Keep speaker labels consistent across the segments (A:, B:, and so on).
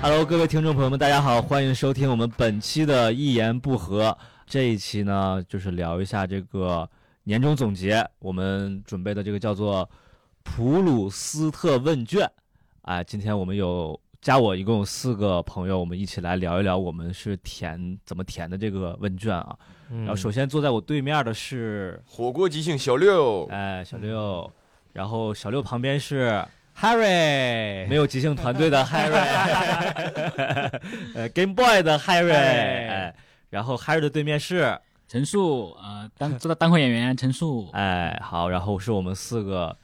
A: Hello，各位听众朋友们，大家好，欢迎收听我们本期的《一言不合》。这一期呢，就是聊一下这个年终总结，我们准备的这个叫做普鲁斯特问卷。啊，今天我们有加我一共有四个朋友，我们一起来聊一聊我们是填怎么填的这个问卷啊。
B: 嗯
A: 然后首先坐在我对面的是，
C: 火锅即兴小六，
A: 哎，小六，然后小六旁边是
B: Harry
A: 没有即兴团队的 Harry，呃，Game Boy 的 Harry，
B: 哎
A: 哎，然后 Harry 的对面是，
D: 陈述啊，当做单口演员陈述，
A: 哎，好，然后是我们四个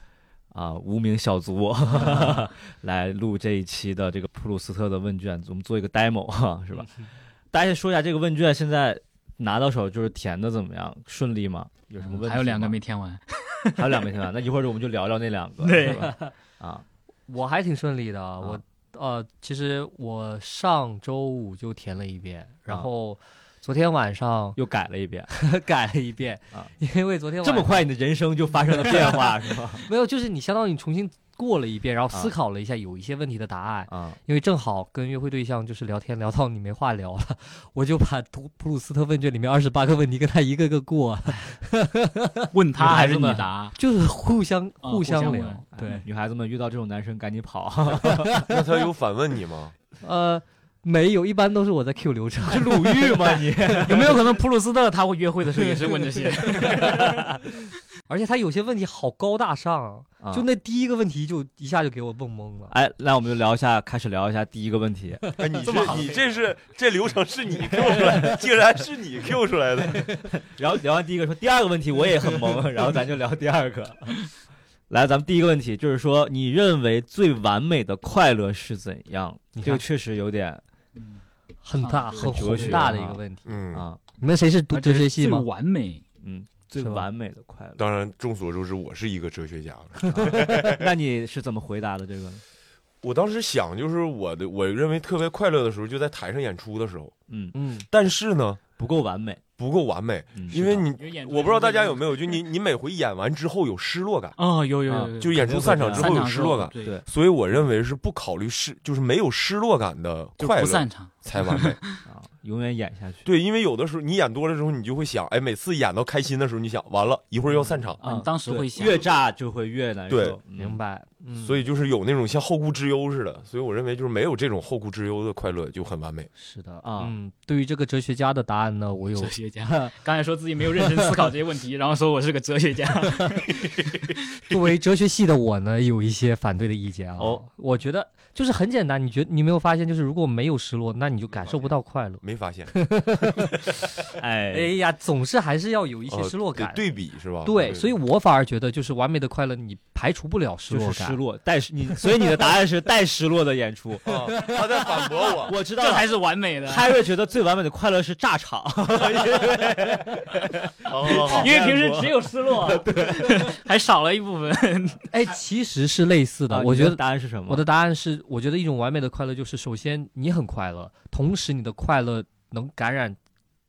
A: 啊、无名小卒来录这一期的这个普鲁斯特的问卷，我们做一个 demo 哈，是吧？大家先说一下这个问卷现在拿到手就是填的怎么样，顺利吗？有什么问题吗？
D: 嗯还有两个没填完，
A: 还有两个没填完，那一会儿我们就聊聊那两个，
D: 对
A: 是吧？啊，
B: 我还挺顺利的，啊、
A: 啊
B: 我呃，其实我上周五就填了一遍，然
A: 啊
B: 后昨天晚上
A: 又改了一遍，
B: 改了一遍，
A: 啊
B: 因为昨天晚
A: 这么快你的人生就发生了变 化，是吧？
B: 没有，就是你相当于重新过了一遍，然后
A: 啊
B: 思考了一下有一些问题的答案，
A: 啊。
B: 因为正好跟约会对象就是聊天聊到你没话聊了， 我就把图普鲁斯特问卷里面二十八个问题跟他一个个过，
D: 问他还是
A: 女孩子
D: 你
A: 们
D: 答？
B: 就是互相、
D: 啊
B: 互
D: 互相
B: 聊
D: 问，
B: 对，
A: 女孩子们遇到这种男生赶紧 跑，
C: 那他有反问你吗？
B: 呃。没有，一般都是我在 Q 流程。
A: 是鲁豫吗你？
D: 有没有可能普鲁斯特他会约会的时候也是问这些？
B: 而且他有些问题好高大上，啊，就
A: 就
B: 那第一个问题就一下就给我问懵了。
A: 哎，那我们就聊一下，开始聊一下第一个问 题。
C: 哎，你
D: 这么好
C: 这你这是这流程是你 Q 出来的，竟然是你 Q 出来的。
A: 然后聊完第一个，说第二个问题我也很 懵，然后咱就聊第二个。 来，咱们第一个问题就是说，你认为最完美的快乐是怎样？
B: 你看
A: 这个确实有点
B: 很大、
D: 啊
B: 很
A: 很哲学
B: 宏大的一个问题。
C: 嗯，
A: 啊，
B: 你们谁是读
D: 而且
B: 哲
D: 是
B: 学系
D: 最
B: 吗？
D: 完美，
A: 嗯，最
B: 是吧
A: 完美的快乐。
C: 当然众所周知，我是一个哲学家。
A: 那你是怎么回答的这个？
C: 我当时想，就是我的我认为特别快乐的时候，就在台上演出的时候。
A: 嗯，
B: 嗯，
C: 但是呢，
A: 不够完美，
C: 不够完美，
A: 嗯，
C: 因为你
D: 有演出
C: 我不知道大家有没有，就你你每回演完之后有失落感，
D: 哦，有有
A: 啊
D: 有有，
C: 就演出散场之
D: 散
C: 后有
D: 场
C: 失落感。
D: 对
A: 对
C: 所以我认为是不考虑失，就是没有失落感的
D: 就
C: 快
D: 不
C: 乐
D: 散场，
C: 才完美。
A: 啊，永远演下去。
C: 对，因为有的时候你演多了之后，你就会想，哎，每次演到开心的时候，你想完了，一会儿要散场，
D: 啊你当时
A: 对
D: 会想
A: 越炸就会越难受。
C: 对
A: 嗯
B: 明白。嗯，
C: 所
B: 以
C: 以就是有那种像后顾之忧似的。所以我认为就是没有这种后顾之忧的快乐就很完美。
B: 是的
A: 啊
B: 嗯，对于这个哲学家的答案 呢，我有
D: 哲学家，刚才说自己没有认真思考这些问题，然后说我是个哲学家，
B: 作为哲学系的我呢，有一些反对的意见啊。
A: 哦，
B: 我觉得就是很简单，你觉你没有发现，就是如果没有失落，那你就感受不到快乐。
C: 没发现，
B: 哎
A: 哎，
B: 呀，总是还是要有一些
C: 哦
B: 失落
C: 得
B: 感。
C: 对比是吧？
B: 对，所以我反而觉得就是完美的快乐，你排除不了失
A: 就
B: 落
A: 是
B: 感。
A: 失落，带失你，所以你的答案是带失落的演出。
C: 啊他在反驳 我。
A: 我知道
D: 这
A: 了
D: 才是完美的。
A: ，Harry 觉得最完美的快乐是炸场，
C: 好好好
D: 因为平时只有失落，还少了一部分。
B: 哎，其实是类似的，
A: 啊
B: 我
A: 你
B: 觉
A: 的
B: 得
A: 答案是什么？
B: 我的答案是，我觉得一种完美的快乐就是，首先你很快乐，同时你的快乐能感染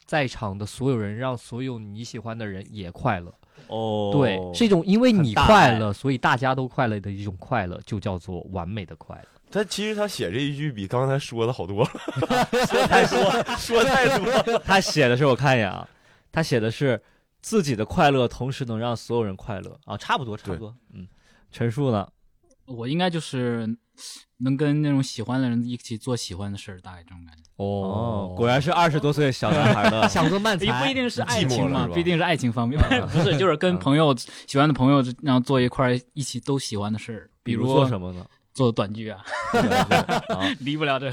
B: 在场的所有人，让所有你喜欢的人也快乐。
A: 哦，
B: 对，是一种因为你
A: 很大爱
B: 快乐，所以大家都快乐的一种快乐，就叫做完美的快乐。
C: 他其实他写这一句比刚才说的好多了， 说太多，说太多。
A: 他写的是我看一眼啊，他写的是自己的快乐，同时能让所有人快乐啊，差不多，差不多，嗯。陈述呢？
D: 我应该就是能跟那种喜欢的人一起做喜欢的事儿，大概这种感觉。
A: 哦，果然是二十多岁小男孩 的
B: 啊想做 慢
D: 也
B: 才，
D: 不一定是爱
C: 寂寞
D: 情
C: 了
D: 嘛，
C: 是吧
D: 不一定是爱情方面， 不是就是跟朋友喜欢的朋友，然后做一块儿一起都喜欢的事儿，
A: 比
D: 如
A: 如做什么呢？
D: 做短剧啊，
A: 啊
D: 离不了这个，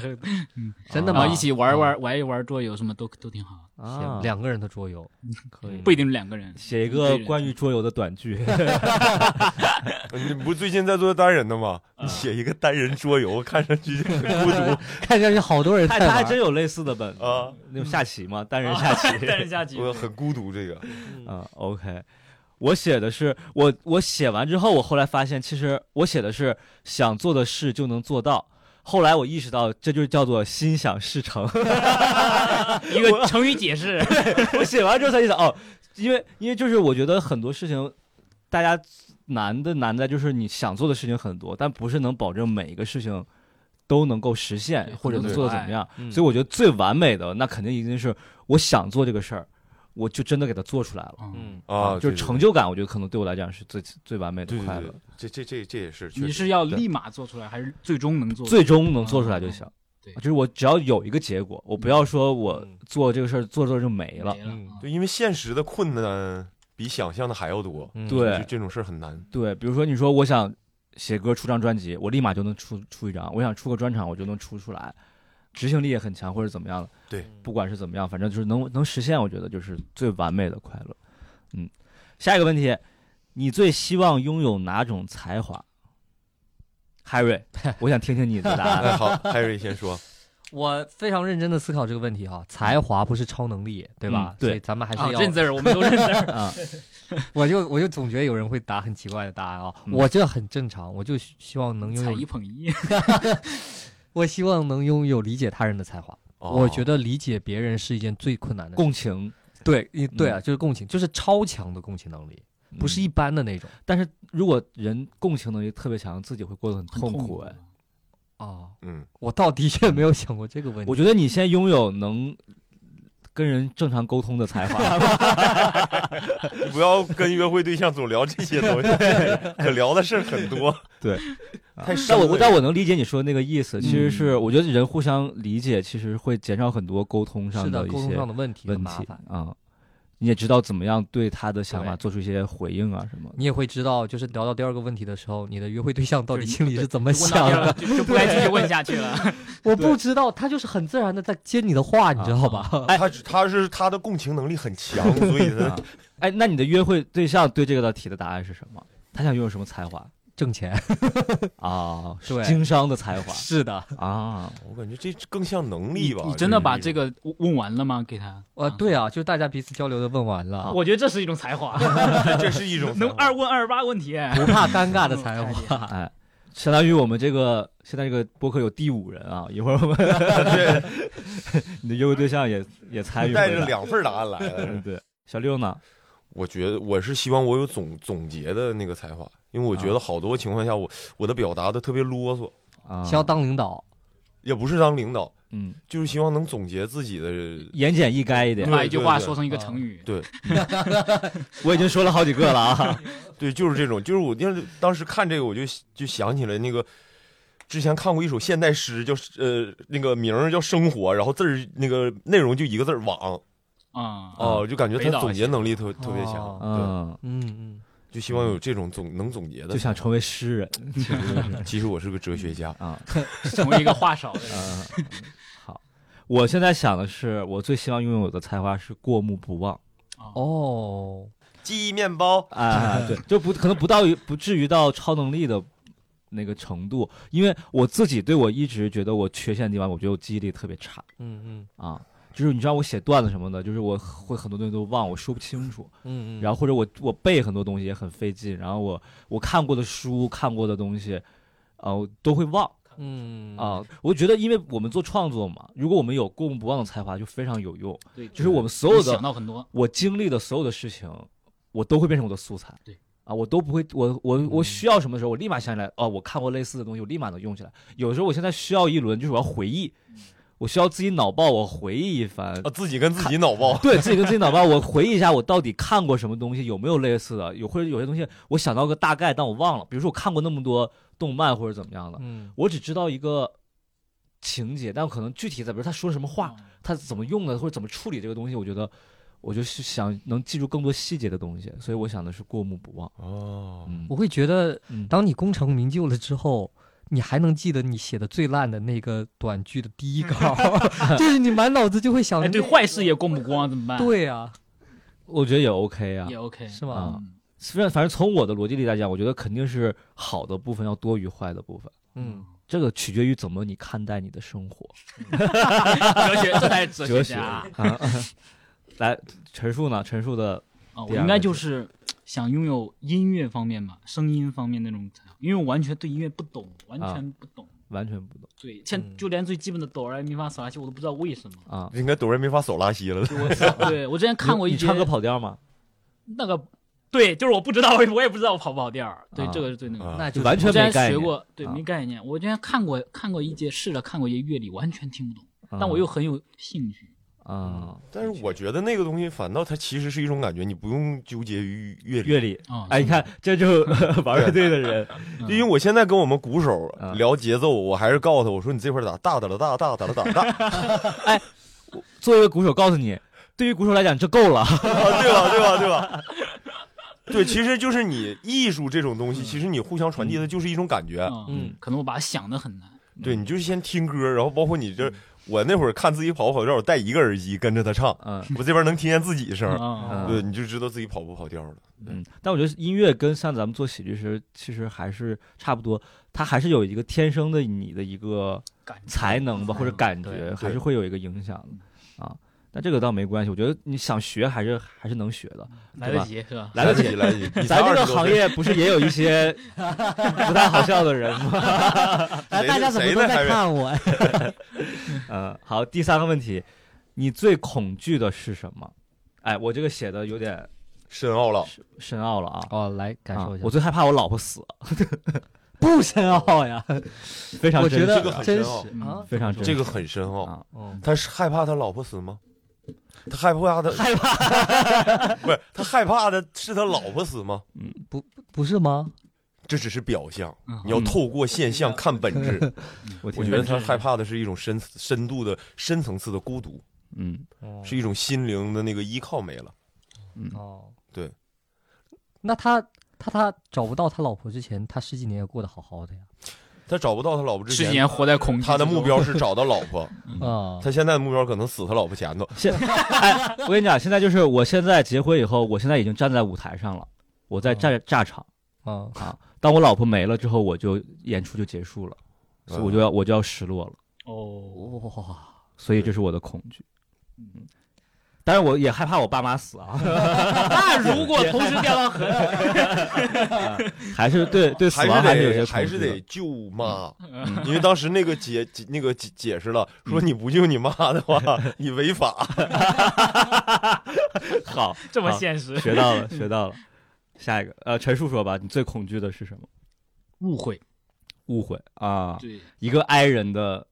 B: 真的
D: 然
B: 吗？
D: 后一起玩一玩玩一玩桌游什么都都挺好，
A: 啊，
B: 两个人的 桌游，嗯可以
D: 不一定是两个 人。
A: 写一个关于桌游的短剧，
C: 你不最近在做单人的吗？
B: 啊
C: 你写一个单人桌游，看上去就很孤 独
B: 看上去好多人
A: 他
B: 在
A: 他还
B: 玩。
A: 真有类似的本子
C: 啊，
A: 那种下棋嘛，单人下棋，
D: 哦 单人下棋，
C: 我很孤独这个。
A: 啊、o k 我写的是我我写完之后，我后来发现，其实我写的是想做的事就能做到。后来我意识到，这就叫做心想事成。
D: 一个成语解释，
A: 我写完之后才意识到，哦，因为因为就是我觉得很多事情，大家难的难在就是你想做的事情很多，但不是能保证每一个事情都能够实现
D: 对
A: 或者能
D: 不能
A: 做的
D: 阻
A: 怎
D: 碍
A: 么样。
B: 嗯
A: 所以我觉得最完美的那肯定一定是我想做这个事儿，我就真的给它做出来了。
D: 嗯，
B: 嗯
C: 啊，
A: 就
C: 对
A: 是成。就感，我觉得可能对我来讲是最最完美
C: 对
A: 的
C: 对
A: 快
C: 对
A: 乐
C: 对，，这这这这也是，确
D: 你
C: 实
D: 是要立马做出来，还是最终能做？
A: 最终能做出来就行。啊
D: 对
A: 就是我只要有一个结果，我不要说我
B: 嗯
A: 做这个事儿做做就没了
D: 没。了
B: 嗯
C: 对，因为现实的困难比想象的还要多，
B: 嗯
A: 对
C: 就这种事儿很难。
A: 对，比如说你说我想写歌出张专辑，我立马就能出出一张；我想出个专场，我就能出出来，执行力也很强，或者怎么样的。
C: 对，
B: 嗯
A: 不管是怎么样，反正就是能能实现，我觉得就是最完美的快乐。嗯，下一个问题，你最希望拥有哪种才华？Harry，我 想听听你的答案。
C: 哎，好，Harry 先说，
B: 我非常认真的思考这个问题哈，才华不是超能力，对吧
A: 嗯？对
B: 所以咱们还是
D: 啊，
B: 要
D: 认字儿，我们都认字儿。
A: 啊，
B: 我就我就总觉得有人会答很奇怪的答案啊，
A: 嗯
B: 我这很正常，我就希希 望能拥
D: 踩一
B: 有，
D: 捧一，
B: 我希望能拥有理解他人的才华。
C: 哦
B: 我觉得理解别人是一件最困难的事。
A: 共情
B: 对，你对啊，就是共情，就是超强的共情能力，不是一般的那种
A: 嗯但是如果人共情能力特别强，自己会过得很
D: 很
A: 痛
D: 苦
A: 苦。哎，
B: 啊。
C: 嗯，
B: 我倒的确没有想过这个问题。
A: 我觉得你先拥有能跟人正常沟通的才 华，啊
C: 你不要跟约会对象总聊这些东西，可聊的事儿很多。
A: 对，
C: 太深
A: 但
C: 了
A: 我但我能理解你说的那个意思，其实是
D: 嗯
A: 我觉得人互相理解，其实会减少很多沟通上
B: 是的，
A: 一
B: 沟通
A: 些
B: 上的问题很
A: 问
B: 麻
A: 题
B: 烦。
A: 啊。你也知道怎么样对他的想法
B: 对
A: 做出一些回应啊什么的。
B: 你也会知道，就是聊到第二个问题的时候，你的约会对象到底
D: 对
B: 心里是怎么
D: 问到
B: 想
D: 这儿了
B: 的？
D: 就就不该继续问下去了。
B: 我不知道，他就是很自然的在接你的话，你知道吧？
D: 哎
C: 他他是他的共情能力很强，所以他
A: 啊哎，那你的约会对象对这个道题的答案是什么？他想拥有什么才华
B: 挣钱，
A: 啊？是
B: 对
A: 经商的才华
B: 是的，
A: 啊？
C: 我感觉这更像能力
D: 你
C: 吧。
D: 你真的把
C: 就是
D: 这个问完了吗？给他？
B: 呃，对啊，就是大家彼此交流的问完了，
D: 我觉得这是一种才华，
C: 这是一种
D: 能二问二十八问题。
B: 不怕尴尬 的
D: 嗯
B: 才
D: 太厉
B: 华。
A: 哎，相当于我们这个现在这个播客有第五人啊，一会儿我们你的约会对象也也参与
C: 带
A: 回
C: 着
A: 来
C: 两份答案来了
A: 嗯。 对，小六呢？
C: 我觉得我是希望我有总总结的那个才华，因为我
D: 啊
C: 觉得好多情况下我我的表达都特别啰嗦，
A: 啊，
B: 想要当 领导，
C: 也不是当领导，
A: 嗯，
C: 就是希望能总结自己的。
A: 言简意赅一点。
D: 把一句
C: 对对
D: 话
C: 对
D: 说成一
A: 嗯
D: 个成语，
C: 对
A: 我已经说了好几个了啊。
C: 对，就是这种，就是我因为当时看这个，我就就想起来那个。之前看过一首现代诗，叫呃那个名儿叫《生活》，然后字儿那个内容就一个字儿“网”
D: 啊
C: 哦、就感觉
D: 北
C: 他
D: 岛
C: 总结
D: 写的
C: 能力特特别强
B: 哦，
A: 嗯，
B: 嗯嗯，
C: 对，就希望有这种总能总结的。
A: 就想成为诗人
C: 其实我是个哲学家，
A: 啊。
D: 成为一个话少的人。
A: 嗯，好，我现在想的是，我最希望拥有的才华是过目不忘。
D: 哦，
B: 哦，
C: 记忆面包
A: 啊， 对，就不可能不到于不至于到超能力的那个程度，因为我自己对我一直觉得我缺陷的地方，我觉得我记忆力特别差
B: 嗯嗯
A: 啊。就是你知道我写段子什么的，就是我会很多东西都忘，我说不清楚。
B: 嗯嗯，
A: 然
B: 后
A: 后或者我我背很多东西也很费劲，然后我我看过的书、看过的东西，呃，我都会忘
B: 嗯
A: 啊。我觉得，因为我们做创作嘛，如果我们有过目不忘的才华，就非常有用。
D: 对，
A: 就是我们所有
D: 嗯你
A: 的
D: 想到很多，
A: 我经历的所有的事情，我都会变成我的素材。
D: 对
A: 啊，我都不会，我我我
B: 嗯
A: 需要什么时候，我立马想起来。哦，我看过类似的东西，我立马能用起来。有时候我现在需要一轮，就是我要回忆，
D: 嗯
A: 我需要自己脑爆，我回忆一番。
C: 啊，
D: 哦
C: 自己跟自己脑爆，
A: 对自己跟自己脑爆，我回忆一下我到底看过什么东西，有没有类似的，有或者有些东西我想到个大概，但我忘了。比如说我看过那么多动漫或者怎么样的，
B: 嗯
A: 我只知道一个情节，但可能具体在比如他说了什么话，他怎么用的或者怎么处理这个东西，我觉得我就是想能记住更多细节的东西，所以我想的是过目不忘。
C: 哦，
A: 嗯
B: 我会觉得
A: 嗯，
B: 当你功成名就了之后，你还能记得你写的最烂的那个短剧的第一 稿，就是你满脑子就会想
D: 哎，
B: 着
D: 对
B: 那
D: 坏事也过目不忘，怎么办？，
B: 对啊，
A: 我觉得也 OK 啊
D: 也。OK，
B: 是吗？
A: 啊
D: 嗯
A: 虽然反正从我的逻辑里来讲，我觉得肯定是好的部分要多于坏的部分，
B: 嗯，
A: 这个取决于怎么你看待你的生活。
D: 哲学，这才是哲
A: 哲
D: 学
A: 学
D: 家啊。
A: 啊 来，陈述呢？陈述的
D: 啊，我
A: 第二
D: 应该
A: 个
D: 就是想拥有音乐方面吧，声音方面那种才华，因为我完全对音乐不懂，完
A: 啊嗯
D: 全不懂。
A: 完全不懂
D: 对，像就连最基本的哆来咪发嗦拉西我都不知道 为什么。
A: 啊。
C: 应该哆来咪发嗦拉西 了。
D: 对我对我之前看过
A: 你
D: 一
A: 你
D: 些
A: 唱歌跑调吗？
D: 那个对，就是我不知道，我也我也不知道我跑不跑调儿。对，
A: 啊
D: 这个是最那个。
C: 啊
B: 那
A: 就
B: 就
A: 完全
D: 我之
A: 没
D: 前
A: 概
D: 学
A: 念。
D: 过，对，
A: 啊
D: 没概念。我之前看过看过一节，试着看过一节乐理，完全听不懂，
A: 嗯
D: 但我又很嗯有兴趣。
A: 啊，
C: 但是我觉得那个东西反倒它其实是一种感觉，你不用纠结于乐理，
A: 乐理，
D: 啊。
A: 哎，你看这就是 玩乐队的 人，
D: 嗯，
C: 因为我现在跟我们鼓手
A: 啊
C: 聊节奏，我还是告诉他，我说你这块儿打大打了大大打了打 大，
A: 作为一个鼓手，告诉你，对于鼓手来讲，这够了。
C: 对吧？对吧？对吧？对，其实就是你艺术这种东西，其实你互相传递的就是一种感觉。
D: 嗯，可能我把它想的很难。
A: 嗯
C: 对，你就是先听歌，然后包括你这，我那会儿看自己跑不跑调，我戴一个耳机跟着他唱，
A: 嗯
C: 我这边能听见自己声儿，
A: 嗯
D: 啊
C: 对，你就知道自己跑不跑调了。
A: 嗯，但我觉得音乐跟像咱们做喜剧时，其实还是差不多，它还是有一个天生的你的一个
D: 感觉嗯
A: 才能吧，或者感
D: 对
A: 觉，还是会有一个影响的啊。但这个倒没关系，我觉得你想学还是还是能学的。
D: 来得及是吧？
A: 来得及，
C: 及，来得及。你才
A: 咱这个
C: 20多岁
A: 行，业不是也有一些不太好笑的人吗？
C: 谁
E: 哎大家怎么
C: 谁
E: 都
C: 在
E: 在
C: 开
E: 看我？
A: 嗯，好，第三个问题，你最恐惧的是什么？哎，我这个写的有点
C: 深奥了，
A: 深奥了啊。
B: 哦，来感受
A: 啊
B: 一下。
A: 我最害怕我老婆死，
E: 不深奥呀，
A: 非常
B: 我
A: 真实
B: 觉得
C: 这个很
B: 真
C: 深奥
B: 实
D: 嗯
B: 啊，
A: 非常真实
C: 这个很深奥。
A: 啊，
B: 哦
C: 他是害怕他老婆死吗？他害怕他害怕， 不是他害怕的是他老婆死吗？
B: 不是吗？
C: 这只是表象，
D: 嗯
C: 你要透过现象看本 质。
A: 我
C: 我
A: 听
C: 觉得
A: 着
C: 他害怕的是一种深深度的深层次的孤独，
A: 嗯
C: 是一种心灵的那个依靠没了。
A: 嗯
B: 哦，
C: 对。
B: 那他他他找不到他老婆之前，他十几年也过得好好的呀。
C: 他找不到他老婆之
D: 之
C: 前，
D: 前活在恐惧之中，
C: 他的目标是找到老婆，
A: 嗯
B: 啊，
C: 他现在的目标可能死他老婆前头。
A: 现哎，我跟你讲，现在就是我现在结婚以后，我现在已经站在舞台上了，我
B: 嗯
A: 在炸炸场
B: 啊，
A: 啊。当我老婆没了之后，我就演出就结束了，所以我就
B: 嗯
A: 要我就要失落了，
D: 哦，
B: 哇，
A: 所以这是我的恐惧。嗯，当然我也害怕我爸妈死啊，
D: 那如果同时掉到河，
A: 还是对对死
C: 还
A: 亡还是有
C: 是
A: 些
C: 得
A: 恐惧
C: 还是
A: 的
C: 得救妈，因为当时那个解解那个解解释了，说你不救你妈的话，你违法。
A: 好，
D: 这么
A: 好
D: 现实，
A: 学到了学到了。下一个，呃，陈述说吧，你最恐惧的是什么？
D: 误会，
A: 误会啊，
D: 对
A: 一个 I 人的，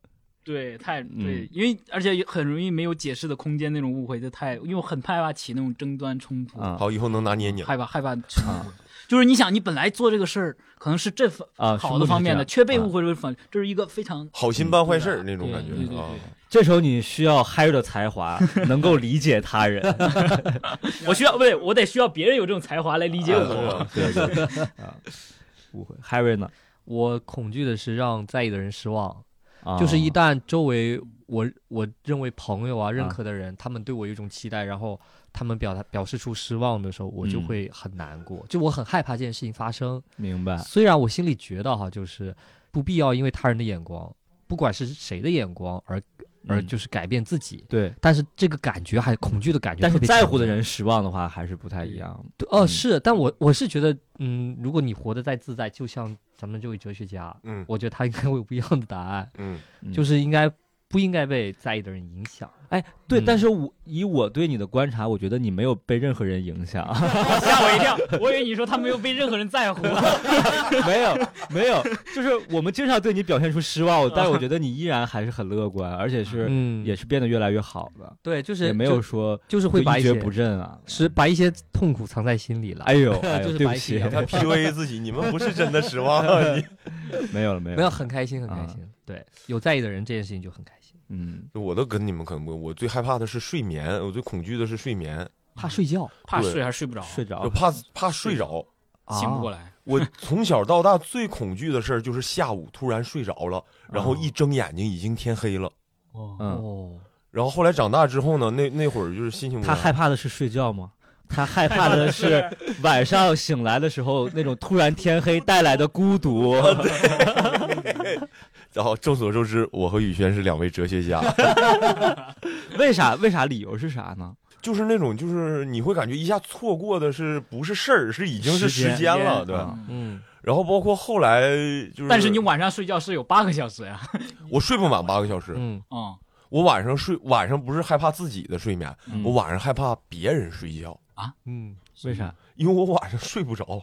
D: 对，太
A: 嗯
D: 对，因为而且也很容易没有解释的空间，那种误会就太，因为我很害怕起那种争端冲突，
A: 啊
C: 好，以后能拿捏你了。
D: 害怕害怕冲
A: 啊
D: 突。就是你想，你本来做这个事儿，可能是这方
A: 啊，
D: 好的方面的，
A: 是
D: 却被
A: 啊
D: 误会为反，这是一个非常
C: 好心办坏事儿那种
D: 对
C: 感觉
D: 对对
C: 啊！
D: 对，
A: 这时候你需要 Harry 的才华，能够理解他 人。
D: 我需要不对，我得需要别人有这种才华来理解我。
A: 啊对对对啊，误会。Harry 呢？
B: 我恐惧的是让在意的人失望，
A: 啊、
B: 就是一旦周围我我认为朋友啊、认可的人，他们对我有一种期待，然后他们表达表示出失望的时候，我就
A: 嗯
B: 会很难过，就我很害怕这件事情发生。
A: 啊明白，
B: 虽然我心里觉得哈，就是不必要因为他人的眼光，不管是谁的眼光，而而
A: 嗯
B: 就是改变自己。
A: 对。
B: 但是这个感觉还恐惧的感觉
A: 但
B: 特
A: 是
B: 别强烈，
A: 在乎的人失望的话，还是不太一样。
B: 对，哦，
A: 嗯
B: 是，但我我是觉得，嗯，如果你活得再自在，就像咱们这位哲学家，
C: 嗯
B: 我觉得他应该会有不一样的答案，
C: 嗯，
A: 嗯
B: 就是应该不应该被在意的人影响。
A: 哎，对，
B: 嗯
A: 但是我以我对你的观察，我觉得你没有被任何人影 响，
C: 哎
D: 吓我一跳，我以为你说他没有被任何人在乎。
A: 没有，没有，就是我们经常对你表现出失望，但我觉得你依然还是很乐观，而且是
B: 嗯，
A: 也是变得越来越好的，
B: 对，就是
A: 也没有
B: 就
A: 说
B: 就是
A: 就
B: 会把
A: 一
B: 一
A: 蹶
B: 些
A: 不振啊。
B: 是把一些痛苦藏在心里了。
A: 哎呦，哎
B: 就是
A: 呦，对不
B: 白
A: 起，
B: 写
C: 他 PUA 自己，你们不是真的失望，啊 你
A: 没有了，没有，
B: 没有，很开心，很开
A: 啊
B: 心。对，有在意的人，这件事情就很开心。
A: 嗯，
C: 我都跟你们可能不，我最害怕的是睡眠，我最恐惧的是睡眠，
B: 怕睡觉，
D: 怕睡还是睡不着，
A: 睡着
C: 就怕怕睡着。
D: 醒不过
B: 来。
D: 来。
C: 我从小到大最恐惧的事儿就是下午突然睡着了，然后一睁眼睛已经天黑了。啊
D: 哦，
A: 嗯，
B: 哦，
C: 然后后来长大之后呢，那那会儿就是心情不
A: 他
C: 好
A: 害怕的是睡觉吗？他害怕的是晚上醒来的时候那种突然天黑带来的孤独。
C: 然后众所周知，我和宇轩是两位哲学 家，
A: 为啥？为啥？理由是啥呢？
C: 就是那种就是你会感觉一下错过的是不是事儿，是已经是
A: 时间
C: 时间了，对。
A: 啊
B: 嗯，
C: 然后包括后来就是，
D: 但是你晚上睡觉是有八个小时呀。
C: 我睡不满八个小时，
B: 嗯，
D: 哦，
C: 我晚上睡晚上不是害怕自己的睡眠，
D: 嗯
C: 我晚上害怕别人睡觉，
B: 嗯，
D: 为啥？
C: 因为我晚上睡不着。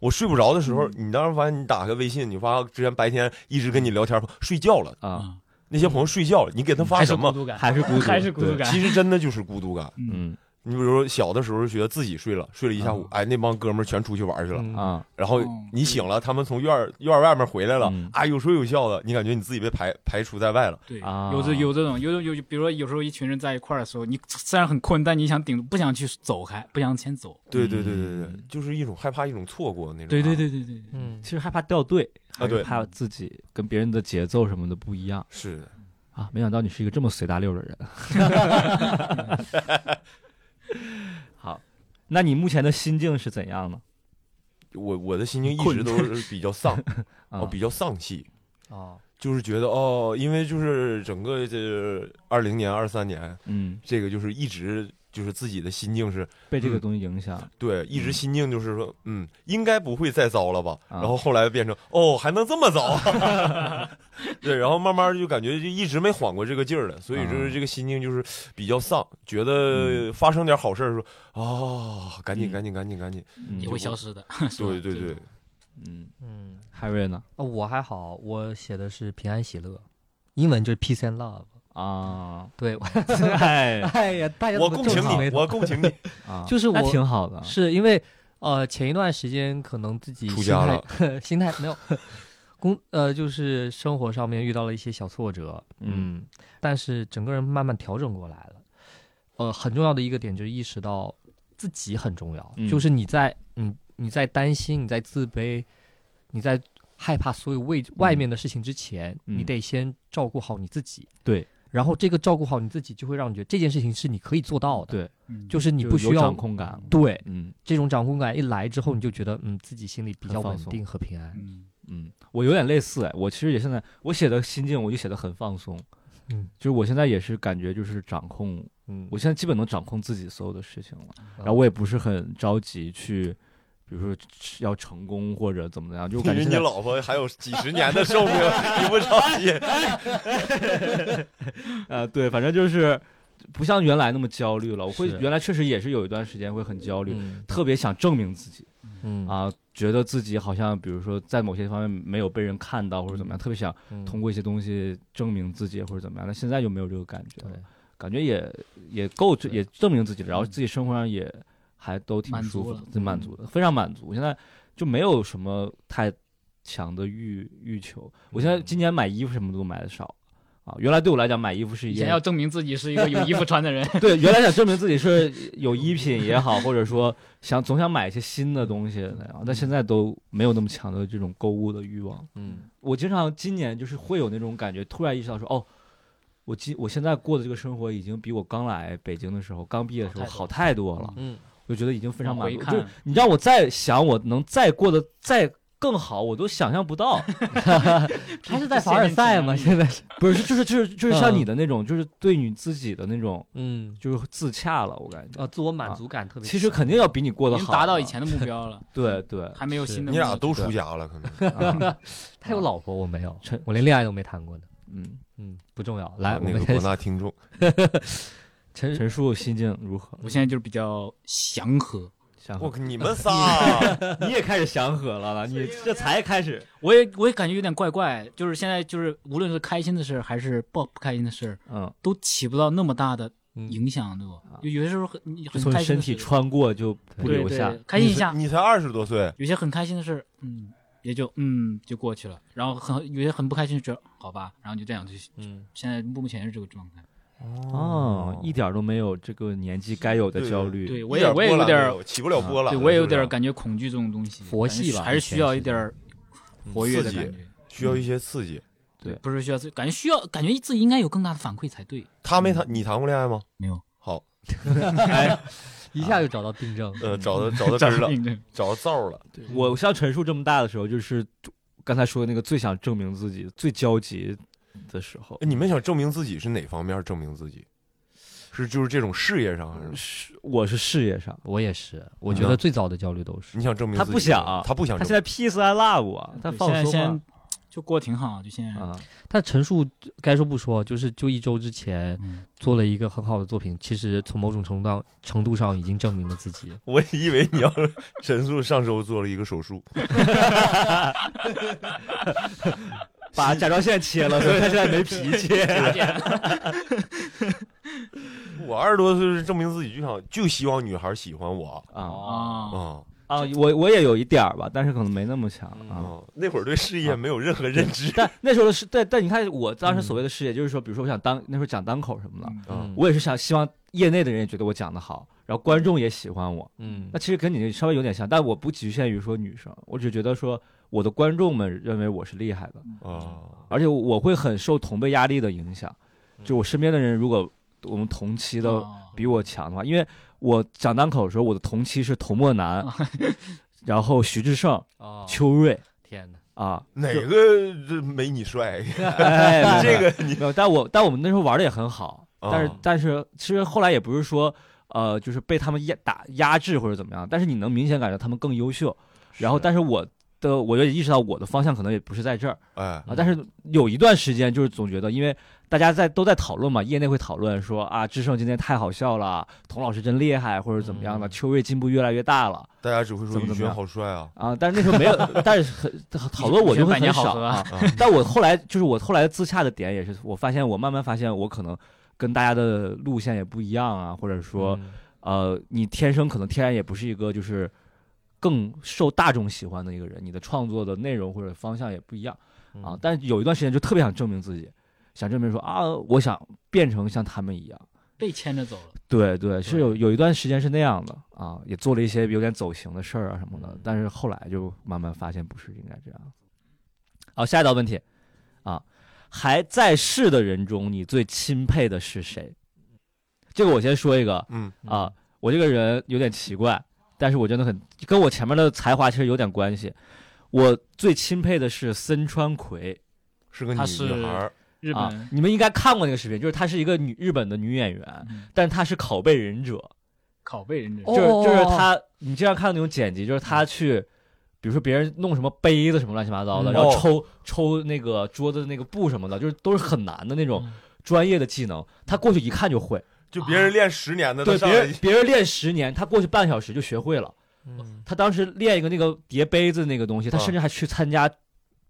C: 我睡不着的时候，你当时发现你打开微信，你发之前白天一直跟你聊天睡觉了，
A: 啊，
C: 那些朋友睡觉了，你给他发
D: 嗯还是
C: 什
D: 孤
C: 么？
D: 独感，
A: 还是孤独，
D: 还是孤独感
C: 其实真的就是孤独感。
A: 嗯
C: 你比如说小的时候觉得自己睡了，睡了一下午
B: 嗯，
C: 哎，那帮哥们儿全出去玩去了，
B: 嗯，
A: 啊，
C: 然后
D: 哦
C: 你醒了，他们从院儿院儿外面回来了
A: 嗯，
C: 啊，有说有笑的，你感觉你自己被排排除在外了。
D: 对，
A: 啊
D: 有这有这种，有有有，比如说有时候一群人在一块儿的时候，你虽然很困，但你想顶，不想去走开，不想往前走。
C: 对对对对对
A: 嗯，
C: 就是一种害怕，一种错过的那种。啊
D: 对对，对对对，
B: 嗯
A: 其实害怕掉队，还是
C: 对
A: 怕自己跟别人的节奏什么的不一样
C: 是的，
A: 啊。没想到你是一个这么随大溜的人。好，那你目前的心境是怎样呢？
C: 我我的心情一直
D: 困
C: 都是比较丧，
A: 啊
C: 哦，比较丧气，
B: 哦，
C: 就是觉得哦，因为就是整个这二零年、二三年，
A: 嗯，
C: 这个就是一直就是自己的心境是
A: 被这个东西影响，
C: 对，一直
A: 嗯
C: 心境就是说，嗯，应该不会再糟了吧？
A: 啊
C: 然后后来变成哦，还能这么糟， 对，然后慢慢就感觉就一直没缓过这个劲儿了，所以就是
A: 啊
C: 这个心境就是比较丧，觉得发生点好事儿说哦，赶紧赶紧赶紧赶紧，
A: 嗯
D: 也会消失的。是吧
C: 对对对，，
A: 嗯，
B: 嗯，
A: 海瑞呢？
B: 啊我还好，我写的是平安喜乐，英文就是 peace and love。
A: 啊，
B: 对，我
A: 哎
B: 哎呀，大家
C: 我
B: 怎
C: 共
B: 么这
C: 情
B: 么倒
C: 你
B: 霉，
C: 我共情你，
A: 啊，
B: 就是
A: 那
B: 我
A: 挺好的，
B: 是因为呃前一段时间可能自己
C: 出
B: 心
C: 家
B: 态
C: 了
B: 心态没有工呃就是生活上面遇到了一些小挫折，
A: 嗯
B: 但是整个人慢慢调整过来了。呃，很重要的一个点就是意识到自己很重要，
A: 嗯
B: 就是你在你你在担心、你在自卑、你在害怕所有外外面的事情之前，
A: 嗯
B: 你得先照顾好你自己。
A: 对，
B: 然后这个照顾好你自己，就会让你觉得这件事情是你可以做到的。
A: 对
D: 嗯
B: 就是你
A: 就
B: 不
A: 有
B: 需要
A: 掌控感，
B: 对
A: 嗯
B: 这种掌控感一来之后，你就觉得嗯自己心里比
A: 很
B: 较
A: 放
B: 稳
A: 松
B: 定和平安。
D: 嗯，
A: 嗯，我有点类似，哎，我其实也现在我写的心境，我就写的很放松，
B: 嗯
A: 就是我现在也是感觉就是掌控，
B: 嗯，
A: 我现在基本能掌控自己所有的事情了，然后
B: 嗯
A: 我也不是很着急去，比如说要成功或者怎么样，就我
C: 感
A: 感
C: 觉
A: 觉现
C: 你
A: 在
C: 老婆还有几十年的寿命，你不着急，
A: 呃，对，反正就是不像原来那么焦虑了，我会
B: 是
A: 原来确实也是有一段时间会很焦虑，
B: 嗯
A: 特别想证明自己。
B: 嗯，
A: 啊，觉得自己好像，比如说在某些方面没有被人看到或者怎么样，特别想
B: 嗯
A: 通过一些东西证明自己或者怎么样，但现在就没有这个感觉
B: 对
A: 了，感觉也也够这，
B: 对
A: 也证明自己了，然后
D: 嗯
A: 自己生活上也还都挺
D: 满
A: 舒
D: 足
A: 服
D: 了嗯
A: 的，挺满足的，非常满足。我现在就没有什么太强的欲欲求，我
D: 嗯
A: 现在今年买衣服什么都买的少。啊，原来对我来讲，买衣服是一
D: 以前
A: 件
D: 要证明自己是一个有衣服穿 的人，
A: 对，原来想证明自己是有衣品也好，或者说想总想买一些新的东西那样，但现在都没有那么强的这种购物的欲望。
B: 嗯
A: 我经常今年就是会有那种感觉，突然意识到说，哦，我今我现在过的这个生活已经比我刚来北京的时候、刚毕业的时候好
D: 好
A: 太多了，
B: 嗯
A: 我就觉得已经非常
D: 往
A: 满
D: 回
A: 足。
D: 看
A: 就是你让我再想我能再过得再更好，我都想象不 到。
B: 还是在凡尔赛 嘛，现在是
A: 不是，就是就是就是像
B: 嗯
A: 你的那种，就是对你自己的那种，
B: 嗯
A: 就是自洽了，我感觉。
D: 哦
B: 啊，自我满足感特别强。
A: 其实肯定要比你过
D: 已
A: 得
D: 经
A: 好，
D: 达到以。前的目 标了，
A: 对对，
D: 还没有新的目标。
C: 你俩都出家了， 可能。
A: 啊
B: 他有老婆，我没有
A: 陈，
B: 我连恋爱都没谈过呢。
A: 嗯，
B: 嗯，不重要。
D: 哎
B: 来，我
C: 啊那个
B: 们
C: 广
B: 先
C: 大听众，
B: 陈
A: 陈述心境如何？
D: 我现在就是比较祥和，
A: 祥
C: 我
A: 和，
C: 你们 仨
A: 你也开始祥和了了，你这才开始。
D: 我也我也感觉有点怪怪，就是现在就是无论是开心的事儿还是不不开心的事儿，
A: 嗯，
D: 都起不到那么大的
B: 嗯
D: 影响，对吧
A: 啊？
D: 有有些时候很你
A: 就
D: 很
A: 从
D: 开心
A: 身
D: 的事
A: 体穿过就不
D: 对
A: 留下
D: 对，。开心一下，
C: 你才二十多岁，
D: 有些很开心的事，嗯，也就嗯就过去了。然后很有些很不开心的事，好吧，然后就这样就
B: 嗯，
D: 现在目前是这个状态。
A: 哦，一点都没有这个年纪该有的焦虑。
D: 对我
C: 一
D: 也
C: 点
D: 我也有
C: 波澜
D: 点
C: 没
D: 儿，
C: 有起不了波澜
D: 对
C: 了，
D: 我也有点
C: 是
D: 儿
C: 不是
D: 感觉恐惧这种东西，
B: 佛
D: 感觉
B: 系
D: 是
B: 吧
D: 还是
B: 以前
D: 需要
B: 是
D: 一点儿活跃的感觉。
C: 需要一些刺激。
D: 不是需要自己，感觉需要，感觉自己应该有更大的反馈才对。
C: 他没谈，你谈过恋爱吗？
D: 没有，
C: 好，
A: 哎
B: 一下就找到病症。
C: 呃，找到找到 根儿了，
D: 病症
C: 找到灶儿了，
A: 我像陈述这么大的时候，就是刚才说的那个最想证明自己、最焦急的时候
C: 哎。你们想证明自己是哪方面？证明自己是就是这种事业上还是？
A: 是，我是事业上，
B: 我也是，我
C: 你
B: 觉
C: 呢
B: 得最早的焦虑都是
C: 你想证明
A: 他
C: 自己
A: 不想
C: 他不想
A: 他
C: 证
A: 现在 peace and love，啊他
D: 对
A: 放
D: 现在
A: 松
D: 先
A: 啊
D: 就过挺好，就现在。
A: 啊，
B: 但陈数该说不说，就是就一周之前
D: 嗯
B: 做了一个很好的作品，其实从某种程度上程度上已经证明了自己。
C: 我以为哎你要 陈述上周做了一个手术，
A: 把甲状腺切了，所以他现在没脾气。
C: 我二十多岁是证明自己就想就希望女孩喜欢我
A: 啊
D: 啊，
C: 啊
A: 啊，我我也有一点儿吧，但是可能没那么强
B: 嗯
A: 啊。
C: 啊！那会儿对事业没有任何认知，
A: 但那时候的事，但但你看我当时所谓的
B: 嗯
A: 事业，就是说，比如说我想当那时候讲单口什么的，
D: 嗯
C: 嗯
A: 啊我也是想希望业内的人也觉得我讲的好，然后观众也喜欢我。
B: 嗯
A: 那其实跟你稍微有点像，但我不局限于说女生，我只觉得说我的观众们认为我是厉害的，
B: 嗯
C: 啊，
A: 而且我会很受同辈压力的影响。
B: 嗯
A: 就我身边的人，如果我们同期的
D: 啊
A: 比我强的话，因为我讲单口的时候，我的同期是童漠南，然后徐志胜、
B: 啊 哦，
A: 秋瑞
B: 天哪，
A: 啊，
C: 哪个这没你帅？
A: 哎，
C: 这个
A: 没有，但我但我们那时候玩的也很好，
C: 啊
A: 但是但是其实后来也不是说呃就是被他们压打压制或者怎么样，但是你能明显感觉他们更优秀，然后但是我的我也意识到我的方向可能也不是在这儿
C: 哎
A: 啊，但是有一段时间就是总觉得因为。大家在都在讨论嘛，业内会讨论说啊，志胜今天太好笑了，童老师真厉害，或者怎么样的，
B: 嗯
A: 秋瑞进步越来越大了
C: 大家只会说
A: 怎么怎
C: 宇
A: 么
C: 轩
A: 样
C: 好帅啊，
A: 啊。但是那时候没有， 但是很讨论我就会
D: 你觉得百年
A: 很
D: 好
A: 少
D: 合
A: 啊
D: 啊。
C: 啊
A: 但我后来就是我后来自洽的点也是，我发现我慢慢发现我可能跟大家的路线也不一样啊，或者说、
B: 嗯
A: 呃，你天生可能天然也不是一个就是更受大众喜欢的一个人，你的创作的内容或者方向也不一样啊。
B: 嗯
A: 但是有一段时间就特别想证明自己，想证明说啊，我想变成像他们一样。
D: 被牵着走了。
A: 对对，是有有一段时间是那样的啊，也做了一些有点走形的事儿啊什么的
B: 嗯，
A: 但是后来就慢慢发现不是应该这样。好，下一道问题啊，还在世的人中，你最钦佩的是谁？这个我先说一个
C: 嗯
A: 啊，我这个人有点奇怪，但是我真的很跟我前面的才华其实有点关系。我最钦佩的是森川葵，
C: 是个女
D: 她是
C: 女孩儿
D: 日
A: 啊
D: 本，
A: 你们应该看过那个视频，就是她是一个女日本的女演员，
D: 嗯
A: 但她是拷贝忍者。
D: 拷贝忍者
B: 哦
A: 就是就是他，你经常看到那种剪辑，就是他去，比如说别人弄什么杯子什么乱七八糟的，
B: 嗯
A: 然后
C: 哦
A: 抽抽那个桌子的那个布什么的，就是都是很难的那
B: 嗯
A: 种专业的技能，他过去一看就会。
C: 就别人练十年的，
A: 对，
C: 她上
A: 别
C: 来
A: 人别人练十年，他过去半小时就学会了。
B: 嗯
A: 他当时练一个那个叠杯子那个东西，他
C: 啊
A: 甚至还去参加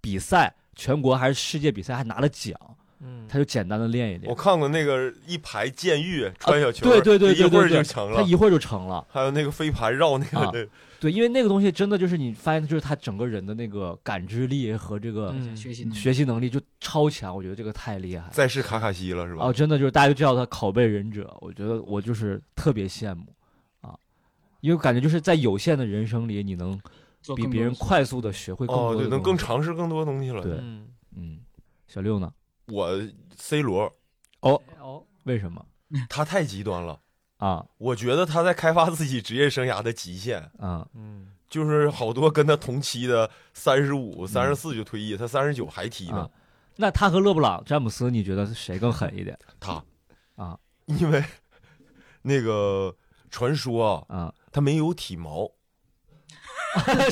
A: 比赛，全国还是世界比赛，还拿了奖。
B: 嗯，
A: 他就简单的练一
C: 我
A: 练，
C: 看过那个一排监狱穿小球，
A: 啊对对对对
C: 一会
A: 对
C: 儿
A: 对
C: 就成
A: 他
C: 了。
A: 一会儿就成了。
C: 还有那个飞盘绕那个
A: 啊
C: 的，
A: 对，因为那个东西真的就是你发现，就是他整个人的那个感知力和这个
B: 嗯
D: 想哦学习能力
A: 学习能力就超强，我觉得这个太厉害了。
C: 再是卡卡西了是吧？
A: 哦，真的就是大家就叫他拷贝忍者，我觉得我就是特别羡慕啊，因为感觉就是在有限的人生里，你能
D: 做
A: 比
D: 更
A: 别
D: 多
A: 人
D: 的事
A: 快速的学会更
C: 哦，
A: 多的
C: 对，
A: 东
C: 能更
A: 西
C: 尝试更多东西了。
A: 对
B: 嗯
A: 嗯，小六呢？
C: 我 C 罗
B: 哦，
A: 为什么
C: 他太极端了，
A: 啊
C: 我觉得他在开发自己职业生涯的极限，
A: 啊
B: 嗯
C: 就是好多跟他同期的三十五、
A: 嗯
C: 三十四就退役，他三十九还踢呢
A: 啊。？那他和勒布朗、詹姆斯，你觉得谁更狠一点
C: 他
A: 啊，
C: 因为那个传说啊，
A: 啊？
C: 他没有体毛，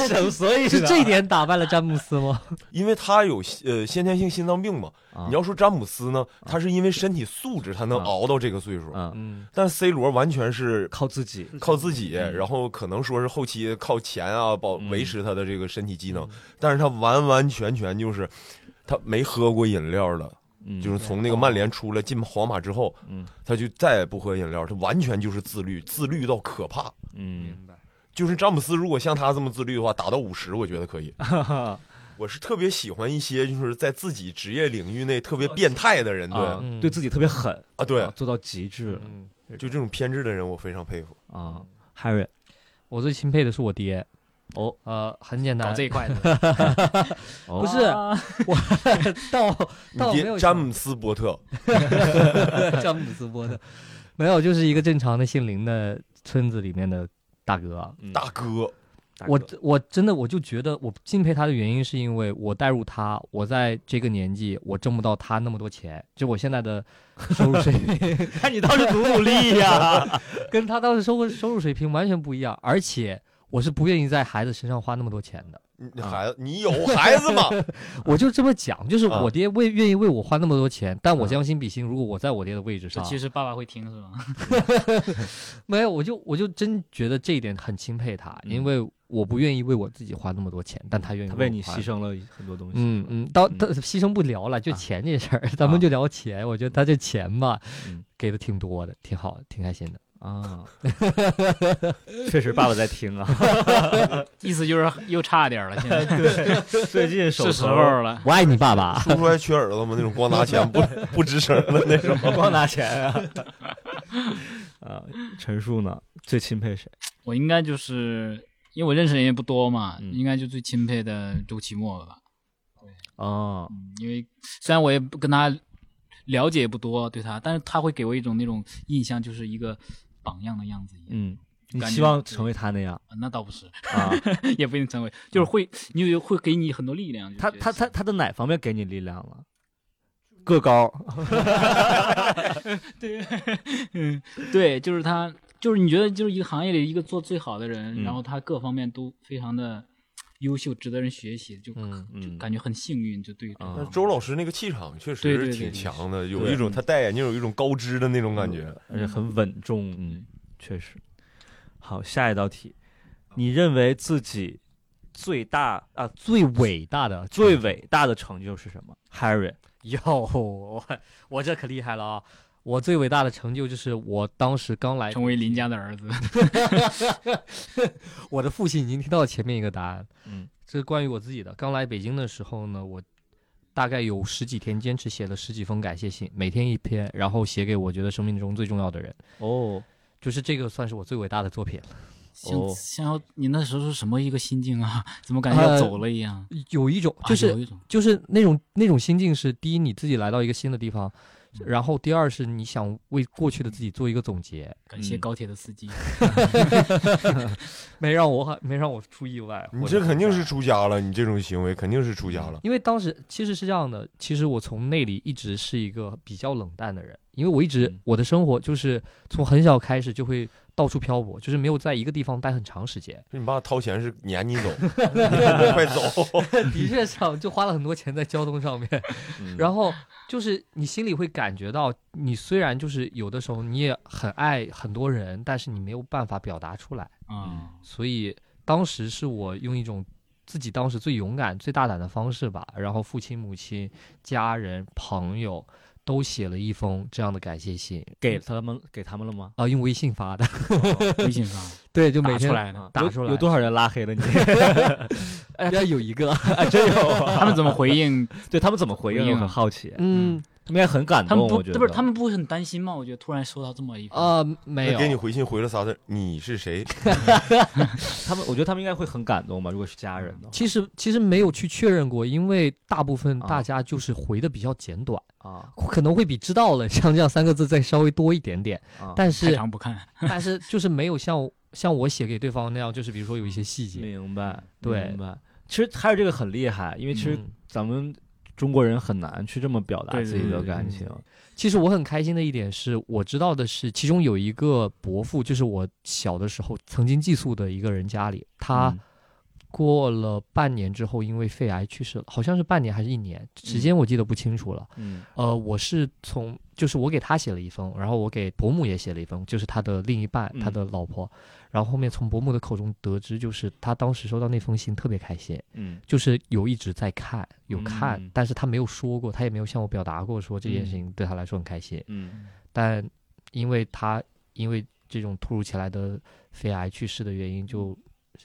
A: 什 么所以
B: 是
A: 呢
B: 这一点打败了詹姆 斯吗？
C: 因为他有呃先天性心脏病嘛。
A: 啊
C: 你要说詹姆斯呢，他是因为身体素质，他能熬到这个岁数。
A: 嗯，
B: 嗯
C: 但 C 罗完全是
A: 靠自己
C: 靠自己，
A: 嗯
C: 然后可能说是后期靠钱啊保
B: 嗯
C: 维持他的这个身体机
A: 嗯
C: 能，但是他完完全全就是他没喝过饮料了，
A: 嗯
C: 就是从那个曼联出来进皇马之后，
A: 嗯
C: 他就再也不喝饮料，他完全就是自律，自律到可怕。
A: 嗯，
B: 白。
C: 就是詹姆斯如果像他这么自律的话，打到五十我觉 得可以。
A: 啊
C: 我是特别喜欢一些就是在自己职业领域内特别变态的人，对
A: 啊
C: 啊
B: 嗯
A: 对自己特别狠，
C: 对
A: 啊，做到极致
B: 嗯，
C: 就这种偏执的人我非常佩服。
A: 啊，Harry
B: 我最钦佩的是我爹。
A: 哦，
B: 呃，很简
D: 搞
B: 单
D: 这，一块的，
A: 哦
B: 不是
D: 啊
B: 我 到
C: 你
B: 到没
C: 爹
B: 有
C: 詹姆斯伯特，
A: 嗯
B: 詹姆斯播的，没有，就是一个正常的姓林的村子里面的大哥。啊
A: 嗯
C: 大哥，
B: 我我真的我就觉得我敬佩他的原因，是因为我带入他，我在这个年纪我挣不到他那么多钱，就我现在的收入水平
A: 看你倒是努努力呀、
B: 跟
A: 啊
B: 他当时收收入水平完全不一样，而且我是不愿意在孩子身上花那么多钱的。
C: 你孩子，你有孩 子吗？
B: 我就这么讲，就是
C: 啊
B: 我爹为愿意为我花那么多钱，但
A: 啊
B: 我
C: 嗯
B: 将心比心，如果我在我爹的位置
D: 这
B: 上，
D: 其实爸爸会听是吗？
B: 没有，我就我就真觉得这一点很钦佩他，
A: 嗯
B: 因为我不愿意为我自己花那么多钱，但他愿意
A: 他为
B: 我
A: 你
B: 花
A: 牺。牲了很多东西。
B: 嗯
A: 是吧，
B: 嗯，到
A: 嗯
B: 他牺牲不聊了，就
A: 啊
B: 钱这事儿，咱们就聊钱。我觉得他这钱嘛
A: 嗯，
B: 给的挺多的，挺好，挺开心的。
A: 啊，确实爸爸在听啊，
D: 意思就是又差点了，现在
A: 最近手
D: 是时
A: 头
D: 候了。
B: 我爱你，爸爸。
C: 叔叔还缺儿子吗？那种光拿钱 不不吱声的那种。
A: 光拿钱啊。 啊，陈述呢？最钦佩谁？
D: 我应该就是因为我认识的人也不多嘛，
A: 嗯
D: 应该就最钦佩的周奇墨吧。
A: 啊，
D: 嗯，因为虽然我也不跟他了解也不多对他，但是他会给我一种那种印象，就是一个榜样的样子一样。
A: 嗯，你
D: 感觉
A: 希望成为他那 样
D: 啊那倒不是，
A: 啊？
D: 也不一定成为，就是会，你有会给你很多力量。就
A: 他
D: 觉得
A: 他他他的哪方面给你力量了？个高，
D: 嗯对，就是他，就是你觉得就是一个行业里一个做最好的人，
A: 嗯
D: 然后他各方面都非常的优秀，值得人学习，就、
B: 嗯
D: 就
A: 嗯，
D: 感觉很幸运，就对于他
A: 啊
C: 但是周老师那个气场确
D: 对
C: 实
D: 对对
C: 挺强的，有
A: 对
C: 一种他戴眼镜有一种高知的那种感觉。
A: 而且很稳重，嗯，确实。好，下一道题，你认为自己最大啊
B: 最伟大的，
A: 最伟大的成就是什么？Harry，
B: 哟，我我这可厉害了啊！我最伟大的成就就是我当时刚来，
D: 成为林家的儿子。
B: 我的父亲已经听到前面一个答案，
A: 嗯，
B: 这是关于我自己的。刚来北京的时候呢，我大概有十几天坚持写了十几封感谢信，每天一篇，然后写给我觉得生命中最重要的人，
A: 哦，
B: 就是这个算是我最伟大的作品了。
D: 像
A: 哦
D: 像你那时候是什么一个心境啊？ 怎么感觉要
B: 呃
D: 走了一样？
B: 有一种
D: 啊
B: 就是、
D: 有一种
B: 就是那种那种心境是：第一，你自己来到一个新的地方。然后，第二是你想为过去的自己做一个总结，
D: 感谢
A: 嗯
D: 高铁的 司机，
B: 没让我没让我出意外。
C: 你
B: 或
C: 这
B: 者
C: 肯定
B: 怎么
C: 是
B: 样
C: 出家了，你这种行为肯定是出家了。。
B: 因为当时其实是这样的，其实我从内里一直是一个比较冷淡的人，因为我一直、
A: 嗯
B: 我的生活就是从很小开始就会到处漂泊，就是没有在一个地方待很长时间
C: 你爸掏钱是撵你走，你快走！
B: 的确上就花了很多钱在交通上面，
A: 嗯
B: 然后就是你心里会感觉到，你虽然就是有的时候你也很爱很多人，但是你没有办法表达出来，
D: 啊，
B: 所以当时是我用一种。自己当时最勇敢、最大胆的方式吧，然后父亲、母亲、家人、朋友都写了一封这样的感谢信，
A: 给他们给他们了吗？
B: 啊、用微信发的，
A: 嗯
D: 微信 上
B: 对，就每
D: 打
B: 天
D: 出来的。
B: 打
A: 有
B: 出来
A: 有多少人拉黑了你？
B: 人家哎有一个，
A: 真有啊，
D: 他们怎么回应？
A: 对他们怎么回
D: 回
A: 应？
D: 应
A: 我
D: 啊
A: 很好奇，
B: 嗯
A: 他们应该很感
D: 他们
A: 动，
D: 不
A: 我觉得哦
D: 不是他们不会很担心吗？我觉得突然收到这么一封，
B: 啊、没有，
C: 给你回信回了仨字儿：“你是谁
A: 他们，我觉得他们应该会很感动吧？如果是家人的话
B: 其实其实没有去确认过，因为大部分
A: 啊
B: 大家就是回的比较简短，
A: 啊
B: 可能会比知道了像这样三个字再稍微多一点点，
A: 啊，
B: 但
D: 太
B: 是
D: 长不看。
B: 但是就是没有像像我写给对方那样，就是比如说有一些细节，
A: 明白，
B: 对
A: 明白。其实还有这个很厉害，因为其实
B: 嗯
A: 咱们中国人很难去这么表达
D: 对
A: 自己的
D: 对
A: 感
B: 对
A: 情。
B: 其实我很开心的一点是，我知道的是，其中有一个伯父，就是我小的时候曾经寄宿的一个人家里，他
A: 嗯
B: 过了半年之后，因为肺癌去世了，好像是半年还是一年，时间我记得不清楚了。
A: 嗯
B: 呃，我是从就是我给他写了一封，然后我给伯母也写了一封，就是他的另一半，
A: 嗯
B: 他的老婆。然后后面从伯母的口中得知，就是他当时收到那封信特别开心，
A: 嗯
B: 就是有一直在看，有看，
A: 嗯
B: 但是他没有说过，他也没有向我表达过说这件事情对他来说很开心。
A: 嗯
B: 但因为他因为这种突如其来的肺癌去世的原因，就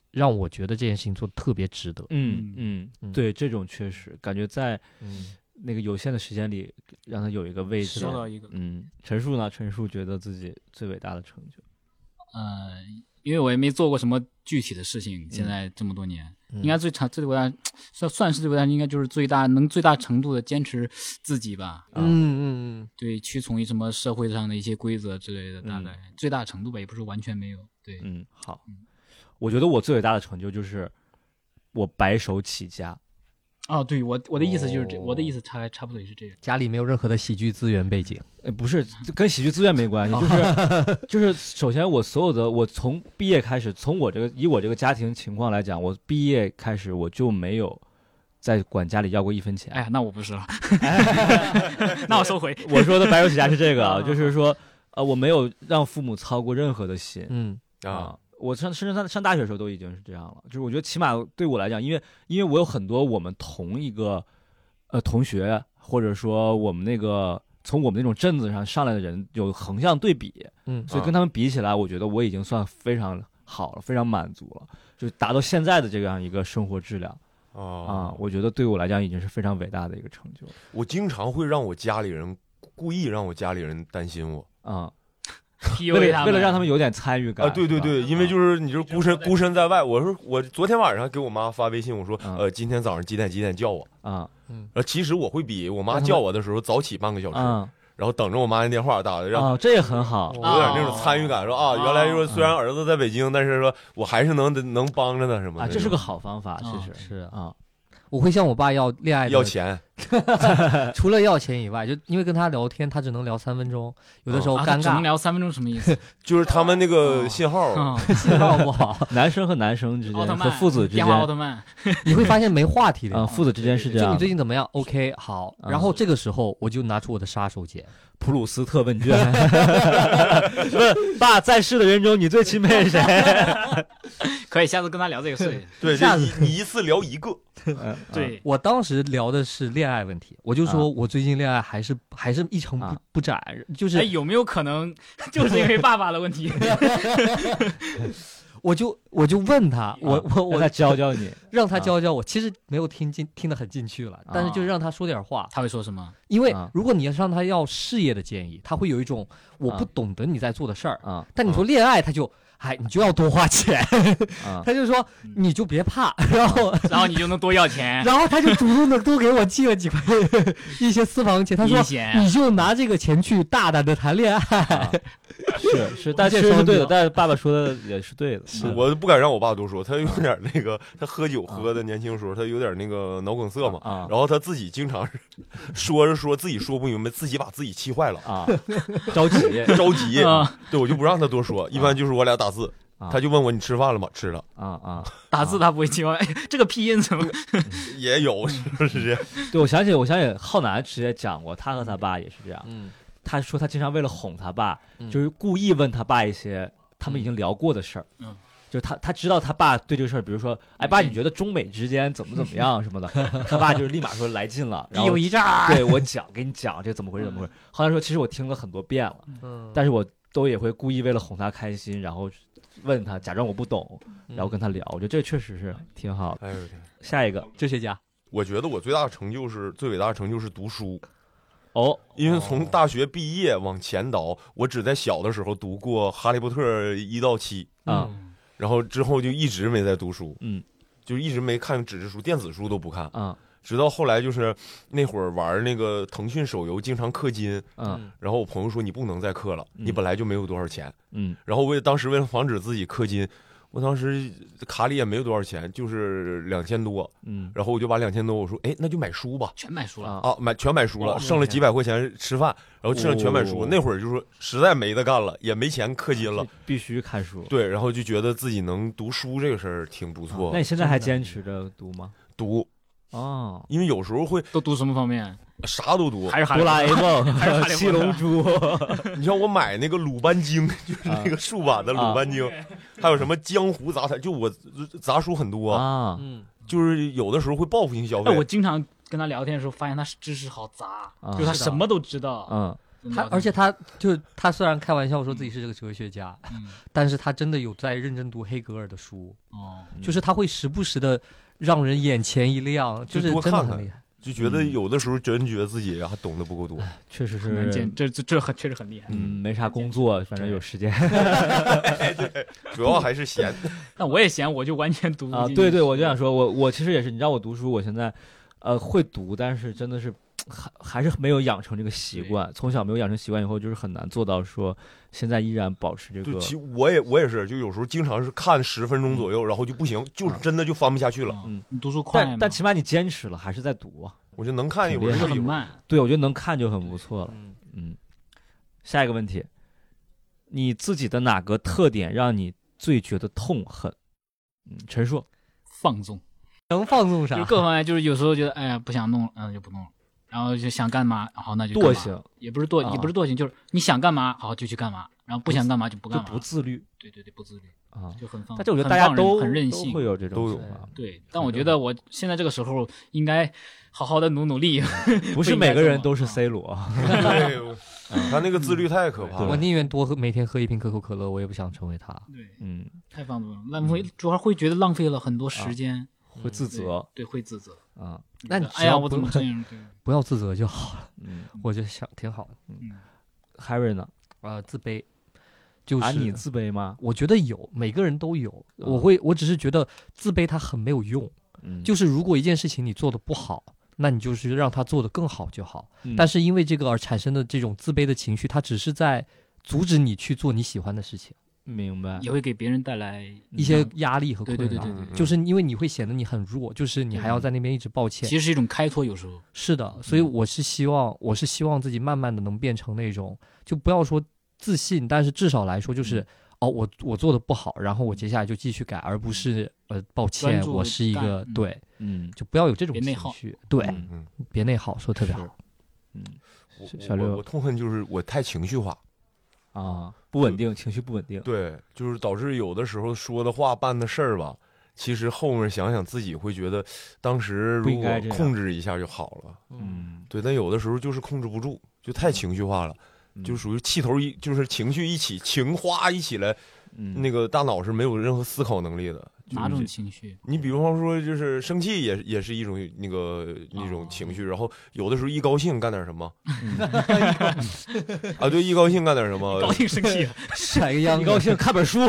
B: 让我觉得这件事情做的特别值得。
A: 嗯
D: 嗯
A: 嗯，
B: 嗯
A: 对，这种确实感觉在
B: 嗯，
A: 那个有限的时间里，让他有一个位置
D: 收。到一个，
A: 嗯，陈述呢？陈述觉得自己最伟大的成就，
D: 呃，因为我也没做过什么具体的事情，
A: 嗯
D: 现在这么多年，应该最长最伟大，算算是最伟大，应该就是最大能最大程度的坚持自己吧。
A: 啊
B: 嗯嗯嗯，
D: 对，屈从于什么社会上的一些规则之类的，大
A: 嗯
D: 概、最大程度吧，也不是完全没有。对，
A: 嗯，好
D: 嗯，
A: 我觉得我最伟大的成就就是我白手起家，
D: 啊，对我我的意思就是这，我的意思差差不多也是这个。
B: 家里没有任何的喜剧资源背景，
A: 呃，不是跟喜剧资源没关系，就是 就是，首先我所有的，我从毕业开始，从我这个以我这个家庭情况来讲，我毕业开始我就没有再管家里要过一分钱。
D: 哎呀，那我不是了， 那我收回。
A: 我说的白手起家是这个， 啊，就是说，呃，我没有让父母操过任何的心
B: 嗯，
C: 啊，
A: 啊。我上甚至上上大学的时候都已经是这样了，就是我觉得起码对我来讲，因为因为我有很多我们同一个呃同学，或者说我们那个从我们那种镇子上上来的人有横向对比，
B: 嗯
A: 所以跟他们比起来，我觉得我已经算非常好了，非常满足了，就达到现在的这样一个生活质量啊
C: 啊，，
A: 我觉得对我来讲已经是非常伟大的一个成就
C: 我经常会让我家里人故意让我家里人担心我
A: 啊。为
D: PUA
A: 了为了让他们有点参与感
C: 啊，对对
A: 是吧
C: 对，因为
A: 啊
C: 就是你就是孤身孤身在外，我说我昨天晚上给我妈发微信，我说
A: 啊
C: 呃今天早上几点几点叫我，
A: 啊
C: 呃其实我会比我
A: 那
C: 妈
A: 他们
C: 叫我的时候早起半个小时，
A: 啊
C: 然后等着我妈的电话打的，让
A: 啊，这也很好
C: 我有点那种参与感，说啊，
D: 哦
C: 原来说虽然儿子在北京，但是说我还是能能帮着他什么的。
A: 啊，这是个好方法，
D: 啊
A: 其实
B: 是啊，
A: 啊
B: 我会向我爸要恋爱的
C: 要，钱，
B: 除了要钱以外，就因为跟他聊天，他只能聊三分钟，有的时候
D: 啊
B: 尴
D: 只能
B: 尬，
D: 聊三分钟什么意思？
C: 就是他们那个信号
A: 嗯
D: 啊
B: 信号不好，
A: 男生和男生之
D: 奥特
A: 间和
D: 曼
A: 父子之
D: 电话奥
A: 间
D: 特曼，
B: 你会发现没话 题
A: 啊，
B: 聊。
A: 父子之间是这
B: 就
A: 样
B: 你最近怎么样？OK，好。然后这个时候我就拿出我的杀手锏，
A: 普鲁斯特问卷，问爸，在世的人中你最钦佩谁？
D: 可以下次跟他聊这个事情。
C: 对，
B: 下
C: 这
B: 次
C: 你你一次聊一个，
A: 嗯
D: 对，
B: 我当时聊的是恋爱问题，我就
A: 啊
B: 说我最近恋爱还是还是一成不
A: 啊
B: 不展，就
D: 哎，
B: 是
D: 有没有可能就是因为爸爸的问题？
B: 我就我就问
A: 啊
B: 他，我我
A: 再
B: 我
A: 教教你，
B: 让他教教我，其实没有听进听得很进去了，但是就让他说点话，
D: 他会说什么？
B: 因为
A: 啊
B: 如果你要让他要事业的建议，他会有一种我不
A: 啊
B: 懂得你在做的事儿，
A: 啊
B: 但你说恋爱，他就哎你就要多花钱，
A: 啊
B: 他就说你就别怕，然后
D: 然后你就能多要钱。
B: 然后他就主动的多给我寄了几块 一些私房钱， 他说
D: 阴险
B: 你就拿这个钱去大胆的谈恋爱，
A: 啊，是是，但
B: 这
A: 其实是
B: 双
A: 对的，
B: 标
A: 但是爸爸说的也是对的，啊
C: 我都不敢让我爸多说，他有点那个，他喝
A: 嗯
C: 酒喝的年轻时候，他有点那个脑梗塞嘛，
A: 啊
C: 然后他自己经常是 说着说自己说不明白，自己把自己 气坏了。
A: 啊，着急
C: 着急
D: 啊，
C: 对我就不让他多说，一般就是我俩打字
A: 啊，
C: 他就问我你吃饭了吗？吃了，
A: 啊啊！
D: 打字他不会记吗？哎这个拼音怎么？
C: 也有 是不是这样？
A: 对，我想起我想起浩南直接讲过，他和他爸也是这样。
B: 嗯，
A: 他说他经常为了哄他爸，
B: 嗯
A: 就是故意问他爸一些他们已经聊过的事儿。
D: 嗯。
A: 就是他，他知道他爸对这个事儿，比如说，哎，爸，你觉得中美之间怎么 怎么样什么的，他爸就是立马说来劲了，然后
D: 有一炸。
A: 对我讲，给你讲这怎么回事怎么回事。浩南说，其实我听了很多遍了，
B: 嗯
A: 但是我都也会故意为了哄他开心，然后问他，假装我不懂，然后跟他聊。我觉得这确实是挺好的。
C: 哎呦我天！
A: 下一个
B: 哲学家，
C: 我觉得我最大的成就是最伟大的成就是读书，
A: 哦，
C: 因为从大学毕业往前倒，我只在小的时候读过《哈利波特》一到七，
A: 啊
D: 嗯
C: 然后之后就一直没在读书，
A: 嗯，
C: 就一直没看纸质书，电子书都不看，
A: 啊
C: 直到后来就是那会儿玩那个腾讯手游，经常氪金，
A: 嗯
C: 然后我朋友说你不能再氪了，
A: 嗯
C: 你本来就没有多少钱，
A: 嗯
C: 然后为当时为了防止自己氪金，我当时卡里也没有多少钱，就是两千多，
A: 嗯
C: 然后我就把两千多我说哎那就买书吧。
D: 全买书了。
A: 啊
C: 啊，买全买书
B: 哇
C: 了，剩了几百块钱吃饭，然后剩了全买书。
A: 哦
C: 那会儿就说实在没得干了，也没钱氪金
D: 哦
C: 了，，
A: 必须看书。
C: 对，然后就觉得自己能读书这个事儿挺不错
A: 那。你现在还坚持着读吗？
C: 读，
A: 哦，
C: 因为有时候会
D: 都读什么方面？
C: 啥都读
D: 还。是哈利
A: 哆
D: 波
A: 啦
D: 特
A: A
D: 还是哈利 波
A: 梦、七龙
D: 特
A: 珠
C: 你像我买那个《鲁班经》，就是那个竖版的《鲁班经》，还有什么江湖杂谈，就我杂书很多，
A: 啊，
B: 嗯，
C: 就是有的时候会报复性消
D: 哎，我
C: 费。
D: 经常跟他聊天的时候，发现他知识好杂，
A: 啊
D: 就是他
B: 是的
D: 什么都知道。
A: 嗯
B: 他而且他就是他虽然开玩笑说自己是这个哲学家，
D: 嗯
B: 但是他真的有在认真读黑格尔的书，
D: 哦，
A: 嗯
B: 就是他会时不时的让人眼前一亮，
C: 就
B: 就是
C: 多
B: 真的
C: 看
B: 很
C: 看
B: 厉害。
C: 就觉
D: 嗯
C: 得有的时候真觉得自己还懂得不够多。
D: 哎
A: 确实
D: 很难见，
A: 是，
D: 这这这很确实很厉害。
A: 嗯，没啥工作，反正有时间
C: 主要还是 闲。
D: 但我也嫌，我就完全读不
A: 啊。
D: 进
A: 对
D: 去
A: 对，我就想说，我我其实也是，你让我读书，我现在呃会读，但是真的是还还是没有养成这个习惯，从小没有养成习惯以后，就是很难做到说现在依然保持这
C: 就
A: 个。
C: 其我也我也是，就有时候经常是看十分钟
D: 嗯
C: 左右，然后就不
D: 啊
C: 行，就是真的就翻不下去了。
A: 嗯，
D: 你读书快吗
A: 但但起码你坚持了，还是在读啊。
C: 我就能看一会
A: 不
C: 儿
A: 是
C: 是
D: 很
C: 一会儿。
D: 慢。
A: 对，我觉得能看就很不错了。
B: 嗯，
A: 嗯，下一个问题，你自己的哪个特点让你最觉得痛恨？嗯，陈硕，
D: 放纵，
B: 能放纵
D: 就
B: 啥？
D: 各方面，就是有时候觉得哎呀不想弄了，嗯就不弄了，然后就想干嘛，好那就干嘛
A: 惰性，
D: 也不是惰，
A: 啊
D: 也不是惰性，就是你想干嘛好就去干嘛，然后不想干嘛就不
A: 就
D: 干嘛
A: 不，自律
D: 对对对，不自律，
A: 啊。
D: 就很放。
A: 但这我觉得
D: 很
A: 大家
D: 放任
A: 都
D: 很任
A: 都
D: 性
A: 会，有这种
C: 都有
A: 情况，
D: 对。但我觉得我现在这个时候应该好好的努努力，
A: 不是
D: 不应该
A: 每个
D: 这
A: 人
D: 么
A: 都是
D: 啊
A: C 罗。
C: 对， 我他那个自律太可怕
B: 我
D: 嗯
C: 了。
B: 宁愿多喝每天喝一瓶可口可乐，我也不想成为他。
D: 对，
A: 嗯，啊
D: 太放纵了，浪费，主要会觉得浪费了很多时间，
A: 会自
D: 嗯对
A: 责
D: 对，会自责。
A: 啊，
B: 那你
D: 觉得
B: 只
D: 哎呀，
B: 要
D: 我
B: 不
D: 怎么 这样？对
B: 不要自责就好了，
A: 嗯
B: 我觉得想挺好的。
D: 嗯，
A: ，Harry 呢？
B: 呃，自卑，就是、
A: 啊，你自卑吗？
B: 我觉得有，每个人都有。我会，我只是觉得自卑它很没有用。
A: 嗯，
B: 就是如果一件事情你做的不好，那你就是让它做得更好就好。
A: 嗯
B: 但是因为这个而产生的这种自卑的情绪，它只是在阻止你去做你喜欢的事情，
A: 明白
D: 也会给别人带来
B: 一些压力和
D: 嗯
B: 困
D: 对
B: 扰。
D: 对对对
A: 啊
C: 嗯
D: 对，
B: 就是因为你会显得你很弱，就是你还要在那边一直抱歉。
D: 其实嗯是一种开脱，有时候
B: 是的，所以我是希望，我是希望自己慢慢的能变成那种，就不要说自信，但是至少来说
D: 嗯
B: 就是，哦，我我做的不好，然后我接下来就继续改，而不是呃，抱
D: 专
B: 歉，
D: 注
B: 我是一个
D: 干嗯
B: 对，
A: 嗯，
B: 就不要有这种
D: 别内耗
B: 情绪，对，
A: 嗯
C: 嗯，
B: 别内耗，说得特别
A: 是
B: 好，
A: 嗯
C: 我
A: 小
C: 我
A: 六
C: 我痛恨就是我太情绪化，
A: 啊，不稳定，情绪不稳定，
C: 对，就是导致有的时候说的话、办的事儿吧，其实后面想想自己会觉得，当时
A: 不
C: 如
A: 应
C: 果
A: 该这样
C: 控制一下就好了。
A: 嗯，
C: 对，但有的时候就是控制不住，就太情绪化了，
A: 嗯
C: 就属于气头一，就是情绪一起，情花一起来，
A: 嗯
C: 那个大脑是没有任何思考能力的。
D: 哪种情绪？
C: 你比方说，就是生气也也是一种那个一种情绪，然后有的时候一高兴干点什么，啊，对，一高兴干点什 么，
D: 高兴生气，啊
B: 甩个秧
A: 嗯你
B: 歌
A: 高兴看本书，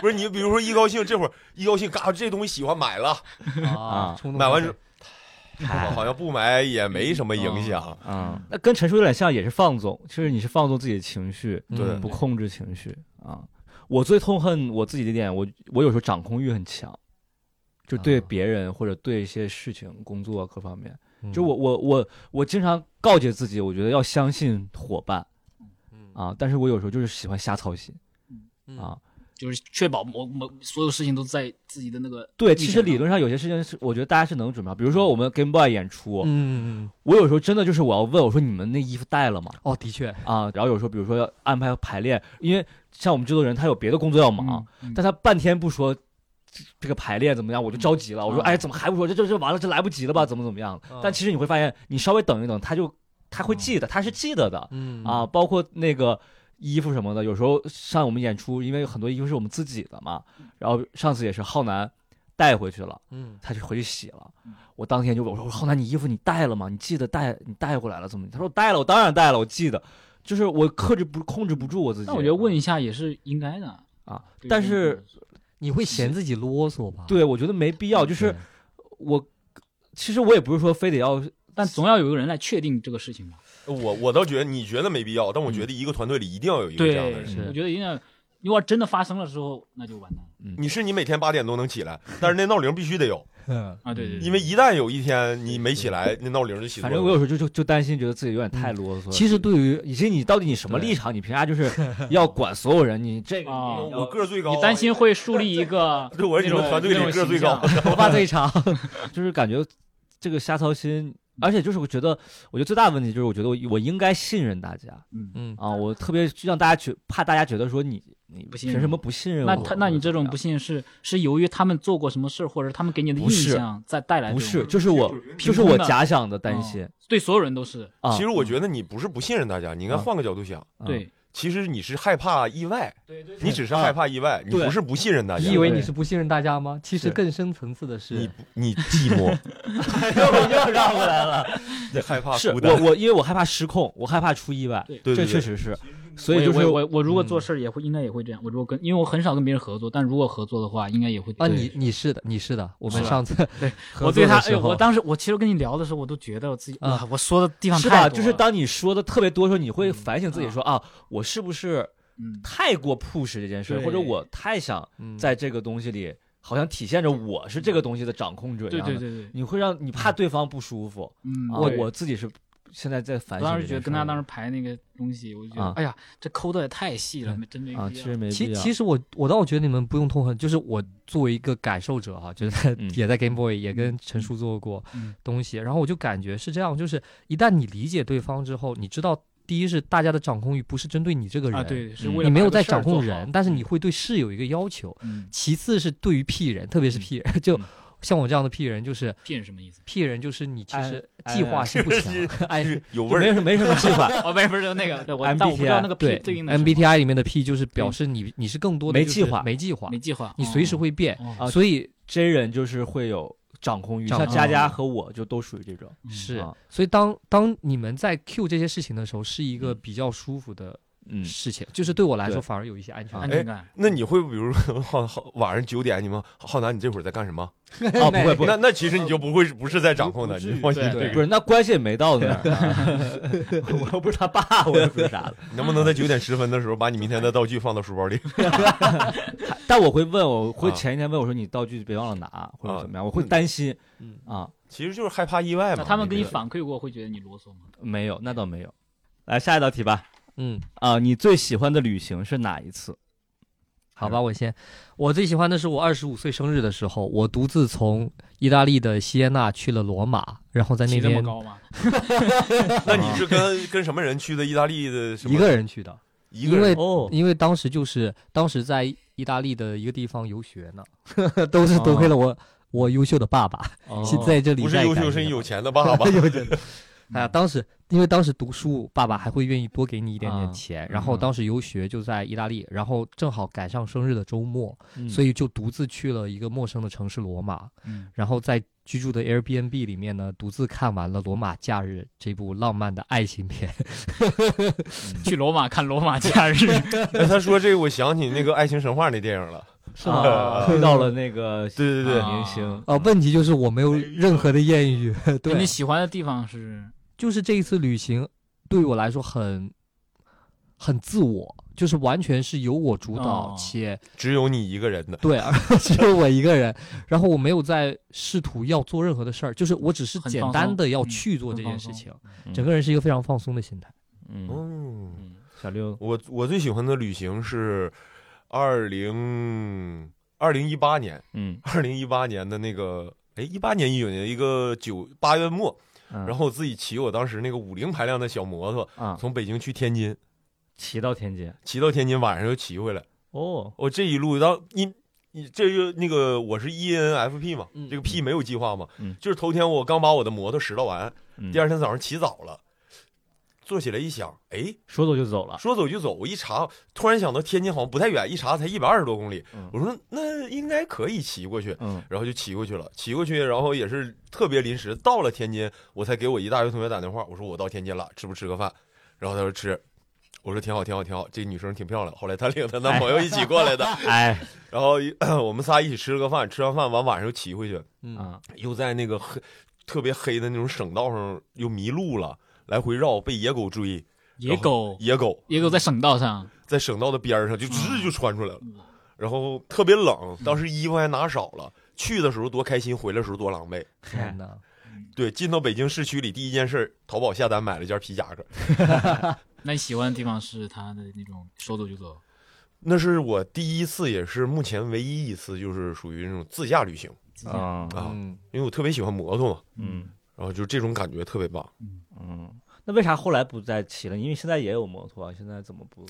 C: 不是你比如说一高兴，这会儿一高兴，嘎，这东西喜欢买了，
A: 啊
B: 冲动
C: 买完之
B: 消
C: 后，好像不买也没什么影响，
A: 啊，那跟陈叔有点像，也是放纵，其实你是放纵自己的情绪，
B: 费
C: 对
B: 嗯
A: 不控制情绪啊。我最痛恨我自己的一点，我我有时候掌控欲很强，就对
B: 啊
A: 别人或者对一些事情、工作啊各方面，
B: 嗯
A: 就我我我我经常告诫自己，我觉得要相信伙伴啊，但是我有时候就是喜欢瞎操心
B: 嗯
A: 啊。
D: 就是确保某某所有事情都在自己的那个
A: 对，
D: 预
A: 其
D: 想
A: 实理
D: 当中
A: 论上有些事情是，我觉得大家是能准备好。比如说我们 Game Boy 演出，
B: 嗯嗯，嗯嗯
A: 我有时候真的就是我要问我说你们那衣服带了吗？
B: 哦，的确，
A: 啊，然后有时候比如说要安排排练，因为像我们制作人他有别的工作要忙，
D: 嗯嗯
A: 啊但他半天不说这这个排练怎么样，我就着急了。我说，
D: 嗯
A: 哎，怎么还不说？这这这完了，这来不及了吧？怎么怎么样？但其实你会发现，你稍微等一等，他就他会记得，他是记得的
B: 嗯
A: 啊。，包括那个衣服什么的，有时候上我们演出，因为很多衣服是我们自己的嘛。然后上次也是浩南带回去了，
B: 嗯
A: 他就回去洗了
D: 嗯。
A: 我当天就问我说浩南，你衣服你带了吗？你记得带你带回来了怎么？他说带了，我当然带了，我记得。就是我克制不控制不住我自己。
D: 但我觉得问一下也是应该的，
A: 啊，
D: 对于
A: 但
D: 工
A: 是
D: 作的时候
B: 你会嫌自己啰嗦吧？
A: 对，我觉得没必要。就是
B: 对
A: 我，其实我也不是说非得要，
D: 但总要有一个人来确定这个事情吧。
C: 呃我我倒觉得你觉得没必要，但我觉得一个团队里一定要有一个这样的
D: 对
C: 人。
A: 是，
D: 我觉得一定要，如果真的发生了之后，那就完蛋了
C: 你是你每天八点都能起来，但是那闹铃必须得有，
B: 嗯，
D: 啊！对对，对
C: 因为一旦有一天你没起来，那闹铃就起作
A: 反
C: 用
A: 正我有时候就就就担心，觉得自己有点太啰嗦了。
B: 其实对于
A: 以及你到底你什么立场，你凭啥就是要管所有人？你这个
D: 啊
A: 你
C: 我个儿最高，
D: 你担心会树立一个
C: 啊 对我是你们
D: 那种
C: 团队里
D: 那种
C: 个儿最
D: 形象
C: 高
B: 头发最长，
A: 就是感觉这个瞎操心， 而且就是我觉得，我觉得最大的问题就是，我觉得我我应该信任大家
D: 嗯，
B: 嗯，
A: 啊，我特别让大家觉怕大家觉得说你你
D: 不信任
A: 凭什么不信任我？
D: 那他那你这种不信是是由于他们做过什么事儿，或者他们给你的
A: 不
D: 印
A: 是
D: 象在带来
A: 不
D: 这种
A: 是，就是我
D: 凭
A: 就是我
D: 空的嗯
A: 假想的担 心
D: 对所有人都是
A: 啊
C: 其。实我觉得你不是不信任大家，你应该换个角度想。
A: 啊
D: 对，
C: 其实你是害怕意外，你只是
A: 啊
C: 害怕意外，你
A: 对
C: 不是不信任大家
B: 你。以为你是不信任大家吗？其实更深层次的
C: 你
B: 是，
C: 不你寂寞，
A: 又绕回来了。
C: 你害怕
A: 是
C: 孤单
A: 我，我因为我害怕失控，我害怕出意外，
D: 对
C: 对对
A: 这确
C: 对
A: 实是。所以就是
D: 我我我如果做事儿也会、应该也会这样。我如果跟因为我很少跟别人合作，但如果合作的话，应该也会
B: 啊，
D: 对
B: 你你是的，你是的，我们
D: 是吧
B: 上次
D: 对
B: 合
D: 我对
B: 作
D: 他
B: 的
D: 哎
B: 时
D: 呦，
B: 候，
D: 我当时我其实跟你聊的时候，我都觉得我自己
B: 啊
D: 啊，我说的地方
A: 是
D: 太
A: 吧？
D: 多
A: 就是
D: 了
A: 当你说的特别多的时候，你会反省自己
D: 啊
A: 说啊，我是不是
D: 嗯
A: 太过 push 这件事，
D: 对
A: 或者我太想
B: 嗯
A: 在这个东西里，好像体现着我是这个东西的掌控者一
D: 对
A: 样的。
D: 对对对，
A: 你会让你怕对方不舒服。
D: 嗯，
A: 啊
D: 对
A: 我自己是现在在反
D: 我
A: 省这件事儿。
D: 当时觉得跟他当时排那个东西，我就觉得
A: 啊
D: 哎呀，这抠的也太细了，没真没必要。
A: 啊，其实没必
B: 嗯其
A: 要。
B: 其实我我倒觉得你们不用痛恨，就是我作为一个感受者哈、就是在
A: 嗯
B: 也在 Game Boy 也跟陈叔做过
D: 嗯
B: 东西，然后我就感觉是这样，就是一旦你理解对方之后，你知道第一是大家的掌控欲不是针对你这个人，
D: 啊，对，是
A: 嗯
D: 为了
B: 你没
D: 把
B: 有
D: 这
B: 在
D: 事儿
B: 掌
D: 做
B: 控
D: 好
B: 人，但是你会对事有一个要求，
D: 嗯，
B: 其次是对于 P 人，特别是 P 人，就
D: 嗯
B: 像我这样的 P 人，就是
D: 骗是什么 意思？
B: P 人就是你其实
A: 哎
B: 计划是不强， 哎，
A: 就
C: 有味
A: 没
C: 儿。
A: 什么没什么计划，
D: 哦，不是不是那个， 对我但我不
A: MBTI
D: 知道那个 P
B: 啊对
D: 对应的是什么嗯
B: MBTI 里面的 P 就是表示你你是更多的
A: 没
B: 就是
A: 计划
B: 没计划
D: 没，计划，
B: 你随时会变，
D: 哦
A: 啊
B: 所以
A: 真人就是会有掌控欲，
B: 掌
A: 像
B: 控
A: 佳佳和我就都属于这种。
D: 嗯
B: 是，
A: 啊
B: 所以当当你们在 Q 这些事情的时候，是一
D: 嗯
B: 个比较舒服的
A: 嗯，
B: 事情，就是对我来说
A: 对
B: 反而有一些安全
D: 安
B: 感。
D: 全感。
C: 那你会比如说浩浩晚上九点，你们浩南，你这会儿在干什么？
A: 哦，不会不
C: 那
A: 会，
C: 那其实你就不会不是在掌控
A: 不
C: 的，
A: 至
C: 你
A: 于
C: 放心这
D: 对，
A: 不
C: 个
A: 是那关系也没到那儿，啊 我又不是他爸，我又不是啥的。
C: 能不能在九点十分的时候把你明天的道具放到书包里？
A: 但我会问，我会
C: 啊
A: 前一天问我说你道具别忘了拿，或者怎么样，我会担心
E: 嗯
A: 啊，
C: 其实就是害怕意外
D: 那
C: 嘛。
D: 他们给你
C: 这个
D: 反馈过，会觉得你啰嗦吗？
A: 没有，那倒没有。来下一道题吧，
B: 嗯，
A: 啊，你最喜欢的旅行是哪一次？
B: 好吧，我先，我最喜欢的是我二十五岁生日的时候，我独自从意大利的锡耶纳去了罗马，然后在那
D: 起这么
B: 边
D: 高吗？
C: 那你是跟跟什么人去的意大利的什么？
B: 一个人去的，
C: 一个人
B: 因为
A: 哦，
B: 因为当时就是当时在意大利的一个地方游学 呢，都是多亏了我我优秀的爸爸，哦是
A: 哦
B: 在这里
C: 不是
B: 带
C: 优秀，
B: 感应
C: 是你
B: 的
C: 有 钱的爸爸。
B: 哎呀，当时因为当时读书，爸爸还会愿意多给你一点
A: 啊
B: 点钱。然后
A: 嗯
B: 当时游学就在意大利，然后正好赶上生日的周末，
A: 嗯
B: 所以就独自去了一个陌生的城市罗马。
D: 嗯
B: 然后在居住的 Airbnb 里面呢，独自看完了《罗马假日》这部浪漫的爱 情片。
D: 去罗马看罗马假日，
C: 哎，他说这个，我想起那个《爱情神话》那电影了。
A: 是吧？啊遇到了那个
C: 对对对，
D: 啊
A: 明星嗯
B: 啊，问题就是我没
D: 哎
B: 有任何的艳遇，
D: 你
B: 对
D: 们，喜欢的地方是
B: 就是这一次旅行对于我来说很很自我，就是完全是由我主导
D: 哦，
B: 且
C: 只有你一个人的。
B: 对，而 只有我一个人，然后我没有在试图要做任何的事儿，就是我只是
D: 很
B: 简
D: 放
B: 单
D: 松
B: 的要
D: 嗯
B: 去做
D: 很
B: 这件
D: 放
B: 事
D: 松
B: 情，
A: 嗯
B: 整个人是一个非常放松的心态。
A: 嗯，
C: 嗯，
D: 嗯
A: 小六
C: 我我最喜欢的旅行是二零二零一八年，
A: 嗯，
C: 二零一八年的那个，哎，一八年一九年一个九八月末，
A: 然
C: 然后我自己骑我当时那个五菱排量的小摩托，
A: 嗯啊
C: 从北京去天津，
A: 骑到天津
C: 骑到天津晚上又骑回来。
A: 哦，
C: 我这一路到一，你这个那个我是 ENFP 嘛，
B: 嗯
C: 这个 P 没有计划嘛，
A: 嗯
C: 就是头天我刚把我的摩托拾掇完，
A: 嗯
C: 第二天早上起早了，坐起来一想，哎，
A: 说走就走了，
C: 说走就走，我一查，突然想到天津好像不太远，一查才一百二十多公里
A: 嗯，
C: 我说那应该可以骑过去。
A: 嗯
C: 然后就骑过去了，骑过去，然后也是特别临时，到了天津，我才给我一大学同学打电话，我说我到天津了，吃不吃个饭？然后他说吃，我说挺好，挺好，挺好，这女生挺漂亮。后来他领她男朋友一起过来的，
A: 哎
C: 然后一 我们仨一起吃了个饭，吃完饭完晚上又骑回去，
B: 嗯，
A: 啊
C: 又在那个黑特别黑的那种省道上又迷路了，来回绕被野狗追，
D: 野狗，
C: 野狗
D: 野狗在省道上，
C: 在省道的边儿上就直就穿出来了，然后特别冷，当时衣服还拿少了。去的时候多开心，回来的时候多狼狈。
D: 哎
B: 天哪，
D: 哦
C: 对，进到北京市区里，第一件事儿，淘宝下单买了件皮夹克，
D: 那你喜欢的地方是他的那种说走就走，
C: 那是我第一次，也是目前唯一一次，就是属于那种自驾旅行
D: 自驾
A: 啊
C: 啊，
B: 嗯，
C: 因为我特别喜欢摩托嘛，
A: 嗯
C: 然后就这种感觉特别棒。
A: 嗯，那为啥后来不再骑了？因为现在也有摩托，啊，现在怎么不？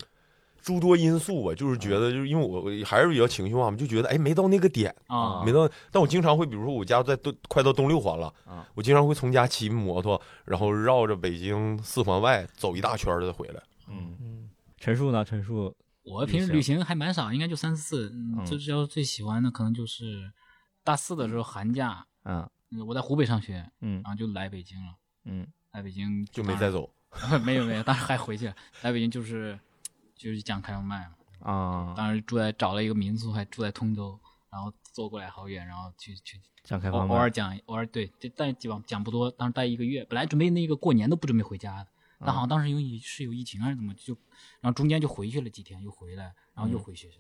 C: 诸多因素吧，就是觉得，
A: 嗯
C: 就是因为我我还是比较情绪化嘛，就觉得哎没到那个点，
A: 啊
C: 没到。但我经常会，比如说我家在东快到东六环了
A: 啊，
C: 我经常会从家骑摩托，然后绕着北京四环外走一大圈儿再回来。
A: 嗯，
B: 嗯
A: 陈述呢？陈述
D: 我平时旅行还蛮少，应该就三四次。
A: 嗯
D: 嗯，最要最喜欢的可能就是大四的时候寒假，
A: 啊
D: 嗯我在湖北上学，
A: 嗯
D: 然后就来北京了。
A: 嗯
D: 来北京
C: 就没再走，
D: 没有没有，当时还回去了。来北京就是就是讲开放麦嘛。
A: 啊，
D: 当时住在找了一个民宿，还住在通州，然后坐过来好远，然后去去
A: 讲开
D: 偶
A: 放啊
D: 偶尔
A: 麦，
D: 讲，偶尔对，就但讲讲不多，当时待一个月，本来准备那个过年都不准备回家的，
B: 嗯
D: 但好像当时有疫是有疫情还是怎么就，然后中间就回去了几天，又回来，然后又回学校。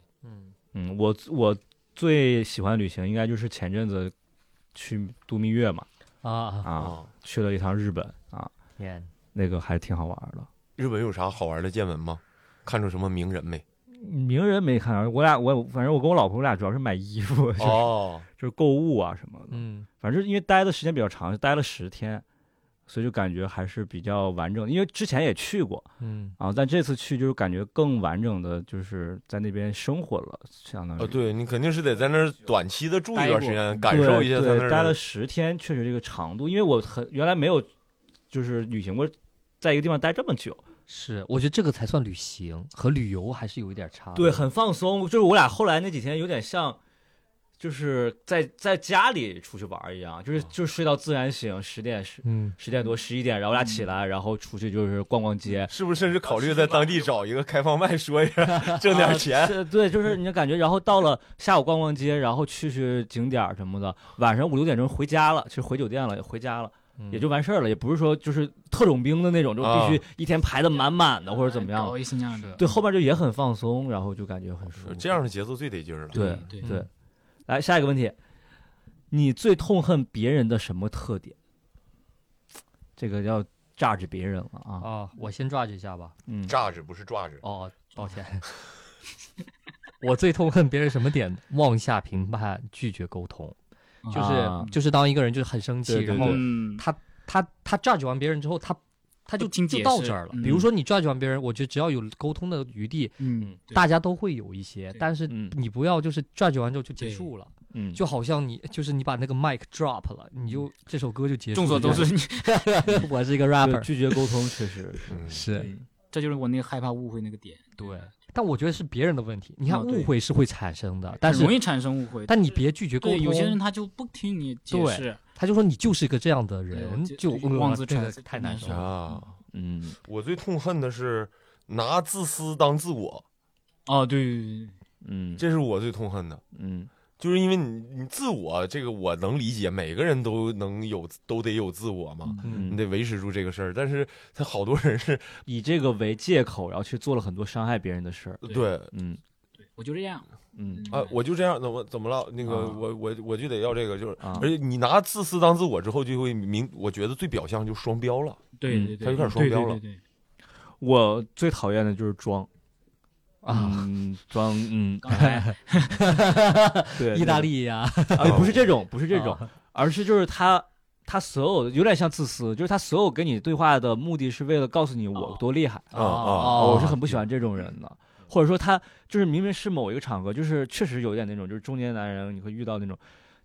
A: 嗯，我我最喜欢旅行应该就是前阵子去度蜜月嘛，
B: 啊，
A: 啊，
C: 哦
A: 去了一趟日本啊，
B: 天，
A: 那个还挺好玩的。
C: 日本有啥好玩的见闻吗？看出什么 名人没？
A: 名人没看，啊我俩我反正我跟我老婆，我俩主要是买衣服，就是、
C: 哦，
A: 就是购物啊什么的。
B: 嗯，
A: 反正因为待的时间比较长，待了十天，所以就感觉还是比较完整。因为之前也去过
B: 嗯，
A: 啊，但这次去就是感觉更完整的，就是在那边生活了，相当于。
C: 呃，对你肯定是得在那儿短期的住一
D: 待
C: 段
D: 过
C: 时间，
D: 嗯
C: 感
A: 对
C: 受一下在
A: 对
C: 那儿
A: 待了
C: 的。
A: 十天，确实这个长度，因为我很原来没有就是旅行过，在一个地方待这么久，
B: 是，我觉得这个才算旅行，和旅游还是有一点差
C: 啊
B: 的。
A: 对，很放松。就是我俩后来那几天有点像，就是在在家里出去玩儿一样，就是
C: 啊
A: 就是睡到自然醒，十点十
B: 嗯，
A: 十点多十一点，然后我俩
C: 嗯
A: 起来，然后出去就是逛逛街，
C: 是不是甚至考虑在当地找一个开放麦说一下， 挣点钱？
A: 啊是对，就是你的感觉。然后到了下午逛逛街，然后去去景点儿什么的，晚上五六点钟回家了，就回酒店了，回家了。也就完事儿了，也不是说就是特种兵的那种，就
C: 嗯啊
A: 必须一天排的满满的或者怎么样
D: 哎搞
A: 的。
D: 一新疆的。
A: 对，后面就也很放松，然后就感觉很舒服。
C: 这样的嗯节奏最得劲儿了。
A: 对
D: 对
A: 对，来下一个问题，你最痛恨别人的什么特点？这个要榨着别人了啊！
B: 啊，我先抓一下吧。
A: 嗯，
C: 炸着不是抓着，
B: 哦，抱歉， 我最痛恨别人什么点？妄下评判，拒绝沟通，就是、
A: 啊
B: 就是当一个人就是很生气，
A: 对对
B: 然
A: 对
B: 后
D: 嗯，
B: 他他 judge 完别人之后，他他就
D: 不经
B: 就
D: 解
B: 到
D: 释
B: 这儿了。
D: 嗯
B: 比如说你 judge 完别人，我觉得只要有沟通的余地，
D: 嗯，对
B: 大家都会有一些，
D: 对
B: 但是
A: 嗯
B: 你不要就是 judge 完之后就结束了，
A: 嗯，
B: 就好像你就是你把那个 mic drop 了，你就这首歌就结束
D: 众
B: 了。
D: 所周知，你
B: 我是一个
A: 对
B: rapper，
A: 拒绝沟通确实是。
C: 嗯，
B: 是
A: 嗯
D: 这就是我那个害怕误会那个点。
B: 对，但我觉得是别人的问题。你
A: 啊
B: 看
D: 哦对
B: 误会是会产生的，但
D: 很
B: 是
D: 容易产生误会。
B: 但你别拒绝沟
D: 对
B: 通。
D: 有些人他就不听你解
B: 对
D: 释，
B: 他就说你就是个这样的
D: 对
B: 人，
D: 就
B: 就呃
D: 就妄自
B: 这
D: 揣
B: 个
D: 测
B: 太
D: 太
B: 难
D: 难
B: 受
D: 受
B: 了。
C: 啊，
A: 嗯，
C: 我最痛恨的是拿自私当自我，
D: 哦，对对对对，
A: 嗯
C: 这是我最痛恨的。
A: 嗯
C: 就是因为你你自我这个我能理解，每个人都能有都得有自我嘛，
B: 嗯
C: 你得维持住这个事儿。但是他好多人是
A: 以这个为借口，然后去做了很多伤害别人的事儿。
D: 对
C: 对
A: 嗯
D: 我就这样。
A: 嗯
C: 啊，我就这样，怎么怎么了？那个
A: 啊
C: 我我我就得要这个，就是
A: 啊
C: 而且你拿自私当自我之后，就会明，我觉得最表象就是双标了。
D: 对对
C: 嗯他
D: 对，
C: 有点
D: 对
C: 双标了
D: 对对对，
A: 我最讨厌的就是装
B: 啊，
A: 嗯装嗯，
D: 刚才
A: 对，啊
B: 意
A: 利。
B: 大利呀，
A: 啊，不是这种，不是这种，而是就是他他所有的有点像自私，就是他所有跟你对话的目的是为了告诉你我
D: 哦
A: 多厉害，
C: 啊啊，
A: 啊，
B: 哦
A: 我是很不喜欢这种人的。或者说他就是明明是某一个场合，就是确实有一点那种，就是中年男人你会遇到那种，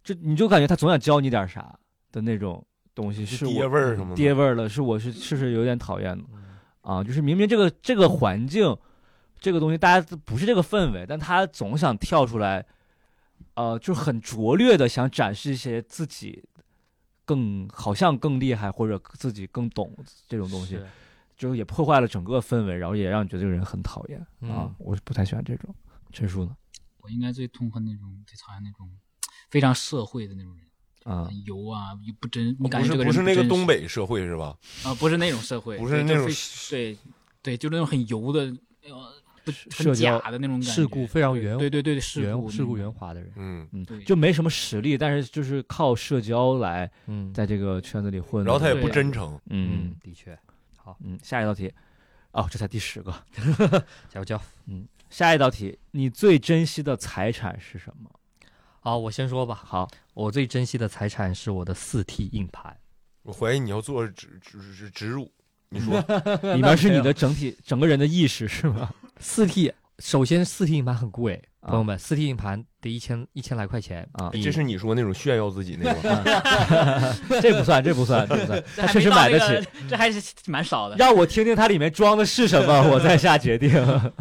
A: 就你就感觉他总想教你点啥的那种东西，是
C: 是
A: 我
C: 爹味儿
B: 嗯
C: 什么的。
A: 爹味儿了，是我是是是有点讨厌的啊，就是明明这个这个环境，这个东西大家都不是这个氛围，但他总想跳出来，呃，就很拙劣的想展示一些自己更好像更厉害或者自己更懂这种东西啊
B: 是，
A: 就是也破坏了整个氛围，然后也让你觉得这个人很讨厌啊
B: 嗯，
A: 我是不太喜欢这种。陈叔呢？
D: 我应该最痛恨那种，最讨厌那种非常社会的那种人，
A: 啊、
B: 嗯
D: 很油啊，又不真，
C: 哦
D: 你感
C: 不
D: 觉
C: 是
D: 这个
C: 不
D: 人
C: 是那个
D: 真实
C: 东北社会是吧？
D: 啊，不是那种社会，
C: 不是
D: 对
C: 那
D: 就
C: 种
D: 非对对，就那种很油的，呃，不
A: 社
D: 很
A: 交
D: 假的那种感觉，
B: 世故非常圆
D: 对对对对，事
B: 圆
D: 故
B: 世故
D: 那种
B: 圆滑的人，
C: 嗯，
A: 嗯
D: 对，
A: 就没什么实力，但是就是靠社交来
B: 嗯，
A: 在这个圈子里混。
C: 然后他也不
D: 对
C: 真诚。
A: 嗯
B: 嗯，的确，
A: 嗯，下一道题，哦，这才第十个。
B: 加油加油
A: 下一道题，你最珍惜的财产是什么？
B: 好，我先说吧，
A: 好，
B: 我最珍惜的财产是我的四 T 硬盘，
C: 我怀疑你要做植植植植入，你说
A: 里面是你的整体整个人的意识是吗？
B: 四 T。首先，四 T 硬盘很贵，
A: 啊
B: 朋友们，四 T 硬盘得一千一千来块钱
A: 啊
C: 这是你说那种炫耀自己那种。啊
A: 这不算，这不算，这不算，
D: 这
A: 他确
D: 还没
A: 实
D: 到
A: 买得
D: 那个
A: 起。，
D: 这还是蛮少的。
A: 让我听听它里面装的是什么，我再下决定。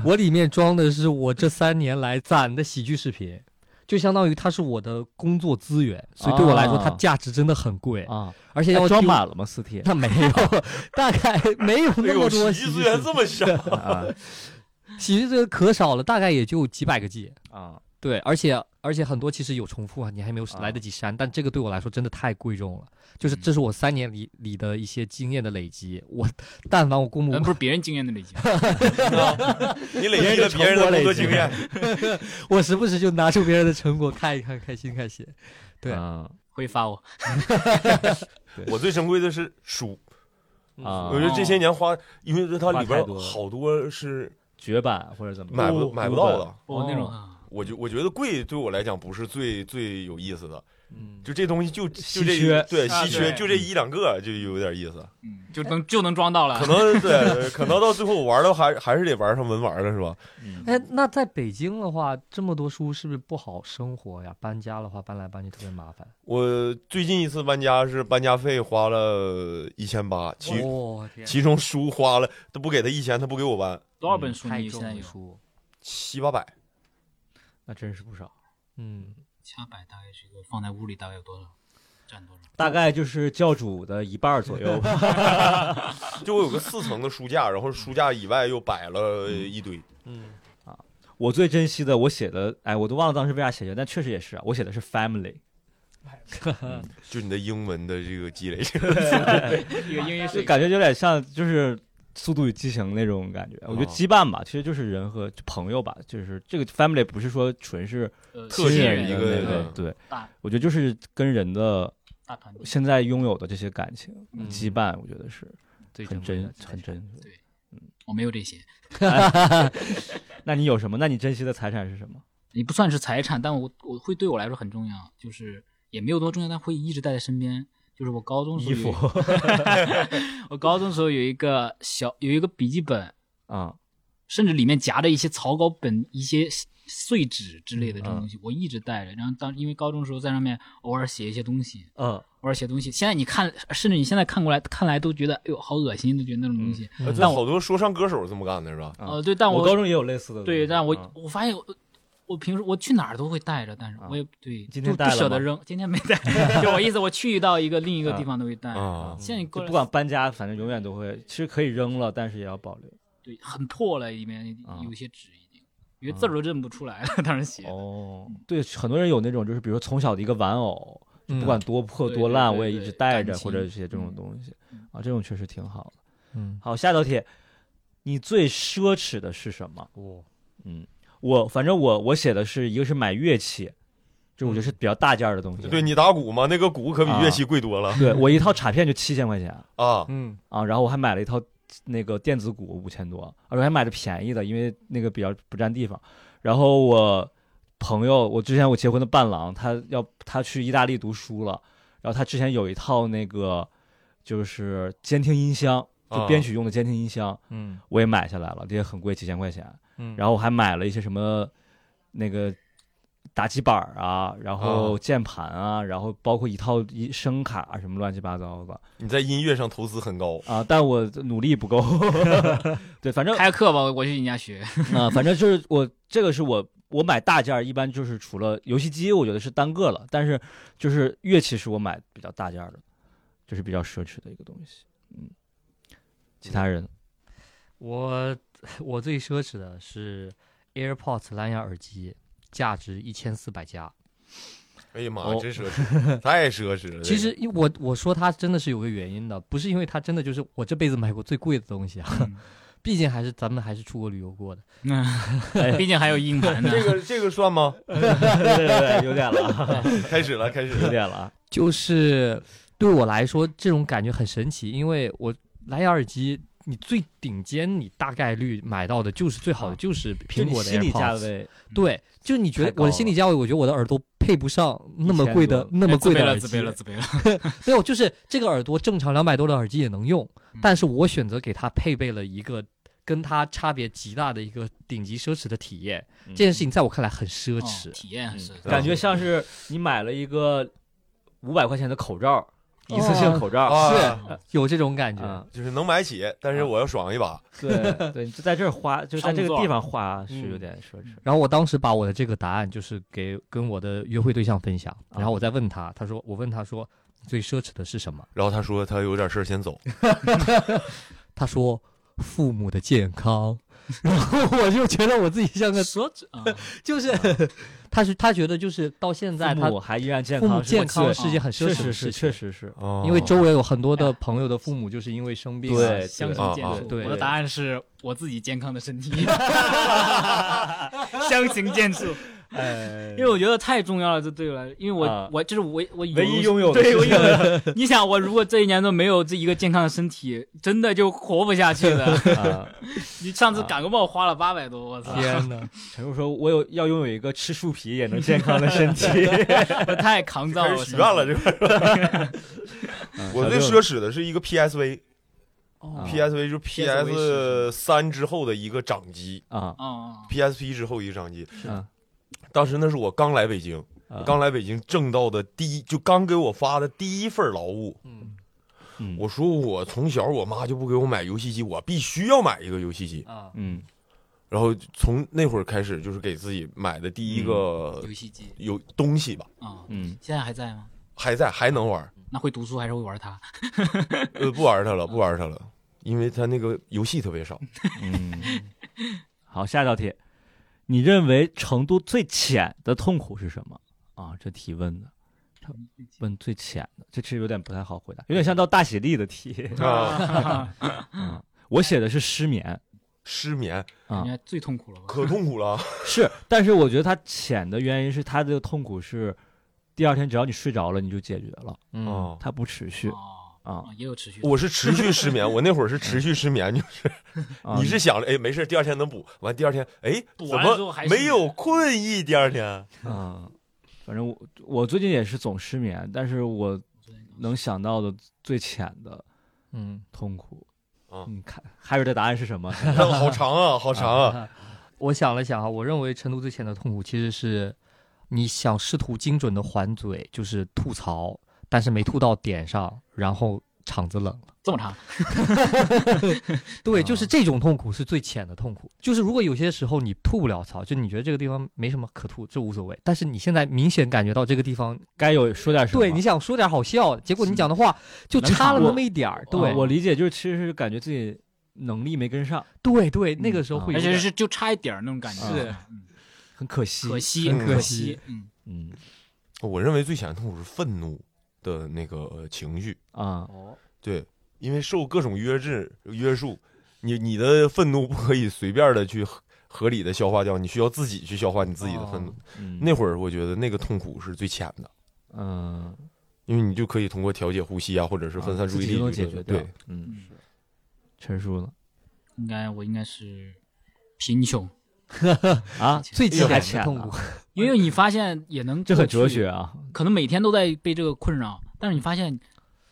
B: 我里面装的是我这三年来攒的喜剧视频，就相当于它是我的工作资源，所以对我来说它
A: 啊
B: 价值真的很贵，
A: 啊，
B: 而且要
A: 要装
B: 丢
A: 满了吗？四 T
B: 那没有，大概没有
C: 哎
B: 那
C: 呦，
B: 么
C: 实
B: 多稀
C: 际
B: 释
C: 资源这么少，
A: 啊，
B: 喜剧这个可少了，大概也就几百个 G。
A: 啊，
B: 对，而且而且很多其实有重复啊，你还没有来得及删，但这个对我来说真的太贵重了，就是这是我三年里里的一些经验的累积。我但凡我公布
D: 呃不是别人经验的累积，
C: 你累积了别人的工作经验，
B: 我时不时就拿出别人的成果看一看，开心开心。对
A: 啊
D: 会发我。
C: 我最珍贵的是书，
B: 嗯
A: 啊，
C: 我觉得这些年花，因为它里
A: 花太
C: 边
A: 多了
C: 好多是
A: 绝版或者怎么
C: 买不买不到的。
D: 我那种
A: 哦
D: 啊
C: 我觉我觉得贵对我来讲不是最最有意思的，
A: 嗯，
C: 就这东西就就这
A: 稀缺
C: 对
D: 啊
C: 稀缺，
D: 对
C: 就这一两个就有点意思。
D: 嗯就
A: 哎
D: 能就能装到了
C: 可。能对，可能到最后我玩的还还是得玩上文玩了，是吧？
A: 嗯
B: 哎，那在北京的话，这么多书是不是不好生活呀？搬家的话，搬来搬去特别麻烦。
C: 我最近一次搬家是搬家费花了一千八，其
B: 哦，天
C: 其中书花了，他不给他一千，他不给我搬
D: 多少本书
B: 太
D: 你现
B: 重
D: 在
B: 的
D: 有？
B: 书，
C: 七八百，
A: 那真是不少。
B: 嗯，
D: 八百大概是一个放在屋里大概有多少？占多少？
E: 大概就是教主的一半儿左右吧。
C: 就我有个四层的书架，然后书架以外又摆了一堆，
A: 我最珍惜的，我写的，哎，我都忘了当时为啥写的，但确实也是啊，我写的是 family，
C: 就你的英文的这个积累，
D: 一个英语
A: 就
D: 水平
A: 感觉有点像就是《速度与激情》那种感觉。我
D: 哦
A: 觉得羁绊吧，其实就是人和就朋友吧，就是这个 family 不是说纯是
D: 呃
C: 特
A: 亲
C: 质
A: 人
C: 一
A: 的
C: 个
A: 那
C: 对
A: 种，对
D: 嗯大，
A: 我觉得就是跟人的
D: 大团队，
A: 现在拥有的这些感情
B: 嗯
A: 羁绊，我觉得是
B: 最
A: 很
B: 贵
A: 珍
B: 的
A: 很。珍贵。
D: 我没有这些，
A: 那你有什么？那你珍惜的财产是什么？
D: 也不算是财产，但我我会对我来说很重要，就是也没有多重要，但会一直带在身边。就是我高中时候
A: 衣
D: 有一
A: 服
D: 我高中时候有一个小有一个笔记本，
A: 啊，
D: 甚至里面夹着一些草稿本、一些碎纸之类的这种
A: 嗯
D: 东西，我一直带着。然后当因为高中时候在上面偶尔写一些东西，
A: 嗯，
D: 偶尔写东西。现在你看，甚至你现在看过来看来都觉得，哎呦，好恶心，都觉得那种东西。
B: 嗯
C: 呃这好多说唱歌手这么干的是吧？
A: 嗯
D: 呃，对，但
A: 啊我高中也有类似的东西。
D: 对，但我、
A: 啊
D: 我发现我我平时我去哪儿都会带着，但是我也、对，
A: 今天
D: 就
A: 带了
D: 不舍得
A: 吗
D: 扔。今天没带， 就我意思，我去到一个另一个地方都会带。
C: 啊，
D: 现在你过
A: 就
D: 来
A: 不管搬家，反正永远都会，其实可以扔了，但是也要保留。
D: 对，很破了，里面
A: 啊
D: 有一些纸已经，有些字儿都认不出来了， 当时写的。
A: 哦，对，很多人有那种，就是比如说从小的一个玩偶，
B: 嗯
A: 不管多破
D: 对
A: 多
D: 对
A: 烂，
D: 对
A: 我也一
D: 对
A: 直带着，
D: 感
A: 或者
D: 情
A: 一些这种东西
D: 嗯
A: 啊，这种确实挺好的。
B: 嗯，
A: 好，下道题，你最奢侈的是什么？
B: 哦，
A: 嗯，我反正我我写的是一个是买乐器，就我觉得
D: 嗯
A: 是比较大件儿的东西。
C: 对你打鼓嘛，那个鼓可比乐器贵多了
A: 对我一套卡片就七千块钱
C: 啊。
B: 嗯，
A: 啊，然后我还买了一套那个电子鼓五千多，而且还买的便宜的，因为那个比较不占地方。然后我朋友，我之前我结婚的伴郎，他要他去意大利读书了，然后他之前有一套那个就是监听音箱，就
C: 啊
A: 编曲用的监听音箱，
B: 嗯，
A: 我也买下来了，这也很贵，几千块钱。
B: 嗯
A: 然后我还买了一些什么那个打击板儿啊，然后键盘啊，然后包括一套一声卡啊，什么乱七八糟的
C: 你在音乐上投资很高，
A: 啊。但我努力不 够，对，反正啊、
D: 开课吧，我去你 家学。
A: 反正就是我这个是我。我买大件儿一般就是除了游戏机，我觉得是单个了，但是就是乐器是我买比较大件儿的，就是比较奢侈的一个东西。嗯，其他人
B: 我我最奢侈的是 AirPods 蓝牙耳机，价值一千四百加。
C: 哎呀妈，
A: 哦
C: 真奢侈，太奢侈了。
B: 其实因我我说它真的是有个原因的，不是因为它真的就是我这辈子买过最贵的东西啊，毕竟还是咱们还是出国旅游过的。
D: 嗯，
A: 哎
D: 毕竟还有硬盘呢。
C: 这个这个算吗？
A: 对对对，有点了，
C: 开始了，开始
A: 有
C: 了。
A: 点了 啊。
B: 就是对我来说，这种感觉很神奇，因为我蓝牙耳机，你最顶尖，你大概率买到的就是最好的，
A: 啊
B: 就是苹果的
A: 心理价
B: AirPods。
A: 位
B: 对，就是你觉
A: 太
B: 得
A: 高
B: 我的心理价位，我觉得我的耳朵配不上那么贵的
A: 1000
B: 那么
D: 自
B: 贵
D: 卑
B: 的
D: 了，
B: 耳
D: 自
B: 机
D: 卑。了，自卑了。
B: 没有，就是这个耳朵正常两百多的耳机也能用，
D: 嗯
B: 但是我选择给它配备了一个跟它差别极大的一个顶级奢侈的体验。
A: 嗯
B: 这件事情在我看来很奢侈
D: 哦。体验是
A: 感觉像是你买了一个五百块钱的口罩，一次性口罩，
C: 啊，
B: 有这种感觉，
A: 啊，
C: 就是能买起，但是我要爽一把。
A: 对对，你就在这儿花，就在这个地方花是有点奢侈。
B: 然后我当时把我的这个答案就是给跟我的约会对象分享，
A: 啊
B: 然后我再问他，他说我问他说你最奢侈的是什么？
C: 然后他说他有点事儿先走，
B: 他说父母的健康。 然后我就觉得我自己像个，
D: 说这啊，
B: 就是 他是他觉得就是到现在
A: 父
B: 他
A: 母还依然健
B: 父母
A: 康，
B: 健康
A: 是
B: 是一件很奢
A: 确
B: 侈
A: 实
B: 的
A: 是
B: 事
A: 确
B: 情，
A: 实是，
C: 哦
B: 因为周围有很多的朋友的父母就是因为生病啊，
A: 对
D: 相
A: 对
D: 信健
C: 啊啊
D: 硕。
B: 对
D: 我的答案是我自己健康的身体， 相形见绌。
A: 哎
D: 因为我觉得太重要了，这对我来，因为我、
A: 啊
D: 我就是我我
E: 唯一拥有的
D: 对，我拥有的。你想，我如果这一年都没有这一个健康的身体，真的就活不下去了。
A: 啊，
D: 你上次感个冒花了八百多，我操，
B: 天
A: 哦
B: 哪，
E: 陈叔说：“我有要拥有一个吃树皮也能健 康的身体。
D: 我太抗造
C: 开
D: 了。
C: 始许愿了，这个。我最奢侈的是一个 PSV，PSV
A: 啊
C: 就是
D: PSV 是
C: PS 三之后的一个掌机
A: 啊
D: 哦，
C: ，PSP 之后一个掌机。
A: 啊
C: 当时那是我刚来北京，
A: 啊
C: 刚来北京挣到的第一，就刚给我发的第一份劳务。
B: 嗯
A: 嗯
C: 我说我从小我妈就不给我买游戏机，我必须要买一个游戏机。
B: 啊，
A: 嗯
C: 然后从那会儿开始，就是给自己买的第一个
D: 游戏机
C: 有东西吧，
D: 啊、
A: 嗯
D: 现在还在吗？
C: 还在还能玩儿。
D: 那会读书还是会玩它？
C: 呃，不玩它了，不玩它了，因为它那个游戏特别少。
A: 嗯， 好，下一道题，你认为程度最浅的痛苦是什么啊？这题问的。他问最浅的，这其实有点不太好回答，有点像到大喜力的 题。
C: 啊，
A: 嗯，我写的是失眠，
C: 失眠
A: 啊
D: 应该最痛苦了吧？
C: 可痛苦了，
A: 是，但是我觉得它浅的原因是它的痛苦是第二天只要你睡着了你就解决了，
B: 嗯，
C: 啊！
A: 它不持续
D: 哦，
A: 啊
D: 哦也有持续的。
C: 我是持续失眠，我那会儿是持续失眠，就是
A: 啊。
C: 你是想着哎没事，第二天能补，完第二天哎
D: 补
C: 怎
D: 完了之后
C: 么
D: 还是
C: 没有困意？第二天
A: 嗯，反正我我最近也是总失眠，但是我能想到的最浅的
B: 嗯，
A: 痛苦。
C: 啊
A: 你看，海瑞的答案是什么？
C: 好长啊，好长啊！
B: 我想了想哈，啊我认为程度最浅的痛苦其实是你想试图精准的还嘴，就是吐槽，但是没吐到点上，然后场子冷了。
D: 这么长，
B: 对，就是这种痛苦是最浅的痛苦。就是如果有些时候你吐不了槽，就你觉得这个地方没什么可吐，这无所谓。但是你现在明显感觉到这个地方，
A: 该有说点什么？啊
B: 对，你想说点好笑，结果你讲的话就
D: 能
B: 差了
D: 扛
B: 那
D: 过
B: 么一点儿。
A: 啊
B: 对，
A: 我理解，就是其实是感觉自己能力没跟上，
B: 对对，那个时候
A: 啊
B: 会有
D: 而
B: 点，
D: 且是就差一点儿那种感觉，
A: 是
D: 嗯
A: 很可惜。
D: 可惜，
C: 很可
D: 可
B: 惜
D: 惜，嗯，
A: 嗯
C: 我认为最显的痛苦是愤怒的那个呃情绪，
A: 啊
C: 对，因为受各种约制约束，你你的愤怒不可以随便的去合合理的消化掉，你需要自己去消化你自己的愤怒。
A: 嗯，
C: 那会儿我觉得那个痛苦是最浅的，
A: 嗯，
C: 因为你就可以通过调节呼吸啊，或者是分散
A: 哦
C: 注意
A: 自己
C: 力
A: 都能
C: 去
A: 解决
C: 做
A: 掉
C: 对，。
A: 嗯，
D: 嗯
A: 陈叔呢？
D: 应该我应该是贫穷，
A: 啊，
B: 最
A: 这
B: 浅
A: 还
B: 的
A: 浅
B: 痛
A: 了
B: 苦。
D: 因为你发现也能
A: 这很
D: 过
A: 哲
D: 去
A: 学，啊，
D: 可能每天都在被这个困扰，但是你发现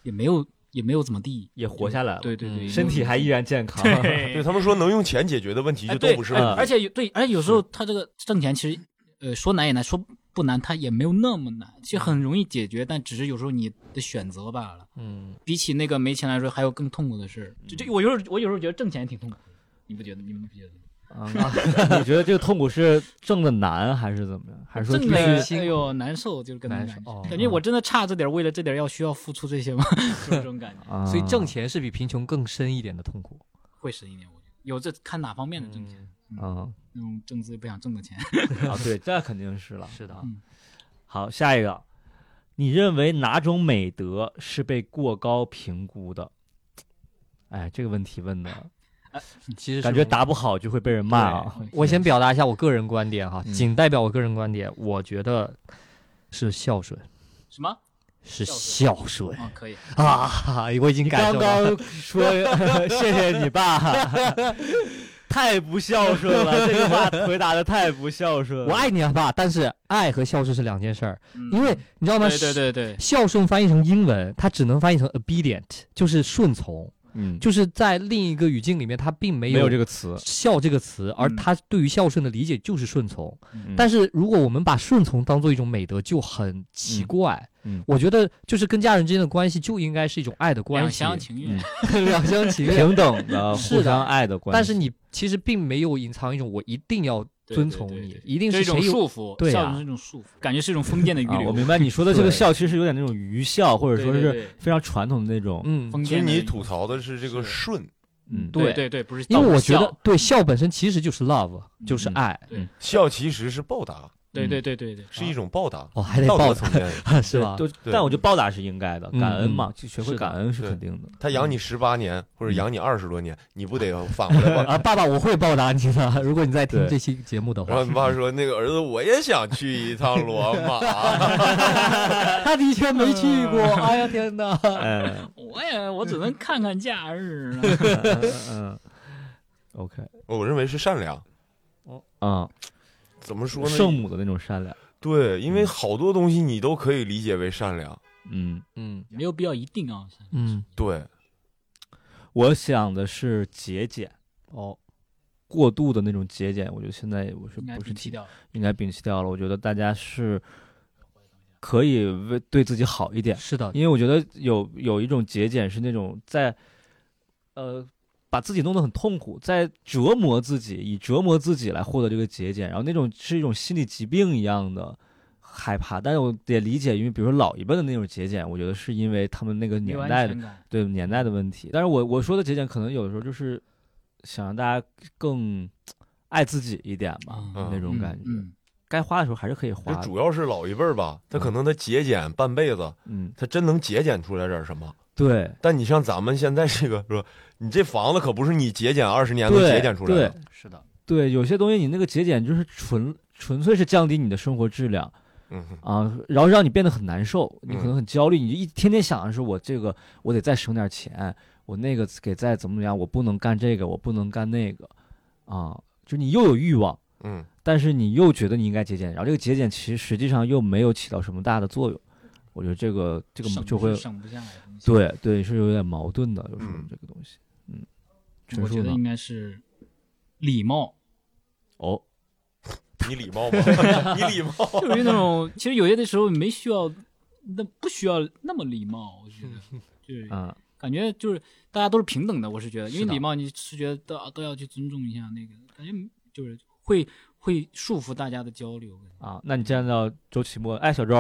D: 也没有也没有怎么地，
A: 也活下来
C: 嗯
A: 了，
D: 对对对，
A: 身体还依然健康。
C: 对
D: 对
C: 他们说能用钱解决的问题
D: 哎
C: 就
D: 对
C: 都不是
D: 哎
C: 问题。
D: 而且有对，而且有时候他这个挣钱其实呃说难也难，说不难他也没有那么难，其实很容易解决，但只是有时候你的选择罢了。
B: 嗯，
D: 比起那个没钱来说，还有更痛苦的事。就就我有时候我有时候觉得挣钱也挺痛苦的，你不觉得？你们不觉得？
A: 啊，那 你觉得这个痛苦是挣的难还是怎么样？还是说
D: 挣
A: 必
D: 的
A: 须
D: 哎呦难受，就是跟他
B: 难
D: 感
B: 受
D: 觉
B: 哦，
D: 感觉我真的差这点儿，为了这点儿要需要付出这些吗？ 就是这种感觉，
A: 啊？
B: 所以挣钱是比贫穷更深一点的痛苦。
D: 会深一点，我觉得有这看哪方面的挣钱，
A: 嗯
D: 那种挣自己不想挣的钱。
A: 啊，对，这肯定是了。
B: 是的
A: 嗯好，下一个，你认为哪种美德是被过高评估的？哎，这个问题问的
B: 其实是
A: 感觉
B: 我
A: 答不好就会被人骂啊。
D: 对
B: 我先表达一下我个人观点哈，仅代表我个人观点，我觉得是孝顺，
D: 什么？
B: 是
D: 孝
B: 孝顺
D: 哦，可以。
B: 啊！我已经感
A: 刚
B: 受到了，
A: 刚说 谢谢你 爸，太不孝顺了，这个话回答的太不孝顺了。
B: 我爱你啊爸，但是爱和孝顺是两件事儿，
D: 嗯
B: 因为你知道吗？
D: 对对对对，
B: 孝顺翻译成英文，它只能翻译成 obedient，就是顺从，
A: 嗯，
B: 就是在另一个语境里面，它并没
A: 没有这个
B: 个
A: 词，
B: 孝这个词，而
D: 嗯
B: 它对于孝顺的理解就是顺从。
A: 嗯
B: 但是如果我们把顺从当做一种美德，就很奇怪。
A: 嗯嗯
B: 我觉得就是跟家人之间的关系就应该是一种爱的关
D: 两
B: 系，
D: 厢情愿
A: 嗯。
B: 两厢情愿。
A: 平等的
B: 是
A: 呃互
B: 的
A: 相爱的关系。啊
B: 但是你其实并没有隐藏一种我一定要遵从
D: 对对
B: 你，
D: 对
B: 一定
D: 这
B: 是
D: 一种
B: 谁有
D: 束缚，
B: 对啊
D: 孝顺是一种束缚，感觉是一种封建的余
A: 啊，我
D: 流，
A: 明白你说的这个
B: 对
A: 孝，其实是有点那种愚孝，或者说
D: 对对
A: 是
D: 对
A: 非常传统的那种。
B: 嗯
D: 封
C: 其实
D: 建的
C: 你吐槽的是这个顺，
A: 嗯，
D: 对对
B: 对
D: 对，不是
B: 因
D: 到
B: 为我
D: 不
B: 觉
D: 孝
B: 得，对笑本身其实就是 love，就是
A: 嗯
B: 爱，
C: 孝其实是报答，
D: 对对对对对，
C: 是一种报答，
B: 哦，还得
C: 道
B: 报
C: 德
B: 答
C: 层面。
B: 嗯是吧？
A: 对，
C: 对
A: 但我觉得报答是应该的，
B: 嗯
A: 感恩嘛，就学
B: 是
A: 会
B: 的
A: 感恩是
C: 对
A: 肯定 的。
C: 他养你十八年，或者养你二十多年，你不得反过 来报？
B: 啊，爸爸，我会报答你的。如果你在听
A: 对
B: 这期节目的
C: 然后
B: 话，
C: 你爸说：“那个儿子，我也想去一趟罗马。
B: 他的确没去过。哎呀，天哪！
A: 哎，
D: 我也我只能看看假日了。
A: 嗯，OK，”
C: 我认为是善良，
A: 啊，
C: 怎么说呢？
A: 圣母的那种善良，
C: 对，因为好多东西你都可以理解为善良。
A: 嗯。
B: 嗯
D: 没有必要一定啊。
B: 嗯，
C: 对，
A: 我想的是节俭，
B: 哦，
A: 过度的那种节俭，我觉得现在我是
D: 应该
A: 不是
D: 摒弃
A: 挺
D: 掉了。
A: 应该摒弃掉了。我觉得大家是可以为对自己好一点，
B: 是的，
A: 因为我觉得有有一种节俭是那种在呃把自己弄得很痛苦，在折磨自己，以折磨自己来获得这个节俭，然后那种是一种心理疾病一样的。害怕，但是我也理解，因为比如说老一辈的那种节俭，我觉得是因为他们那个
D: 没
A: 年
D: 有安
A: 代的
D: 全感，
A: 对年代的问题。但是我我说的节俭，可能有的时候就是想让大家更爱自己一点吧，
C: 嗯
A: 那种感觉。
D: 嗯，
A: 该花的时候还是可以
B: 啊
A: 花
C: 这
A: 的。
C: 主要是老一辈儿吧，他可能他节俭半辈子，
A: 嗯，
C: 他真能节俭出来点什么。
A: 对，
C: 但你像咱们现在这个说，你这房子可不是你节俭二十年能
A: 对
C: 节俭出来的。
D: 是的，
A: 对，有些东西你那个节俭就是纯纯粹是降低你的生活质量
C: 嗯，
A: 啊，然后让你变得很难受，
C: 嗯
A: 你可能很焦虑，你就一天天想的是我这个我得再省点钱，我那个给再怎么样，我不能干这个，我不能干那个，啊，就你又有欲望。
C: 嗯，
A: 但是你又觉得你应该节俭，然后这个节俭其实实际上又没有起到什么大的作用，我觉得这个这个
D: 省
A: 就会
D: 是省不下来的东西。
A: 对对是有点矛盾的，有时候
C: 嗯
A: 这个东西，嗯，
D: 我
A: 陈
D: 觉
A: 述
D: 得
A: 呢？
D: 应该是礼貌，
A: 哦，
C: 你礼貌吗？你礼貌？
D: 就是那种其实有些的时候没需要，那不需要那么礼貌，我觉 得。就是
A: 嗯
D: 感觉就是大家都是平等的，啊我是觉得，因为
A: 是的
D: 礼貌你是觉得都都要去尊重一下那个，感觉就是会会束缚大家的交流。
A: 啊，那你见到周奇墨，哎，小周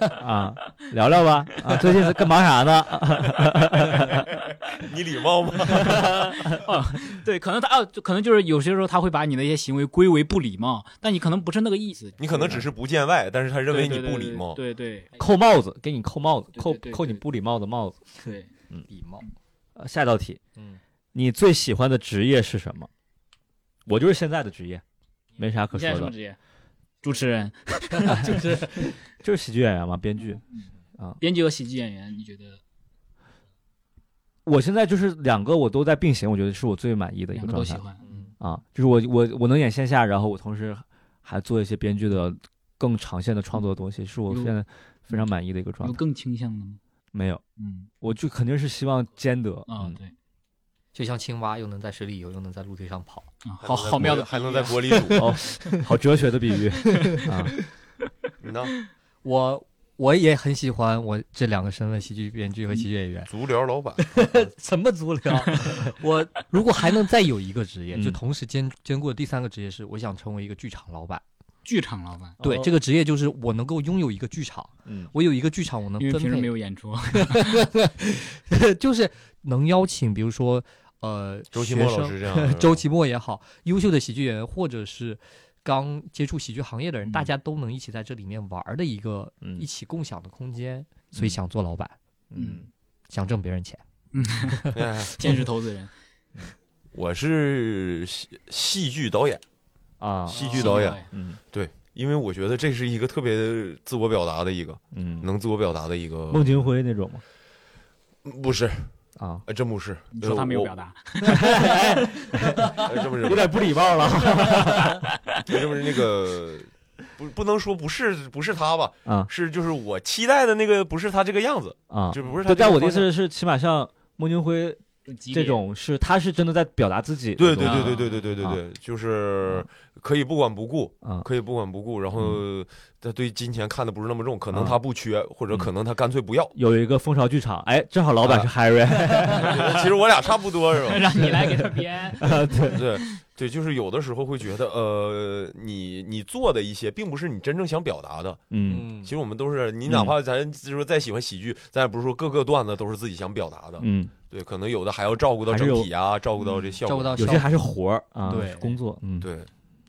A: 啊，聊聊吧啊，最近在干忙啥呢？啊
C: 你礼貌吗？
D: 对，可能他啊，就可能就是有些时候他会把你的一些行为归为不礼貌，但你可能不是那个意思。
C: 你可能只是不见外，但是他认为你不礼貌。
D: 对对对
A: 扣帽子，给你扣帽子，
D: 对对
A: 扣
D: 对对
A: 扣你不礼貌的帽子。
D: 对对
B: 礼貌，
A: 呃下一道题，
B: 嗯，
A: 你最喜欢的职业是什么？我就是现在的职业，没啥可
D: 你
A: 说
D: 现在什么
A: 的，
D: 职业？主持人、
A: 就是喜剧演员嘛，编
D: 嗯
A: 剧。
D: 编剧和喜剧演员，你觉得
A: 我现在就是两个我都在并行，我觉得是我最满意的一
D: 两
A: 个状
D: 个都喜
A: 态
D: 欢？嗯
A: 啊，就是我我我能演线下，然后我同时还做一些编剧的更长线的创作的东西，是我
D: 有
A: 现在非常满意的一个状
D: 有
A: 态。
D: 更倾向的吗？
A: 没有，
D: 嗯
A: 我就肯定是希望兼得
D: 啊，
A: 嗯，
D: 对
B: 就像青蛙，又能在水里游，又能在陆地上跑。
D: 啊，好好妙的
C: 还能在锅里 煮。
A: 哦，好哲学的比 喻啊，
D: 嗯
C: 你呢？
B: 我我也很喜欢我这两个身份，喜剧编剧和喜剧演员。
C: 足疗老板，
B: 什么足疗？ 我如果还能再有一个职业，
A: 嗯
B: 就同时兼兼顾的第三个职业是，我想成为一个剧场老板。
D: 剧场老板，
B: 对，这个职业就是我能够拥有一个剧场，
A: 嗯
B: 我有一个剧场，我能
D: 因为
B: 分
D: 平时没
B: 配，
D: 有演出，
B: 就是能邀请，比如说呃，
C: 周奇墨
B: 学
C: 老
B: 生
C: 师这样的
A: 嗯
C: 人，
B: 周奇墨也好，优秀的喜剧演员，或者是刚接触喜剧行业的人，
A: 嗯
B: 大家都能一起在这里面玩儿的一个、
A: 嗯
B: 一起共享的空间。所以想做老板，
A: 嗯
B: 想挣别人钱。
C: 哎
D: 见识投资人，
C: 我是戏戏剧导演，
A: 啊，
C: 戏 剧导演。
D: 演，
A: 嗯
C: 对，因为我觉得这是一个特别自我表达的一个
A: 嗯，
C: 能自我表达的一个，
A: 孟京辉那种吗？
C: 不是，
A: 啊，
C: 哎真不是。
D: 你说他没有表达，
C: 呃，我哎真不是，
A: 有点不礼貌了
C: 哎真不是那个，不不能说不是不是他吧，
A: 啊
C: 是就是我期待的那个不是他这个样子，
A: 啊！
C: 就不是
A: 对，
C: 他这个方向。
A: 但我的意思是，起码像孟京辉
D: 这
A: 这 种，是他是真的在表达自己的东
C: 对
A: 西，
C: 对对对对对
D: 啊
C: 对对对，就是可以不管不顾，
A: 啊，
C: 可以不管不顾，然后他对金钱看的不是那么重，可能
A: 嗯啊
C: 他不缺，或者可能他干脆 不要。
A: 有一个蜂巢剧场，哎，正好
C: 啊
A: 老板是 Harry，
C: 其实我俩差不多是吧？
D: 让你来给他编，
A: 对，
C: 对，对，就是有的时候会觉得，呃，你你做的一些，并不是你真正想表达的。
A: 嗯
B: 嗯
C: 其实我们都是，你哪怕咱就是说再喜欢喜剧，咱也不是说各个段子都是自己想表达的。
A: 嗯，
C: 对，可能有的还要照顾到整体啊，照顾到这效果。
B: 照顾到
A: 有些
B: 效果，
A: 还是活儿啊，
D: 对
A: 是工作，嗯，，
C: 对，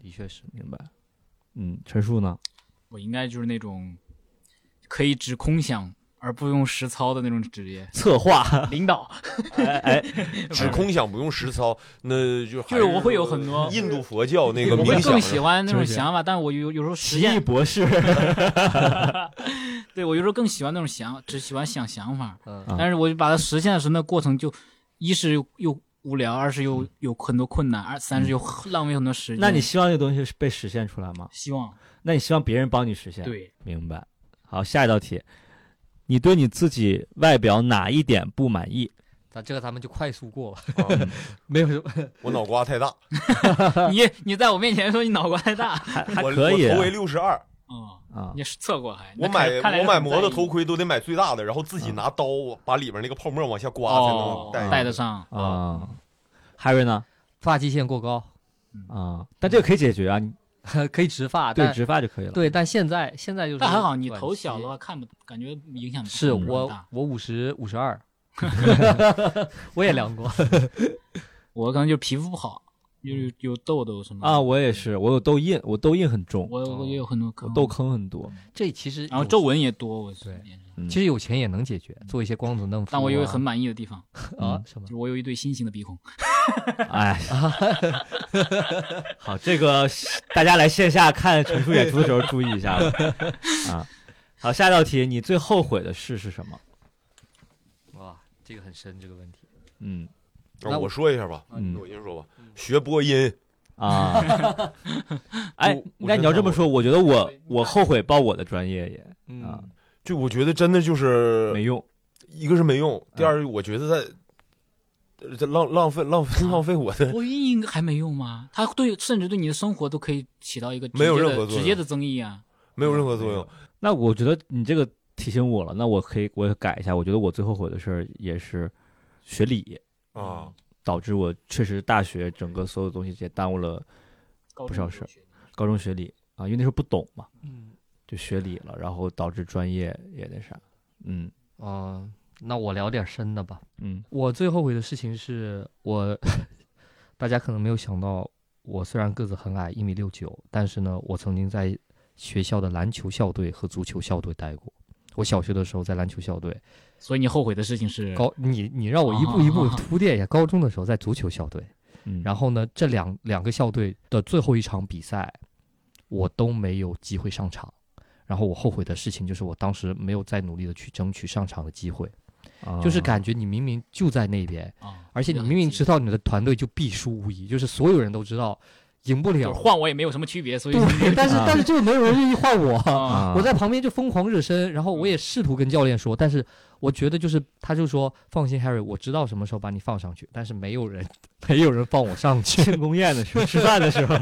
B: 的确是。
A: 明白。嗯，陈述呢？，
D: 我应该就是那种可以只空想而不用实操的那种职业
A: 策划，
D: 领导。
A: 哎 哎，
C: 只空想不用实操，那就
D: 就
C: 还
D: 是我会有很多
C: 印度佛教那个冥
D: 我
C: 想
D: 会更
C: 的
D: 喜欢那种
A: 就是这样
D: 想法，但我有有时候实
A: 奇异
D: 践，
A: 博士，
D: 对我有时候更喜欢那种想，只喜欢想想法，
B: 嗯
A: 啊
D: 但是我就把它实现的时候，那过程就一是又又无聊，二是
C: 嗯
D: 又有很多困难，二三是又浪费很多时间。
A: 那你希望这个东西是被实现出来吗？
D: 希望
A: 那你希望别人帮你实现？，
D: 对
A: 明白。好，下一道题，你对你自己外表哪一点不满意？
B: 咱这个咱们就快速过吧，
A: 哦
C: 啊
B: 没有什么。
C: 我脑瓜 太大，
D: 你，你在我面前说你脑瓜太大，
A: 还
C: 我
A: 可以
C: 我
A: 啊
C: 头围六十二，
D: 嗯，
A: 啊
D: 你是测过还？
C: 我
D: 那
C: 买
D: 看看来
C: 我
D: 是
C: 买
D: 很
C: 摩托
D: 在意嗯
C: 头盔都得买最大的，然后自己拿刀把里边那个泡沫往下刮啊才
D: 哦
C: 能，
A: 戴
D: 戴
C: 戴
D: 得。上。
A: 啊。Harry 呢？
B: 发际线过高，
A: 啊，但这个可以解决啊，你
B: 可以植发，
A: 对
B: 啊但
A: 植发就可以了。
B: 对，但现在现在就是
D: 但还好，你
B: 短
D: 头小
B: 期
D: 的话看不，感觉影响不
B: 是
A: 嗯
D: 很
B: 我
D: 大
B: 我五十五十 二，我也量过，
D: 我可能就是皮肤不好，有有有痘痘什么的
A: 啊，。我也是，我有痘印，我痘印很重，
D: 我我也有很多
A: 我
D: 坑，
A: 痘坑很多。
B: 这其实
D: 然后
B: 有
D: 皱纹也多，我
B: 对
D: 也是
A: 嗯
B: 其实有钱也能解决，做一些光子嫩肤啊。
D: 但我有一个很满意的地方，
B: 啊
A: 嗯
B: 什么
D: 就是我有一对新型的鼻孔。
A: 哎， 好，这个大家来线下看陈述演出的时候注意一下吧。啊，好，下一道题，你最后悔的事是什么？
B: 哇，这个很深这个问题。
A: 嗯
C: 啊我说一下吧，
A: 嗯
C: 我先说吧，学播音，
A: 啊，哎
C: 我，我
A: 那
C: 真
A: 你要
C: 的
A: 这么
C: 后
A: 说，我觉得我我后悔报我的专业也啊
B: 嗯，
C: 就我觉得真的就是
A: 没用。
C: 一个是没用，
D: 嗯
C: 第二我觉得在呃这浪浪费浪费 浪费我的，
D: 播音应该还没用吗？它对，甚至对你的生活都可以起到一个直
C: 没有
D: 接
C: 任
D: 的
C: 何作
D: 直接
C: 用
D: 的增益啊。
C: 没有任何作用。
A: 那我觉得你这个提醒我了，那我可以我也改一下。我觉得我最后悔的事儿也是学理，
C: 啊，
A: 导致我确实大学整个所有东西也耽误了
D: 不
A: 不少事儿高中学理啊，因为那时候不懂嘛，
B: 嗯
A: 就学理了，然后导致专业也那啥，嗯
B: 嗯，那我聊点深的吧。
A: 嗯
B: 我最后悔的事情是我， 大家可能没有想到，我虽然个子很矮，一米六九，但是呢，我曾经在学校的篮球校队和足球校队待过。我小学的时候在篮球校队，
D: 所以你后悔的事情是
B: 高你你让我一步一步
D: 啊
B: 铺垫一下。高中的时候在足球校队，
A: 嗯，
B: 然
A: 后
B: 后呢，这两两个校队的最后一场比赛，我都没有机会上场。然后我后悔的事情就是，我当时没有再努力的去争取上场的机会，
A: 啊哦
B: 就是感觉你明明就在那边，
D: 啊，
B: 而且你明明知
D: 道，
B: 道你的团队就必输无疑，就是所有人都知道赢不
D: 就是，
B: 了
D: 换我也没有什么区别，所以
B: 对，但是
A: 啊
B: 但是就是没有人愿意换我，
D: 啊，
B: 我在旁边就疯狂热身，然后
A: 嗯
B: 我也试图跟教练说，但是我觉得就是他就说放心，Harry，我知道什么时候把你放上去，但是没有人没有人放我上去，
A: 庆功宴的时候，吃饭的时候，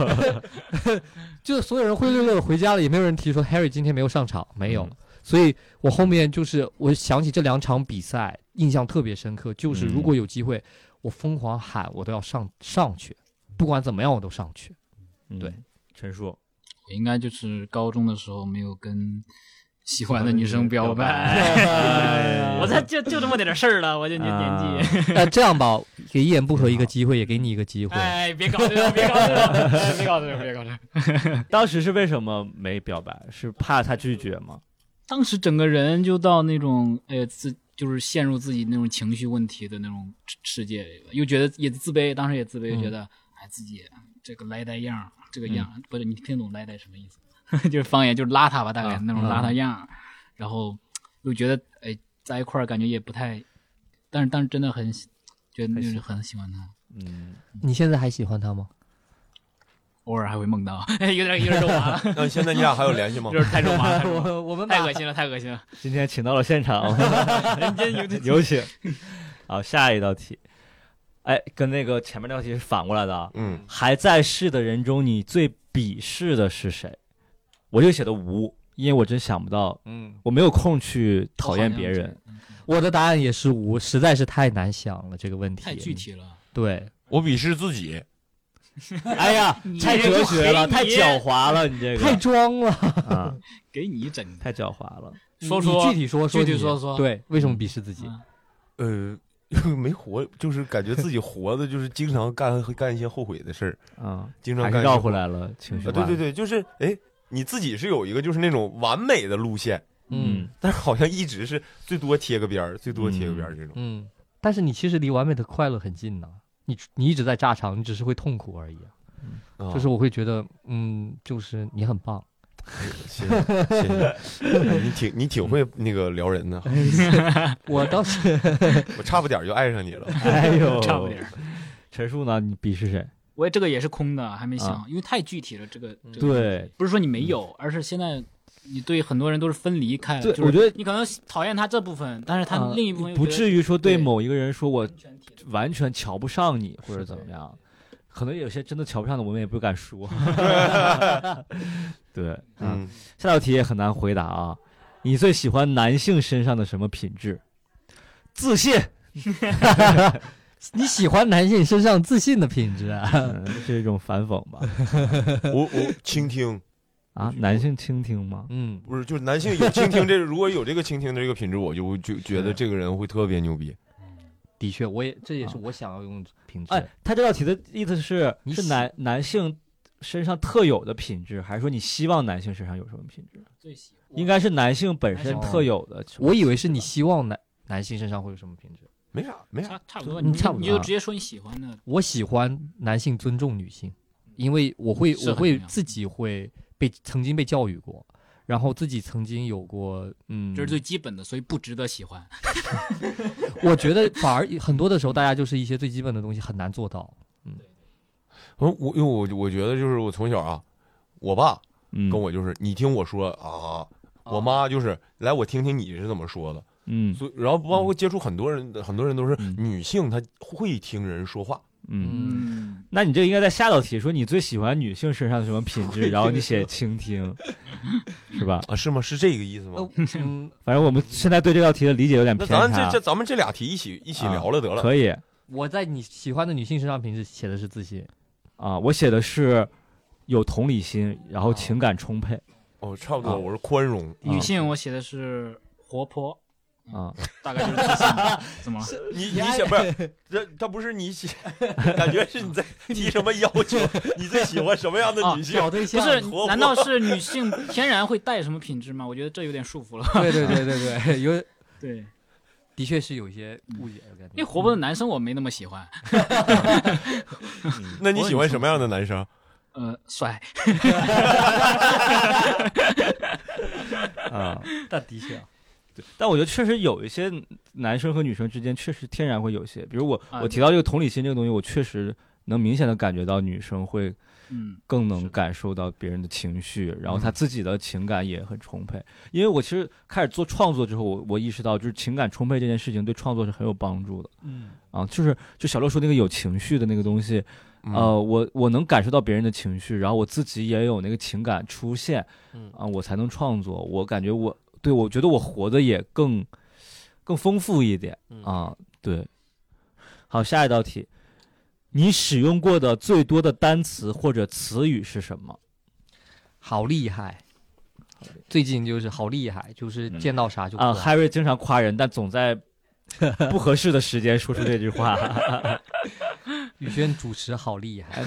B: 就是所有人灰溜溜的回家了，也没有人提说 Harry 今天没有上场，没有。
A: 嗯
B: 所以我后面就是我想起这两场比赛，印象特别深刻，就是
A: 嗯
B: 如果有机会，我疯狂喊我都要上上去，不管怎么样我都上去。 对
A: 嗯，陈述
D: 我应该就是高中的时候没有跟喜欢的女生表白。
A: 白
D: 我才就就这么点事儿了，我就年年纪，
B: 那、呃这样吧，给一言不合一个机会，也给你一个机会。
D: 哎，别搞这个，别搞这个，哎别搞这个，别搞这个。
A: 当时是为什么没表白？是怕他拒绝吗？
D: 当时整个人就到那种，呃，自就是陷入自己那种情绪问题的那种世世界里了，又觉得也自卑，当时也自卑，
B: 嗯
D: 又觉得哎自己这个赖呆样儿，这个样儿、不是你听懂赖呆什么意思？ 就是方言，就是邋遢吧，大概、
A: 啊
D: 那种
A: 嗯
D: 邋遢样儿，然后又觉得哎在一块儿感觉也不太，但是但是真的很喜觉得
A: 很
D: 就
A: 喜
D: 是
A: 欢
D: 很喜欢他，
A: 嗯，
B: 你现在还喜欢他吗？
D: 偶尔还会梦到， 哎有点有点肉麻了，
C: 那现在你俩还有联系吗
D: 有？点太肉麻了太肉麻了。
B: 我我们
D: 太恶心了，太恶心了！
A: 今天请到了现场，
D: 人间有
A: 有请。好，下一道题，哎，跟那个前面那道题是反过来的啊。
C: 嗯，
A: 还在世的人中，你最鄙视的是谁？我就写的无，因为我真想不到，
E: 嗯，
A: 我没有空去讨厌别人。
B: 我的答案也是无，实在是太难想了这个问题。
D: 太具体了。
B: 对，
C: 我鄙视自己，
A: 哎呀，太哲学了，太狡猾了，你这个
B: 太装了。
A: 啊，
D: 给你一整的，
A: 太狡猾了。
D: 说
B: 你
D: 说
B: 具体说，
D: 具体
B: 你
D: 说说
B: 对，为什么鄙视自己？
D: 嗯
C: 呃， 没活，就是感觉自己活的，就是经常干干一些后悔的事儿，
A: 啊，
C: 经常
A: 还
C: 干
A: 是
C: 一些
A: 绕
C: 后
A: 回来了情绪化。
C: 啊，对对对，就是哎，你自己是有一个就是那种完美的路线，
A: 嗯，
C: 但是好像一直是最多贴个边儿，最多贴个边儿这种。
B: 嗯，但是你其实离完美的快乐很近呐、你你一直在炸场，你只是会痛苦而已啊、
C: 啊
B: 就是我会觉得，嗯，就是你很棒，
C: 谢谢谢谢， 哎你挺你挺会那个撩人的，
B: 我倒是
C: 我差不点儿就爱上你了。
A: 哎呦，
D: 差不离儿。
A: 陈述呢？你鄙视谁？
D: 我这个也是空的，还没
A: 啊
D: 想，因为太具体了。这个这个
A: 对，嗯
D: 不是说你没有，而是现在你对很多人都是分离开了。
A: 对
D: 就是
A: 我觉得
D: 你可能讨厌他这部分，但是他
A: 啊
D: 另一部分
A: 不至于说对
D: 对
A: 某一个人说我
D: 全体
A: 完全瞧不上你或者
B: 是
A: 怎
B: 的
A: 么样，可能有些真的瞧不上的，我们也不敢说。对，嗯，
C: 嗯，
A: 下道题也很难回答啊。你最喜欢男性身上的什么品质？自信，
B: 你喜欢男性身上自信的品 质啊。
A: 嗯这是一种反讽吧？
C: 嗯我我倾听
A: 啊，男性倾听吗？
B: 嗯，
C: 不是，就是男性有倾听这，如果有这个倾听的这个品质，我就就觉得这个人会特别牛逼。
B: 的确，我也这也是
A: 啊
B: 我想要用的品质。
A: 哎，他这道题的意思是，
B: 你
A: 是
B: 喜
A: 男男性身上特有的品质，还是说你希望男性身上有什么品质？
D: 最喜欢
A: 应该是男性本
D: 男
A: 身
D: 性
A: 特有的。
B: 我以为是你希望男男性身上会有什么品质。
C: 没啥，没啥，
D: 差差不多，
B: 嗯
D: 你
B: 差不多
D: 你
A: 啊
D: 就直接说你喜欢的，
B: 我喜欢男性尊重女性，因为我会
D: 是
B: 我
D: 很
B: 会
D: 重要
B: 自己会被曾经被教育过，然后自己曾经有过嗯，
D: 这是最基本的，所以不值得喜欢。
B: 我觉得反而很多的时候，大家就是一些最基本的东西很难做到。
C: 我我因为我我觉得就是我从小啊，我爸
A: 嗯，
C: 跟我就是你听我说啊，我
B: 啊
C: 妈就是来我听听你是怎么说的。
A: 嗯
C: 所以，然后包括接触很多人，很多人都是
A: 嗯
C: 女性，她会听人说话。
A: 嗯。
B: 嗯，
D: 嗯，
A: 那你这应该在下道题说你最喜欢女性身上的什么品质，然后你写倾听，是吧？
C: 啊，是吗？是这个意思
D: 哦
C: 吗？
B: 嗯
A: 反正我们现在对这道题的理解有点
C: 那
A: 偏
C: 咱
A: 差
C: 这。这咱们这俩题一起一起
A: 啊
C: 聊了得了。
A: 可以
B: 我在你喜欢的女性身上平时写的是自信，
A: 啊，我写的是有同理心，然后情感充沛
C: 哦，差不多，
A: 啊
C: 我是宽容。
D: 嗯女性我写的是活泼，
A: 啊。
D: 大概就是自信吧。 怎么了？
C: 你你写不是？这他不是你写， 感觉是你在提什么要求？你最喜欢什么样的女性？
A: 啊
B: 找对
D: 不
B: 象
D: 是
C: 活泼，
D: 难道是女性天然会带什么品质吗？我觉得这有点束缚了。
B: 对对对对对， 有
D: 对，
B: 的确是有一些误解的感觉。
D: 因为活泼的男生我没那么喜欢，
C: 那你喜欢什么样的男生？
D: 呃，帅，
A: 啊，
B: 但的确啊，
A: 但我觉得确实有一些男生和女生之间确实天然会有些，比如我
D: 啊
A: 我提到这个同理心这个东西，我确实能明显的感觉到女生会
D: 嗯，
A: 更
D: 是
A: 能
D: 的嗯
A: 感受到别人的情绪，然后她自己的情感也很充沛。因为我其实开始做创作之后，我我意识到就是情感充沛这件事情对创作是很有帮助的
B: 嗯，
A: 啊，就是就小乐说那个有情绪的那个东西，
B: 嗯
A: 呃，我我能感受到别人的情绪，然后我自己也有那个情感出现，
B: 嗯
A: 啊，我才能创作。我感觉我对我觉得我活得也更更丰富一点
B: 嗯
A: 啊，对。好，下一道题，你使用过的最多的单词或者词语是什么？
B: 好厉害。最近就是好厉害，就是
A: 嗯
B: 见到啥就
A: 啊
B: 夸
A: ，Harry 经常夸人，但总在 不合适的时间说出这句话。
B: 宇轩主持好厉害，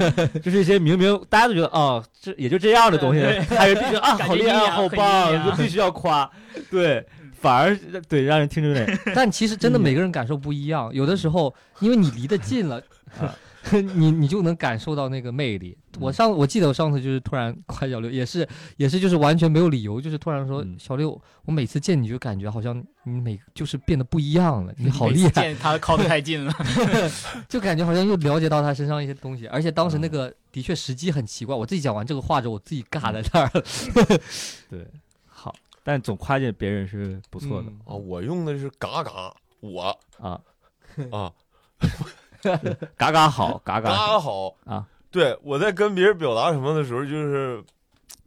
A: 就是一些明明大家都觉得哦，这也就这样的东西，还是 必须啊，
D: 感觉
A: 好厉
D: 一
A: 害，
D: 样
A: 好
D: 很一嗯
A: 棒，
D: 样
A: 就必须要夸，对，反而对让人听着有 点
B: 但其实真的每个人感受不一样，有的时候因为你离得近了， 你你就能感受到那个魅力。我上我记得我上次就是突然夸小六，也是也是就是完全没有理由，就是突然说
A: 嗯
B: 小六，我每次见你就感觉好像你每就是变得不一样了，你好
D: 每
B: 厉
D: 次
B: 害，
D: 见他靠得太近 了，
B: 就感觉好像又了解到他身上一些东西，而且当时那个的确时机很奇怪，我自己讲完这个话之后，我自己尬在那儿了，
A: 对好，但总夸见别人是不错的、
B: 嗯
C: 啊，我用的是嘎嘎，我
D: 嗯
A: 啊，
C: 啊，
A: 嘎嘎好，嘎嘎
C: 嘎好
A: 啊。
C: 对，我在跟别人表达什么的时候，就是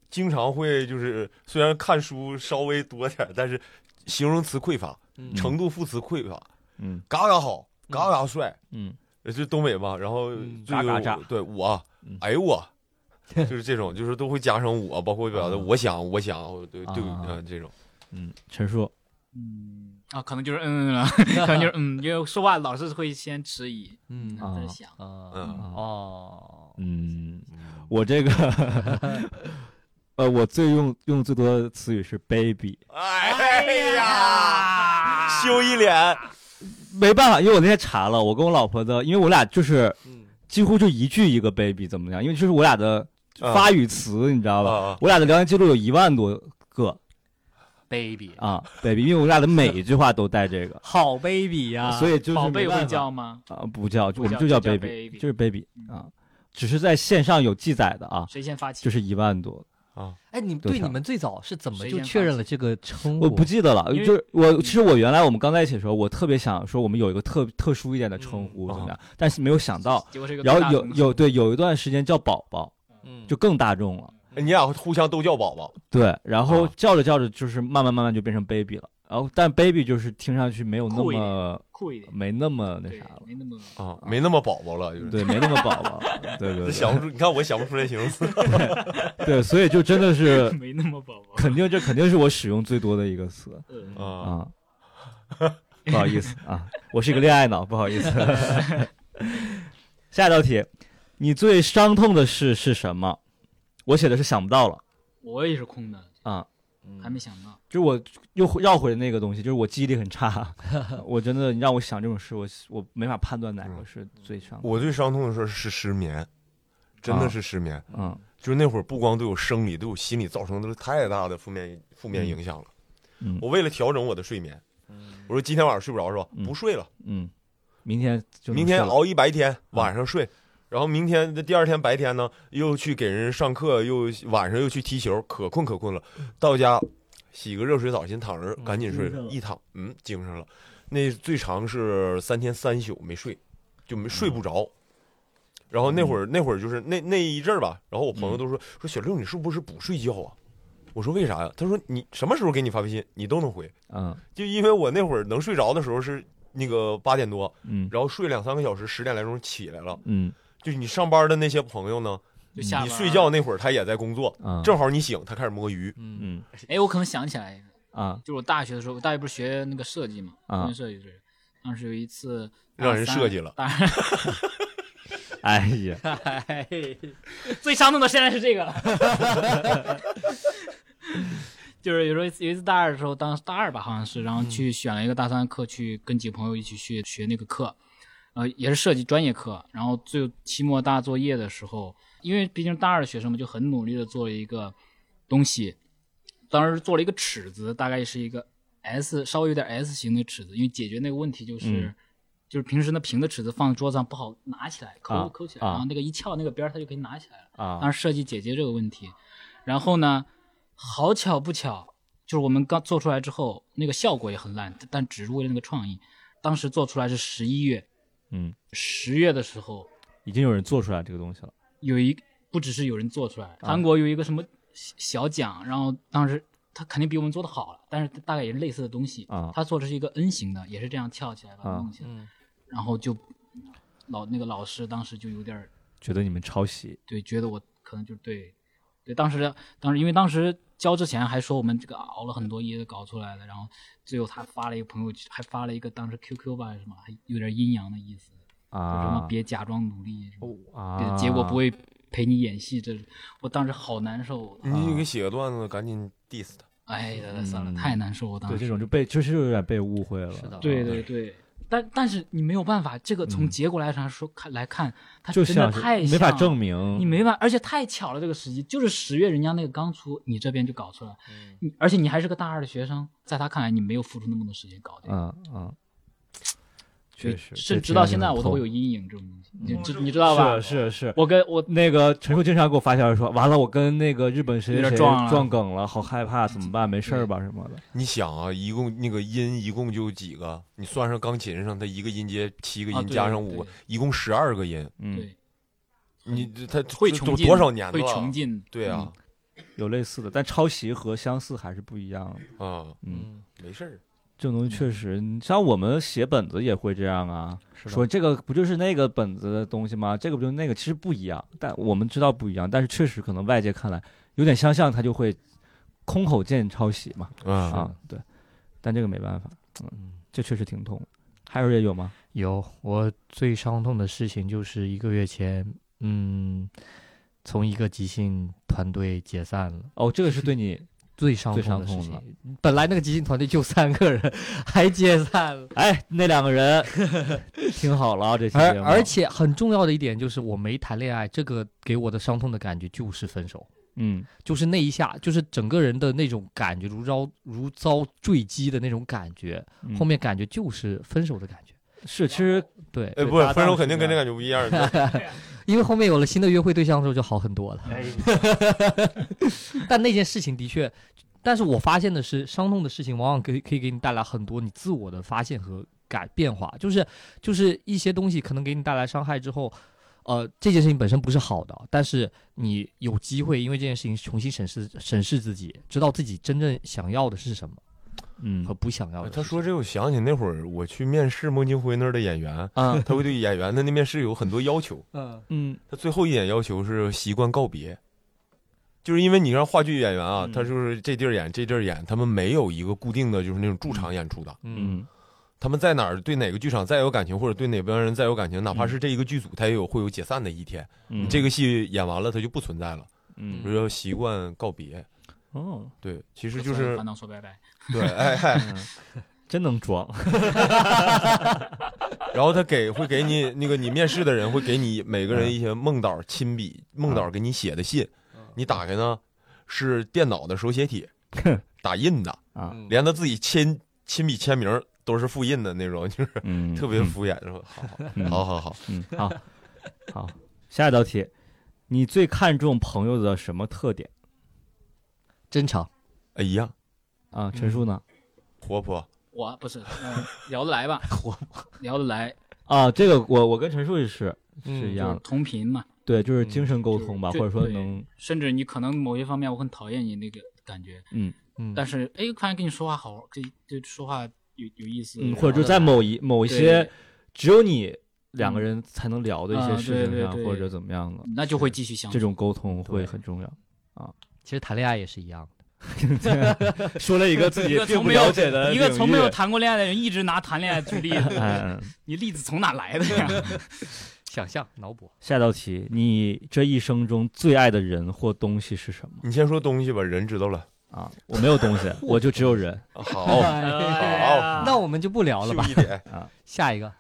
C: 经常会就是虽然看书稍微多点儿，但是形容词匮乏，
B: 嗯
C: 程度副词匮乏。
A: 嗯
C: 嘎嘎好，嘎嘎帅，
A: 嗯
C: 呃就东北嘛，然后
A: 嗯
C: 就
A: 嘎嘎
C: 有
A: 炸
C: 对我
A: 嗯，
C: 哎 呦我，就是这种，就是都会加上我，包括表达我想，我想，对对，
A: 嗯啊
C: 嗯，这种
A: 嗯，陈述，
D: 嗯啊，可能就是嗯了，可能就是嗯，因为说话老是会先迟疑，
B: 嗯
D: 然后在想，
B: 啊
C: 嗯
B: 哦，
A: 嗯，我这 个，呃，我最用用最多的词语是 baby，
C: 哎呀，羞一脸，
A: 没办法，因为我那天查了，我跟我老婆的，因为我俩就是
E: 嗯
A: 几乎就一句一个 baby 怎么样，因为就是我俩的
C: 啊
A: 发语词，你知道吧？
C: 啊
A: 我俩的聊天记录有一万多个
D: baby，
A: 啊，baby，因为我俩的每一句话都带这个
D: 好 baby 呀
A: 啊所以就是
D: 宝贝
A: 没办
D: 会
A: 法
D: 叫吗？
A: 啊，不叫，就
D: 不
A: 我们
D: 叫
A: 就
D: 就叫
A: baby，
D: baby 嗯
A: 就是 baby 啊，只是在线上有记载的啊，
D: 谁先发起？
A: 就是一万
D: 哦
A: 多，
B: 哎，你
A: 多
B: 对
A: 少
B: 你们最早是怎么
D: 谁
B: 就
D: 先
B: 确
D: 发
B: 认了这个称呼？
A: 我不记得了，
D: 因为嗯
A: 就是我其实我原来我们刚在一起的时候，我特别想说我们有一个特特殊一点的称呼
C: 嗯
A: 怎么样，但是没有想到，
D: 结果哦是一个
A: 然
D: 更
A: 后
D: 大
A: 有
D: 公司
A: 有对有一段时间叫宝宝，
B: 嗯，
A: 就更大众了。
C: 哎你俩互相都叫宝宝，
A: 对，然后
D: 哦
C: 啊
A: 叫着叫着，就是慢慢慢慢就变成 baby 了。然后，但 baby 就是听上去没有那
D: 酷一点
A: 么
D: 酷一点，
A: 没那么那
D: 对
A: 啥了，
D: 没那么
C: 啊，没那么宝宝了，就是。
A: 对，没那么宝 宝了，对对
C: 这想
A: 对
C: 不 出，你看我想不出来形容词。
A: 对，所以就真的是
D: 没那么宝 宝，
A: 肯定，这肯定是我使用最多的一个词
D: 嗯
C: 啊，
A: 啊。不好意思啊，我是一个恋爱脑，不好意思。 下一道题，你最伤痛的事是什么？我写的是想不到了
D: 我也是空的，
A: 啊，
D: 还没想到。
A: 就是我又回绕回那个东西，就是我记忆力很 差，我真的你让我想这种事，我我没法判断哪个是最伤的。
C: 我最伤痛的事是失眠，真的是失眠。
A: 嗯
C: 就是那会儿，不光对我生理，对我心理造成了太大的负面负面影响了。
A: 嗯
C: 我为了调整我的睡眠，我说今天晚上睡不着是吧？
A: 嗯
C: 不睡了，
A: 嗯，明天就能
C: 明天
A: 睡了嗯
C: 熬一白天，晚上睡。然后明天的第二天白天呢，又去给人上课，又晚上又去踢球，可困可困了。到家洗个热水澡，先躺着，赶紧睡
A: 嗯精神了
C: 一躺，嗯，精神了。那最长是三天三宿没睡，就没睡不着。
A: 嗯
C: 然后那会儿那会儿就是那那一阵儿吧，然后我朋
A: 嗯
C: 友都说、说小六你是不是不睡觉啊？我说为啥呀、他说你什么时候给你发微信你都能回，
A: 嗯
C: 就因为我那会儿能睡着的时候是那个八点多，
A: 嗯
C: 然后睡两三个小时，十点来钟起来了。
A: 嗯
C: 就是你上班的那些朋友呢，
D: 就下
C: 你
D: 班
C: 睡
D: 了嗯
C: 觉，那会儿他也在工作，
A: 啊
C: 正好你醒，他开始摸鱼。
B: 嗯
A: 嗯
D: 哎，我可能想起来一个，
A: 啊
D: 就是我大学的时候，我大学不是学那个设计嘛，
A: 啊
D: 工业设计师，当时有一次
C: 让人
D: 大三
C: 设计了
D: 大
A: 哎呀，
D: 哎，最伤痛的现在是这个了。 就是有时候有一次大二的时候，当时大二吧，好像是，然后
C: 嗯
D: 去选了一个大三课，去跟几个朋友一起去学那个课，呃，也是设计专业课。然后最后期末大作业的时候，因为毕竟大二的学生嘛，就很努力的做了一个东西，当时做了一个尺子，大概是一个 S 稍微有点 S 型的尺子，因为解决那个问题就是。
A: 嗯
D: 就是平时那平的尺子放桌子上不好拿起来，抠
A: 啊
D: 抠起来，
A: 啊
D: 然后那个一翘那个边儿它就可以拿起来了。
A: 啊
D: 当时设计解决这个问题，然后呢，好巧不巧，就是我们刚做出来之后，那个效果也很烂，但只是为了那个创意。当时做出来是十一月，
A: 嗯，
D: 十月的时候
A: 已经有人做出来这个东西了，
D: 有一不只是有人做出来，
A: 啊
D: 韩国有一个什么小小奖，然后当时他肯定比我们做的好了，但是大概也是类似的东西。
A: 啊
D: 他做的是一个 N 型的，也是这样翘起来把它
A: 啊
D: 弄起来，
B: 嗯
D: 然后就老那个老师当时就有点儿
A: 觉得你们抄袭，
D: 对，觉得我可能就对，对，当时当时因为当时交之前还说我们这个熬了很多夜搞出来的，然后最后他发了一个朋友圈，还发了一个当时 QQ 吧还是什么，还有点阴阳的意思，就什么
A: 啊
D: 别假装努力，什么
A: 啊
D: 别，结果不会陪你演戏，这我当时好难受，
C: 你给写个段子，赶紧 diss 他。
D: 哎呀，算了，
A: 嗯
D: 太难受，我当时
A: 对这种就被其实就有点被误会了，啊
B: 是的
D: 对对对。但但是你没有办法，这个从
A: 嗯
D: 结果来上说看来看，它
A: 就
D: 真的
A: 像
D: 太
A: 是没法
D: 像了
A: 证明，
D: 你没法，而且太巧了，这个时机就是十月，人家那个刚出，你这边就搞出来，
A: 嗯
D: 你而且你还是个大二的学生，在他看来，你没有付出那么多时间搞这个，
A: 嗯嗯，确实，这
D: 甚至直到
A: 这
D: 现
A: 样
D: 在
A: 就
D: 我
A: 很
D: 都
A: 痛
D: 会有阴影这种东西，
C: 嗯
D: 你知你知道吧？
A: 是是是，
D: 我跟我
A: 那个陈述经常给我发消息说，完了，我跟那个日本谁谁
D: 有点
A: 谁
D: 撞了
A: 撞梗了，好害怕，怎么办？没事儿吧什么的。
C: 你想啊，一共那个音一共就几个？你算上钢琴上，它一个音阶七个
D: 啊
C: 音
D: 对
C: 加上五个
D: 对，
C: 一共十二个音。
A: 嗯，
D: 对
C: 你他
D: 会
C: 多
D: 穷尽
C: 多少年了？
D: 会穷尽，
C: 对啊，
A: 有类似的，但抄袭和相似还是不一样的。
C: 啊，
A: 嗯，
C: 没事儿。
A: 这种东西确实，你像我们写本子也会这样啊，
B: 是
A: 说
B: 的，
A: 这个不就是那个本子的东西吗？这个不就是那个？其实不一样，但我们知道不一样，但是确实可能外界看来有点相像，他就会空口见抄袭嘛。
C: 啊，
A: 啊，对，但这个没办法，嗯，这确实挺痛的。还有也有吗？
B: 有我最伤痛的事情就是一个月前，嗯，从一个即兴团队解散了。
A: 哦，这个是对你，
B: 最伤
A: 最
B: 痛
A: 伤
B: 的事
A: 痛了
B: 情，本来那个即兴团队就三个人，还解散了。
A: 哎，那两个人听好了啊，这期节
B: 而
A: 目
B: 而，且很重要的一点就是，我没谈恋爱，这个给我的伤痛的感觉就是分手，
A: 嗯，
B: 就是那一下，就是整个人的那种感觉，如遭如遭坠机的那种感觉，
A: 嗯
B: 后面感觉就是分手的感觉。
A: 是其实
B: 对，
C: 哎，
A: 对
C: 不
A: 搭，档
C: 分手
A: 是
C: 肯定跟
A: 这
C: 这
A: 样
C: 感觉不一样。你知道
B: 因为后面有了新的约会对象之后就好很
D: 嗯
B: 多了。
A: 哎
B: 但那件事情的确，但是我发现的是，伤痛的事情往往可以可以给你带来很多你自我的发现和改变化，就是就是一些东西可能给你带来伤害之后。呃，这件事情本身不是好的，但是你有机会因为这件事情重新审视审视自己，知道自己真正想要的是什么
A: 嗯
B: 和不想要
C: 哎
B: 的
C: 他
B: 是什么。
C: 说这，我想起那会儿我去面试孟京辉那儿的演员，
A: 啊，
C: 他会对演员的那面试有很多要求。
B: 嗯，
A: 嗯，
C: 他最后一点要求是习惯告别，就是因为你让话剧演员啊，
A: 嗯
C: 他就是这地儿演这地儿演，他们没有一个固定的就是那种驻场演出的，
A: 嗯，
C: 他们在哪儿对哪个剧场再有感情，或者对哪帮人再有感情，哪怕是这一个剧组，他也有会有解散的一天。
A: 嗯，
C: 这个戏演完了，它就不存在了，
A: 嗯，
C: 比如说习惯告别。
A: 哦，
C: 对，其实就是
D: 烦恼说拜拜。
C: 对，哎嗨，
A: 嗯真能装，
C: 然后他给会给你那个你面试的人会给你每个人一些梦导亲笔梦导给你写的信，
D: 嗯
C: 你打开呢是电脑的手 写体打印的
A: 啊
D: 嗯
C: 连他自己亲亲笔签名都是复印的那种，就是
A: 嗯，
C: 特别敷衍。说好
A: 嗯
C: 好好好好，
A: 嗯，好，好，下一道题，你最看重朋友的什么特点
B: 真诚，
C: 哎一样
A: 啊？陈述呢？
C: 活泼，
D: 我不是、嗯聊得 来吧？聊得来
A: 啊，这个我我跟陈述也是
B: 嗯
A: 是一
D: 就
A: 样
D: 是
A: 的，
D: 同频嘛，
A: 对，就是精神沟通吧，
D: 嗯就
A: 或
D: 是
A: 者说
D: 对
A: 能，嗯
D: 甚至你可能某些方面我很讨厌你那个感觉，
B: 嗯，
D: 但是哎，发现跟你说话好，这这说话有有意思，
A: 嗯，或者就在某一某一
D: 对嗯
A: 些只有你两个人才能聊的一些
D: 啊
A: 事
D: 对
A: 情
D: 对
A: 上，
D: 对
A: 或者怎么样的，
D: 那就会继续相
A: 这
D: 处。
A: 种沟通会
B: 对
A: 很重 要。
B: 其实谈恋爱也是一样的。
A: 说了一个自
D: 一个从没有一个从没有谈过恋爱的人，一直拿谈恋爱举例子，
A: 嗯，嗯
D: 你例子从哪来的呀？
B: 想象、脑补，
A: 下一道题，你这一生中最爱的人或东西是什么
C: 你先说东西吧，人知道 了。
A: 啊？我没有东 西，我就只有人。哦
C: 啊
D: 哎
C: 好，好
B: 那我们就啊不聊了
C: 就
B: 吧，
C: 一点，
B: 下一个。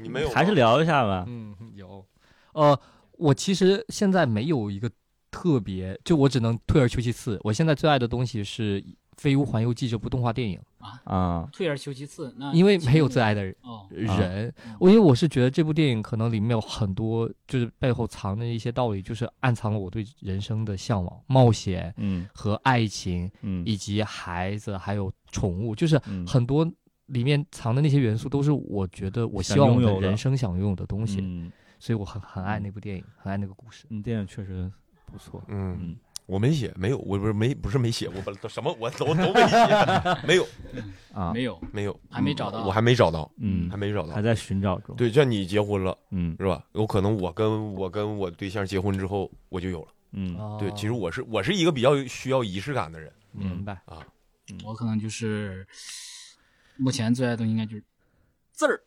C: 你没 有
A: 还是聊一下吧。
B: 嗯，有。呃，我其实现在没有一个特别，就我只能退而求其次。我现在最爱的东西是《飞屋环游记》这部动画电影，
A: 啊，
D: 退而求其次，那
B: 因为没有最爱的人。
D: 哦，
B: 人
D: 嗯，
B: 我因为我是觉得这部电影可能里面有很多就是背后藏着一些道理，就是暗藏了我对人生的向往、冒险
A: 嗯
B: 和爱情，
A: 嗯
B: 以及孩子还有宠物，就是
A: 嗯
B: 很多里面藏的那些元素都是我觉得我希
A: 想
B: 望我
A: 拥
B: 的
A: 有的
B: 人生想拥有的东西。
A: 嗯，
B: 所以我很很爱那部电影，很爱那个故事。
A: 嗯，电影确实不错。
C: 嗯
A: 嗯。
C: 我没写，没有，我不是没不是没写，我把都什么我都都没写，没有
A: 啊，
D: 没有，
C: 没有，
D: 还没找到。
C: 我还没找到，
A: 嗯
C: 还，没找到
A: 还。在寻找中。，
C: 对，就像你结婚了
A: 嗯
C: 是吧？有可能我跟我跟我对象结婚之后我就有了。
A: 嗯
B: 哦
C: 对，其实我是我是一个比较需要仪式感的人。
B: 嗯明白，
D: 我可能就是目前最爱的东西应该就是字儿，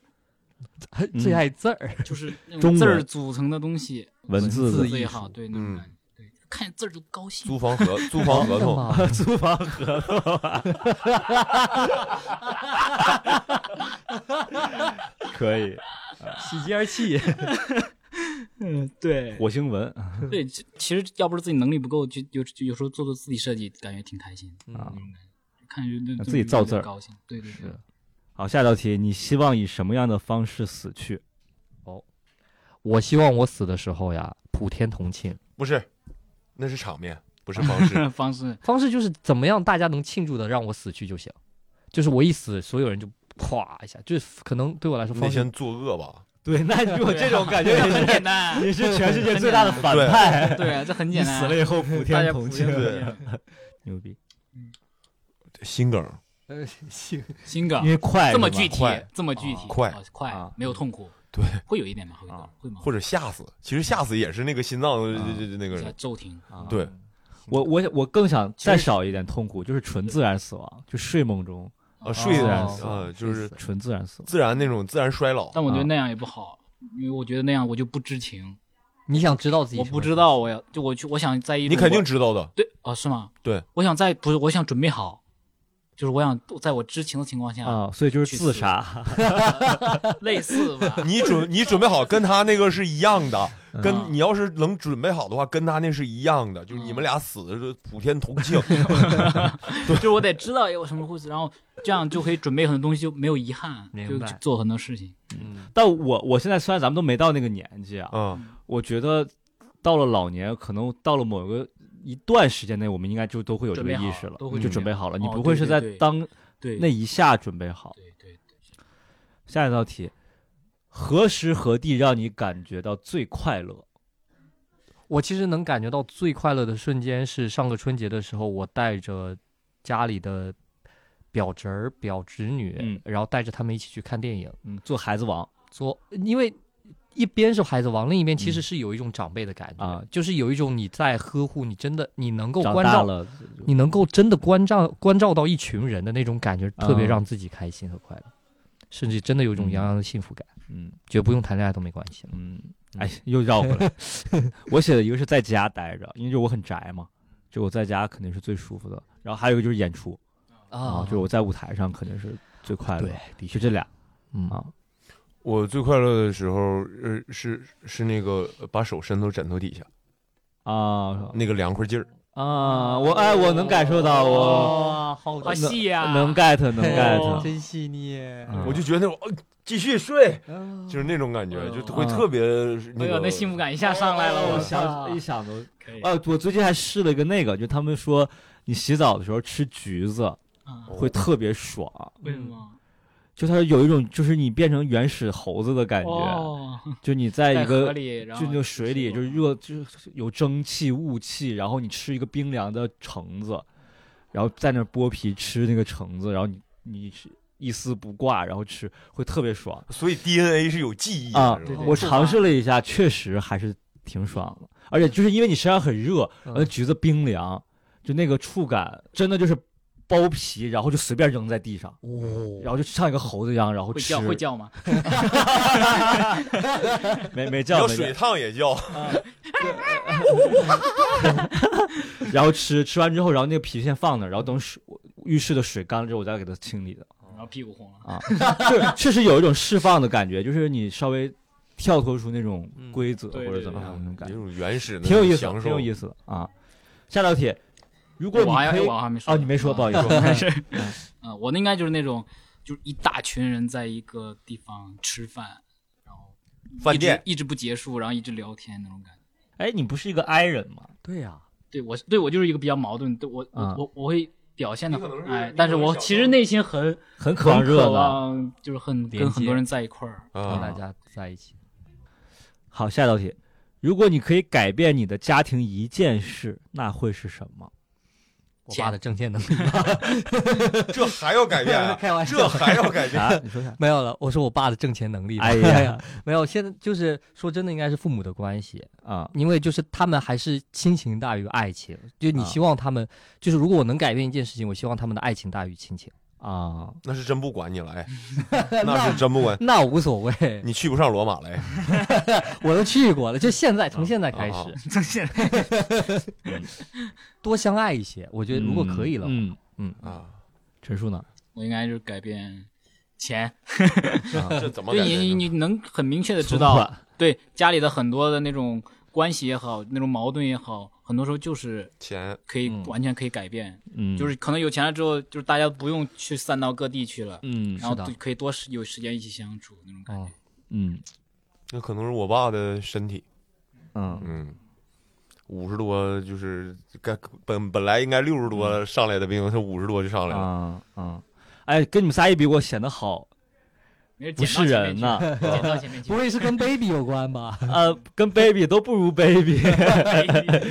A: 嗯
B: 最爱字儿，
D: 就是那
A: 中
D: 种
A: 文
D: 字儿组成的东西，
A: 文字
B: 文
A: 的
B: 字
D: 最
B: 艺
D: 好，
B: 术
D: 对那种
C: 嗯
D: 感觉，对，看见字儿就高兴
C: 租。房合租房合
B: 真的
C: 同，
B: 吗？
A: 租房合同啊， 可以。
B: 喜极而泣。
D: 嗯，对，
A: 火星文啊
D: 对，其其实要不是自己能力不够，就有就有时候做做自己设计，感觉挺开心的，
A: 啊，
D: 看着就就
A: 自己造字儿
D: 就高兴。对
A: 嗯
D: 对对，
A: 好，下一道题，你希望以什么样的方式死去？
B: 我希望我死的时候呀，普天同庆。
C: 不是，那是场面，不是方 式。
D: 方式
B: 方式就是怎么样大家能庆祝的让我死去就行，就是我一死，所有人就哗一下，就是可能对我来说
C: 那
B: 方式
C: 先作恶吧，
A: 对，啊那如 果这种感觉
D: 很 简单，
A: 你是全世 界最大的反派，
D: 对啊，这很
A: 你
D: 简单。
A: 死了以后普
D: 大
A: 天
D: 家
A: 同
D: 普
A: 庆
D: 遍，
C: 对
D: 同庆
A: 牛逼。
C: 心梗
B: 呃，行，
D: 新梗
A: 因为快
D: 这么
A: 是吧
D: 具体
C: 快，
D: 这么具体，
C: 快
D: 哦快
A: 啊，
D: 没有 痛苦，
C: 对，
D: 会有一点吗？会有一点
A: 啊
D: 会吗？
C: 或者吓死。其实吓死也是那个心脏的
A: 啊
C: 这这那
D: 在
C: 个，
D: 骤停，
A: 啊
C: 对，
A: 我我我更想再少一点痛苦，就是纯自然死亡，就睡梦中
C: 啊，睡的啊，
B: 哦
C: 就是
A: 纯自然死亡。
C: 自然那种自然衰老。
D: 但我觉得那样也不好，因为我觉得那样我就不知情，
B: 你想知道自己？
D: 我不知道，我要就我去，我想在一种
C: 你肯定
D: 我
C: 知道的，
D: 对哦，是吗？
C: 对，
D: 我想在不是，我想准备好，就是我想在我知情的情况下，
A: 啊，所以就是自杀，
D: 类似吧，
C: 你准你准备好跟他那个是一样的，
A: 嗯
C: 跟你要是能准备好的话，跟他那是一样的，就是你们俩死的是普天同庆。
D: 就是我得知道有什么会死，然后这样就可以准备很多东西，就没有遗憾，
B: 明
D: 就
B: 白
D: 去做很多事情。
B: 嗯
A: 但我我现在虽然咱们都没到那个年纪啊，
C: 嗯，
A: 我觉得到了老年，可能到了某个一段时间内，我们应该就都会有这个意识了
D: 准备好都会，
A: 就
B: 有
A: 准备好了。
D: 哦
A: 你不会是在
D: 对对对
A: 当
D: 对，
A: 那一下准备好。
D: 对对对，
A: 下一道题，何时何地让你感觉到最快乐？
B: 我其实能感觉到最快乐的瞬间是上个春节的时候，我带着家里的表侄儿、表侄女，
A: 嗯
B: 然后带着他们一起去看电影。
A: 嗯，做孩子王
B: 做，因为一边是孩子王，另一边其
A: 嗯
B: 实是有一种长辈的感觉，
A: 啊
B: 就是有一种你在呵护，你真的你能够
A: 长
B: 关
A: 大
B: 照，
A: 了，
B: 你能够真的关照关照到一群人的那种感觉，特别
A: 啊
B: 让自己开心和快乐，甚至真的有一种洋洋的幸福感，
A: 嗯
B: 觉得不用谈恋爱都没关系了。
A: 嗯，哎，又绕回来。我写的一个是在家待着，因为就我很宅嘛，就我在家肯定是最舒服的。然后还有一个就是演出啊，就是我在舞台上肯定是最快乐
B: 对
A: 的。，就这俩
B: 嗯
A: 啊，
C: 我最快乐的时候，呃，是是那个呃把手伸到枕头底下，
A: 啊
C: 那个凉快劲儿。
A: 啊！我哎，我能感受到，我
B: 哇，好
D: 好细呀，
A: 能 get 能
D: 哦
A: get，
B: 真细腻，
A: 嗯
C: 我就觉得那种，哦继续睡，
B: 啊
C: 就是那种感觉，
D: 嗯
C: 就会特别
D: 哎
C: 那
D: 呦，
C: 个。
D: 那幸福感一下上来了，
A: 哦我
D: 我
A: 想一想都，
D: 可以，
A: 呃，我最近还试了一个那个，就他们说你洗澡的时候吃橘子
D: 嗯
A: 会特别爽，
D: 为什么？
A: 就它有一种就是你变成原始猴子的感觉，
D: 哦，
A: 就你在
D: 在
A: 一
D: 河
A: 个
D: 里，然后
A: 就那个水里
D: 吃
A: 就是热，就是有蒸汽雾气，然后你吃一个冰凉的橙子，然后在那剥皮吃那个橙子，然后你你是一丝不挂，然后吃会特别爽。
C: 所以 DNA 是有记忆
A: 啊
C: 的，是吧
D: 对
A: 我
D: 触
A: 尝
D: 发
A: 试了一下，确实还是挺爽的，而且就是因为你身上很热，
B: 嗯
A: 呃，橘子冰凉，就那个触感真的就是剥皮，然后就随便扔在地上，
B: 哦
A: 然后就像一个猴子一样，然后
D: 会
A: 吃，
D: 叫会叫吗？
A: 没没
C: 要
A: 叫没叫
C: 水，烫也叫，
A: 然后吃吃完之后，然后那个皮先放那儿，然后等水浴室的水干了之后，我再给它清理的
D: 然后屁股红了，
A: 啊，就是确实有一种释放的感觉，就是你稍微跳脱出那种
B: 嗯
A: 规则
D: 对
A: 或者
D: 对
A: 怎么
D: 对
A: 样那种感
C: 有
A: 觉，
C: 种原始的
A: 挺有意思的，
C: 享
A: 挺有
C: 受。
A: 意思的啊。下道题，如果你
D: 我还哎
A: 可以
D: 我。还啊没说
A: 哦，你没说，不好意思，
D: 思。嗯，我那应该就是那种，就是一大群人在一个地方吃饭，然后
C: 饭
D: 一直
C: 店
D: 一直不结束，然后一直聊天那种感觉。
A: 哎，你不是一个 I 人吗？
B: 对呀，
D: 对我是对我就是一个比较矛盾，对我
A: 啊
D: 我我我会表现的
C: 你可能是
D: 哎
C: 你，
D: 但是
C: 可能
D: 我
C: 是
D: 其
C: 想
D: 实内心很
A: 很啊
D: 很
A: 渴热
D: 渴
A: 闹。
D: 望，就是很
B: 连
D: 跟很
B: 接
D: 多人在一块儿。
A: 嗯
B: 跟大
C: 啊，
B: 家在一起，
A: 好，下一道题，如果你可以改变你的家庭一件事，那会是什么？
B: 我
D: 钱
B: 爸的挣钱 能力，？
C: 这还要改变啊
B: 开玩笑
C: 这还要改 变？
A: 啊，你说啥？
B: 没有了，我说我爸的挣钱能力。
A: 哎呀，
B: 没有，现在就是说真的，应该是父母的关系，
A: 啊，
B: 因为就是他们还是亲情大于爱情。就你
A: 啊
B: 希望他们，就是如果我能改变一件事情，我希望他们的爱情大于亲 情。
A: 啊，
C: 那是真不管你了，哎，那是真不管。
B: 那无所谓，
C: 你去不上罗马了，哎
B: 我都去过了，就现在从现在开
C: 啊
B: 始
D: 这些人
B: 多相爱一些。我觉得如果可以了，
A: 嗯，嗯
C: 啊，
A: 陈述呢？
D: 我应该就是改变钱，
A: 啊
C: 这怎么
D: 对
C: 改
D: 你你
C: 变？
D: 你能很明确的知
A: 存
D: 道，
A: 款
D: 对家里的很多的那种关系也好，那种矛盾也好，很多时候就是
C: 钱
D: 可以
B: 嗯
D: 完全可以改变。
A: 嗯，
D: 就是可能有钱了之后，就是大家不用去散到各地去了，
A: 嗯
D: 然后
B: 是的
D: 就可以多时有时间一起相处那种感觉。
B: 嗯，
A: 嗯
C: 那可能是我爸的身体，
A: 嗯
C: 嗯，五十多就是该本本来应该六十多上来的病，他五十多就上
B: 嗯
C: 来了。
A: 嗯啊 啊，哎，跟你们仨一比，我显得好
D: 没事
A: 不是人
D: 呐，
A: 呐，
D: 剪到前 面去
B: 不。会是跟 baby 有关吧？
A: 呃，跟 baby 都不如 baby。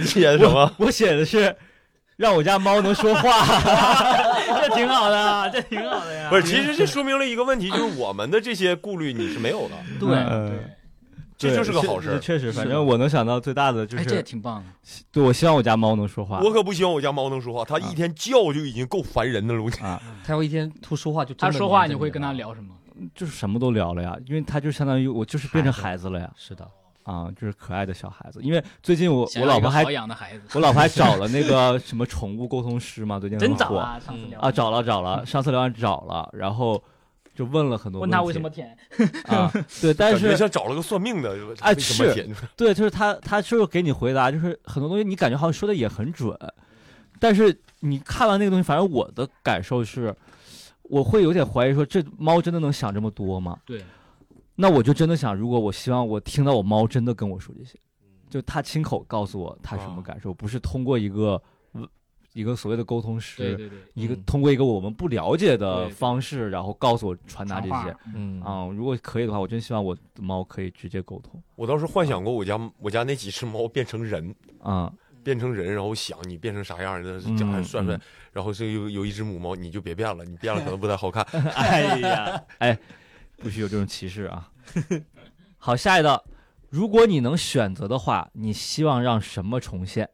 C: 你演什么？
A: 我写的是让我家猫能说话，这挺好的，这挺好的呀。
C: 不是，其实这说明了一个问题，就是我们的这些顾虑你是没有的，
D: 对，哎
A: 嗯，
C: 这
A: 对
C: 就是个好事
A: 确确
C: 儿。
A: 实，反
D: 是
A: 正我能想到最大的就
D: 哎，这也
A: 是，
D: 挺棒的。
A: 对我希望我家猫能说话。啊
C: 我可不希望我家猫能说话，它一天叫就已经够烦人的了。我
B: 它要一天不说话就真
D: 他
B: 的
D: 说话
B: 黏着
D: 你会跟
B: 了
D: 他。聊什么？
A: 就是什么都聊了呀，因为他就相当于我就是变成
B: 孩
A: 孩子了呀，
B: 是的，
A: 啊、就是可爱的小孩子。因为最近我
D: 想
A: 我
D: 要
A: 老
D: 一个
A: 婆还
D: 好养的孩子，
A: 我老婆还找了那个什么宠物沟通师嘛，最近
D: 真
A: 很
D: 早
A: 火
D: 啊！上次聊
A: 啊，找了找了，上次聊完找了，然后就问了很多问
D: 问他为
A: 题
D: 什么舔，
A: 啊，对，但
C: 感觉
A: 是
C: 像找了个算命的，
A: 哎
C: 为什
A: 是
C: 么舔
A: 对，就是他，他就是给你回答，就是很多东西你感觉好像说的也很准，但是你看完那个东西，反正我的感受是，我会有点怀疑说，这猫真的能想这么多吗？
D: 对，
A: 那我就真的想，如果我希望我听到我猫真的跟我说这些，
D: 嗯
A: 就它亲口告诉我它什么
C: 啊
A: 感受，不是通过一个呃一个所谓的沟通
D: 对
A: 师，
D: 对对，
A: 一个
B: 嗯
A: 通过一个我们不了解
D: 对
A: 的
D: 对
A: 方式，然后告诉我传达
D: 传
A: 这
D: 话
A: 些。
B: 嗯
A: 啊、如果可以的话，我真希望我的猫可以直接沟通
C: 我当时幻想过我家我家那几只猫变成人，
A: 啊、
C: 变成人，然后想你变成啥样儿的，
A: 嗯
C: 讲还算算
A: 嗯，
C: 然后是有有一只母猫，你就别变了，你变了可能不太好看。
A: 哎呀，哎，不许有这种歧视啊！ 好，下一道，如果你能选择的话，你希望让什么重现？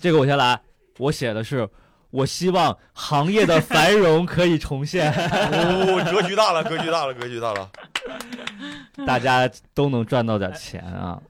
A: 这个我先来，我写的是，我希望行业的繁荣可以重现，
C: 哦， 格局大了，格局大了，格局大了。
A: 大家都能赚到点钱啊！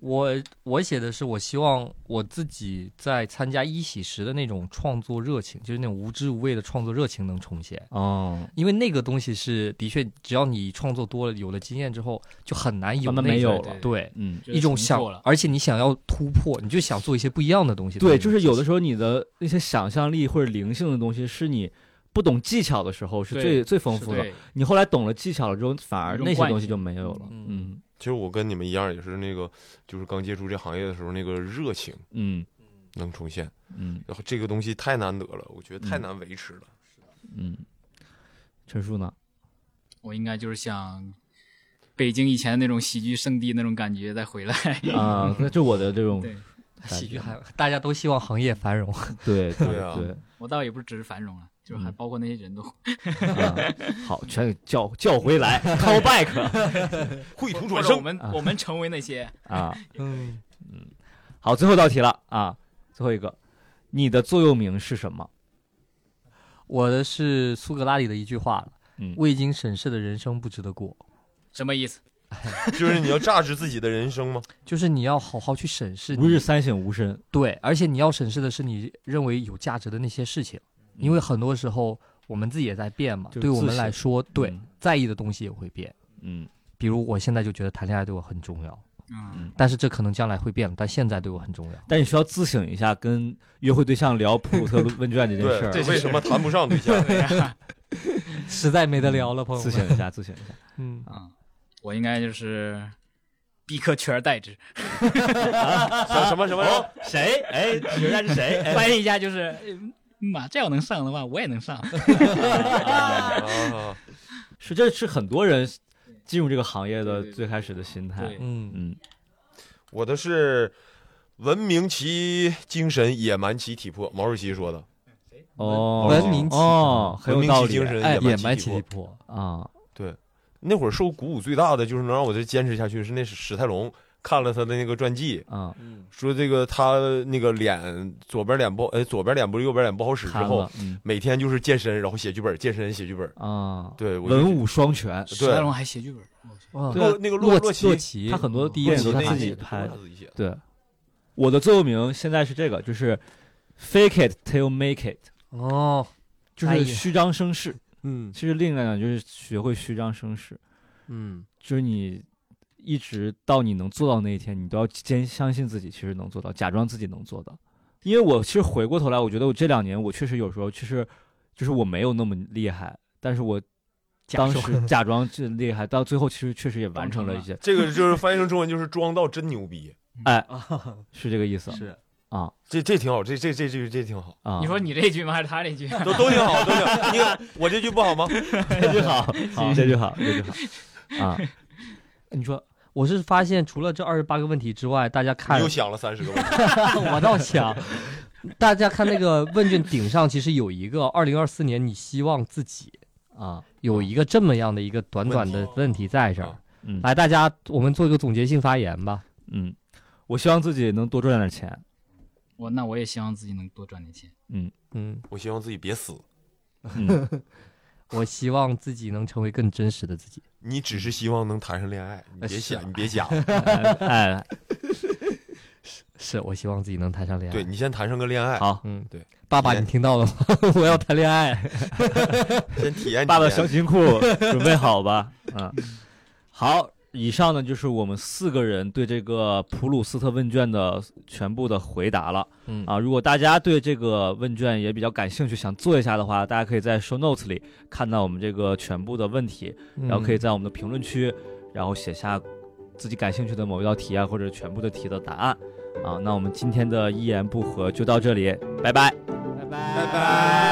B: 我我写的是，我希望我自己在参加一喜时的那种创作热情，就是那种无知无畏的创作热情能重现，
A: 哦，
B: 因为那个东西是的确，只要你创作多了，有了经验之后，就很难有
A: 慢
B: 那
A: 慢没有
B: 个
A: 了
B: 对
A: 嗯，
D: 就是
B: 一
D: 重
B: 种想
D: 做了，
B: 而且你想要突破，你就想做一些不一样的东西。
A: 对，就是有的时候你的那些想象力或者灵性的东西，是你不懂技巧的时候是
D: 对
A: 最最丰富的。
D: 对，
A: 你后来懂了技巧了之后，反而
D: 有种
A: 那些
D: 惯
A: 东西
D: 性
A: 就没有了。
B: 嗯
C: 其实我跟你们一样，也是那个，就是刚接触这行业的时候，那个热情
A: 嗯
C: 能重现。
A: 嗯。嗯
C: 然后这个东西太难得了，我觉得太难维持了。
A: 嗯，陈述呢？
D: 我应该就是想北京以前那种喜剧圣地那种感觉再回来。
A: 啊，那就我的这种
D: 对
B: 喜剧还大家都希望行业繁荣，
A: 对对
C: 对啊
A: 对
D: 我倒也不是只是繁荣了，就是还
A: 嗯
D: 包括那些人都
A: 啊，好，全给叫叫回来 ，call back
C: 绘图
D: 或
C: 转
D: 者我
C: 生，
D: 们
A: 啊
D: 我们成为那些
A: 啊。
B: 嗯，
A: 好，最后一道题了啊，最后一个，你的座右铭是什么？
B: 我的是苏格拉底的一句话
A: 嗯
B: 未经审视的人生不值得过。
D: 什么意思？
C: 就是你要榨汁自己的人生吗？
B: 就是你要好好去审视
A: 吾
B: 你
A: 日三省吾身。
B: 对，而且你要审视的是你认为有价值的那些事情，因
A: 嗯
B: 为很多时候我们嗯自己也在变嘛，
A: 就
B: 对我
A: 自
B: 们来
A: 省
B: 说，对
A: 嗯
B: 在意的东西也会变。
A: 嗯
B: 比如我现在就觉得谈恋爱对我很重要，
D: 嗯，
B: 但是这可能将来会变了，但现在对我很重要。
A: 但你需要自省一下，跟约会对象聊普鲁特问卷这件事
C: 对，
A: 儿，
C: 为什么谈不上 对象？
B: 实在没得聊了，朋友
A: 自
B: 们。
A: 省一下，自省一下。
B: 嗯，
D: 啊我应该就是必克取而代之。
C: 什么什么？什么
A: 谁？哎，你认识谁？
D: 翻译一下就是，嗯妈，这要能上的话，我也 能上。
C: 啊，
A: 是，这是很多人进入这个行业的
D: 对对对
A: 最开始的心态
D: 对。
B: 嗯，
A: 嗯，
C: 我的是文明其精神，野蛮其体魄，毛主席说的。
A: 哦，
B: 文明起
A: 哦，很有道
C: 文明其
A: 理，
C: 精神
A: 哎
C: 野
B: 也
C: 蛮
B: 蛮
C: 起
B: 起
C: 体
B: 魄。
A: 啊，
C: 那会儿受鼓舞最大的就是能让我这坚持下去，是那史泰龙看了他的那个传记，
A: 啊，
D: 嗯
C: 说这个他那个脸左边脸不好，呃左边脸不是右边脸不好使之
A: 看
C: 后
A: 了，，嗯
C: 每天就是健身，然后写剧本，健身写剧本。
A: 啊，
C: 对，我就
A: 文武双全，
D: 史泰龙还写剧本，
B: 哇
A: 对啊
C: 洛那个洛
B: 洛
C: 洛
B: 奇
C: 奇
B: 洛奇，
A: 他很多第一
C: 洛
A: 眼
C: 奇
A: 都
C: 那
A: 是他自己
C: 一集都是
A: 拍
C: 他
A: 的。
C: 自己写的。
A: 对，我的座右铭现在是这个，就是 “fake it till make it”，
B: 哦，
A: 就
B: 哎
A: 是
B: 呀
A: 虚张声势。
B: 嗯
A: 其实另外呢，就是学会虚张声势，
B: 嗯，
A: 就是你一直到你能做到那一天，你都要坚相信自己，其实能做到，假装自己能做到。因为我其实回过头来，我觉得我这两年我确实有时候其实就是我没有那么厉害，但是我当 时假装这厉害，到最后其实确实也完成了一些，
C: 这个就是翻译成中文就是装到真牛逼，
A: 是这个意思
B: 是
A: 啊
C: 这这挺好，这这这这这挺好，
A: 啊！
D: 你说你这句吗？还是他这 句？
C: 都都挺好，都挺好。你看我这句不好吗？
A: 这就好，好这就好，这就 好啊！你说
B: 我是发现除了这二十八个问题之外，大家
C: 你
B: 看
C: 又想了三十个问题，
B: 我倒想，大家看那个问卷顶上，其实有一个二零二四年，你希望自己
A: 啊，
B: 有一个这么样的一个短短的问题在这儿
C: 啊。
A: 嗯
B: 来，大家我们做一个总结性发言吧。
A: 嗯，我希望自己能多赚点钱。
D: 我那我也希望自己能多赚点钱。
B: 嗯，
C: 我希望自己别死。
A: 嗯，
B: 我希望自己能成为更真实的自己。
C: 你只是希望能谈上恋爱，你别
B: 是啊
C: 想，你别假。
A: 哎，
B: 是我希望自己能谈上恋爱。
C: 对，你先谈上个恋爱，
A: 好，
B: 嗯，
C: 对。
B: 爸爸，
C: 也
B: 你听到了吗？ 我要谈恋爱。
C: 先体验体
A: 爸爸
C: 验
A: 小金库准备好吧？嗯，好，以上呢就是我们四个人对这个普鲁斯特问卷的全部的回答了。
B: 嗯
A: 啊，如果大家对这个问卷也比较感兴趣，想做一下的话，大家可以在 show notes 里看到我们这个全部的问题，然后可以在我们的评论区，然后写下自己感兴趣的某一道题啊，或者全部的题的答案。啊，那我们今天的一言不合就到这里，拜拜，拜拜，拜拜。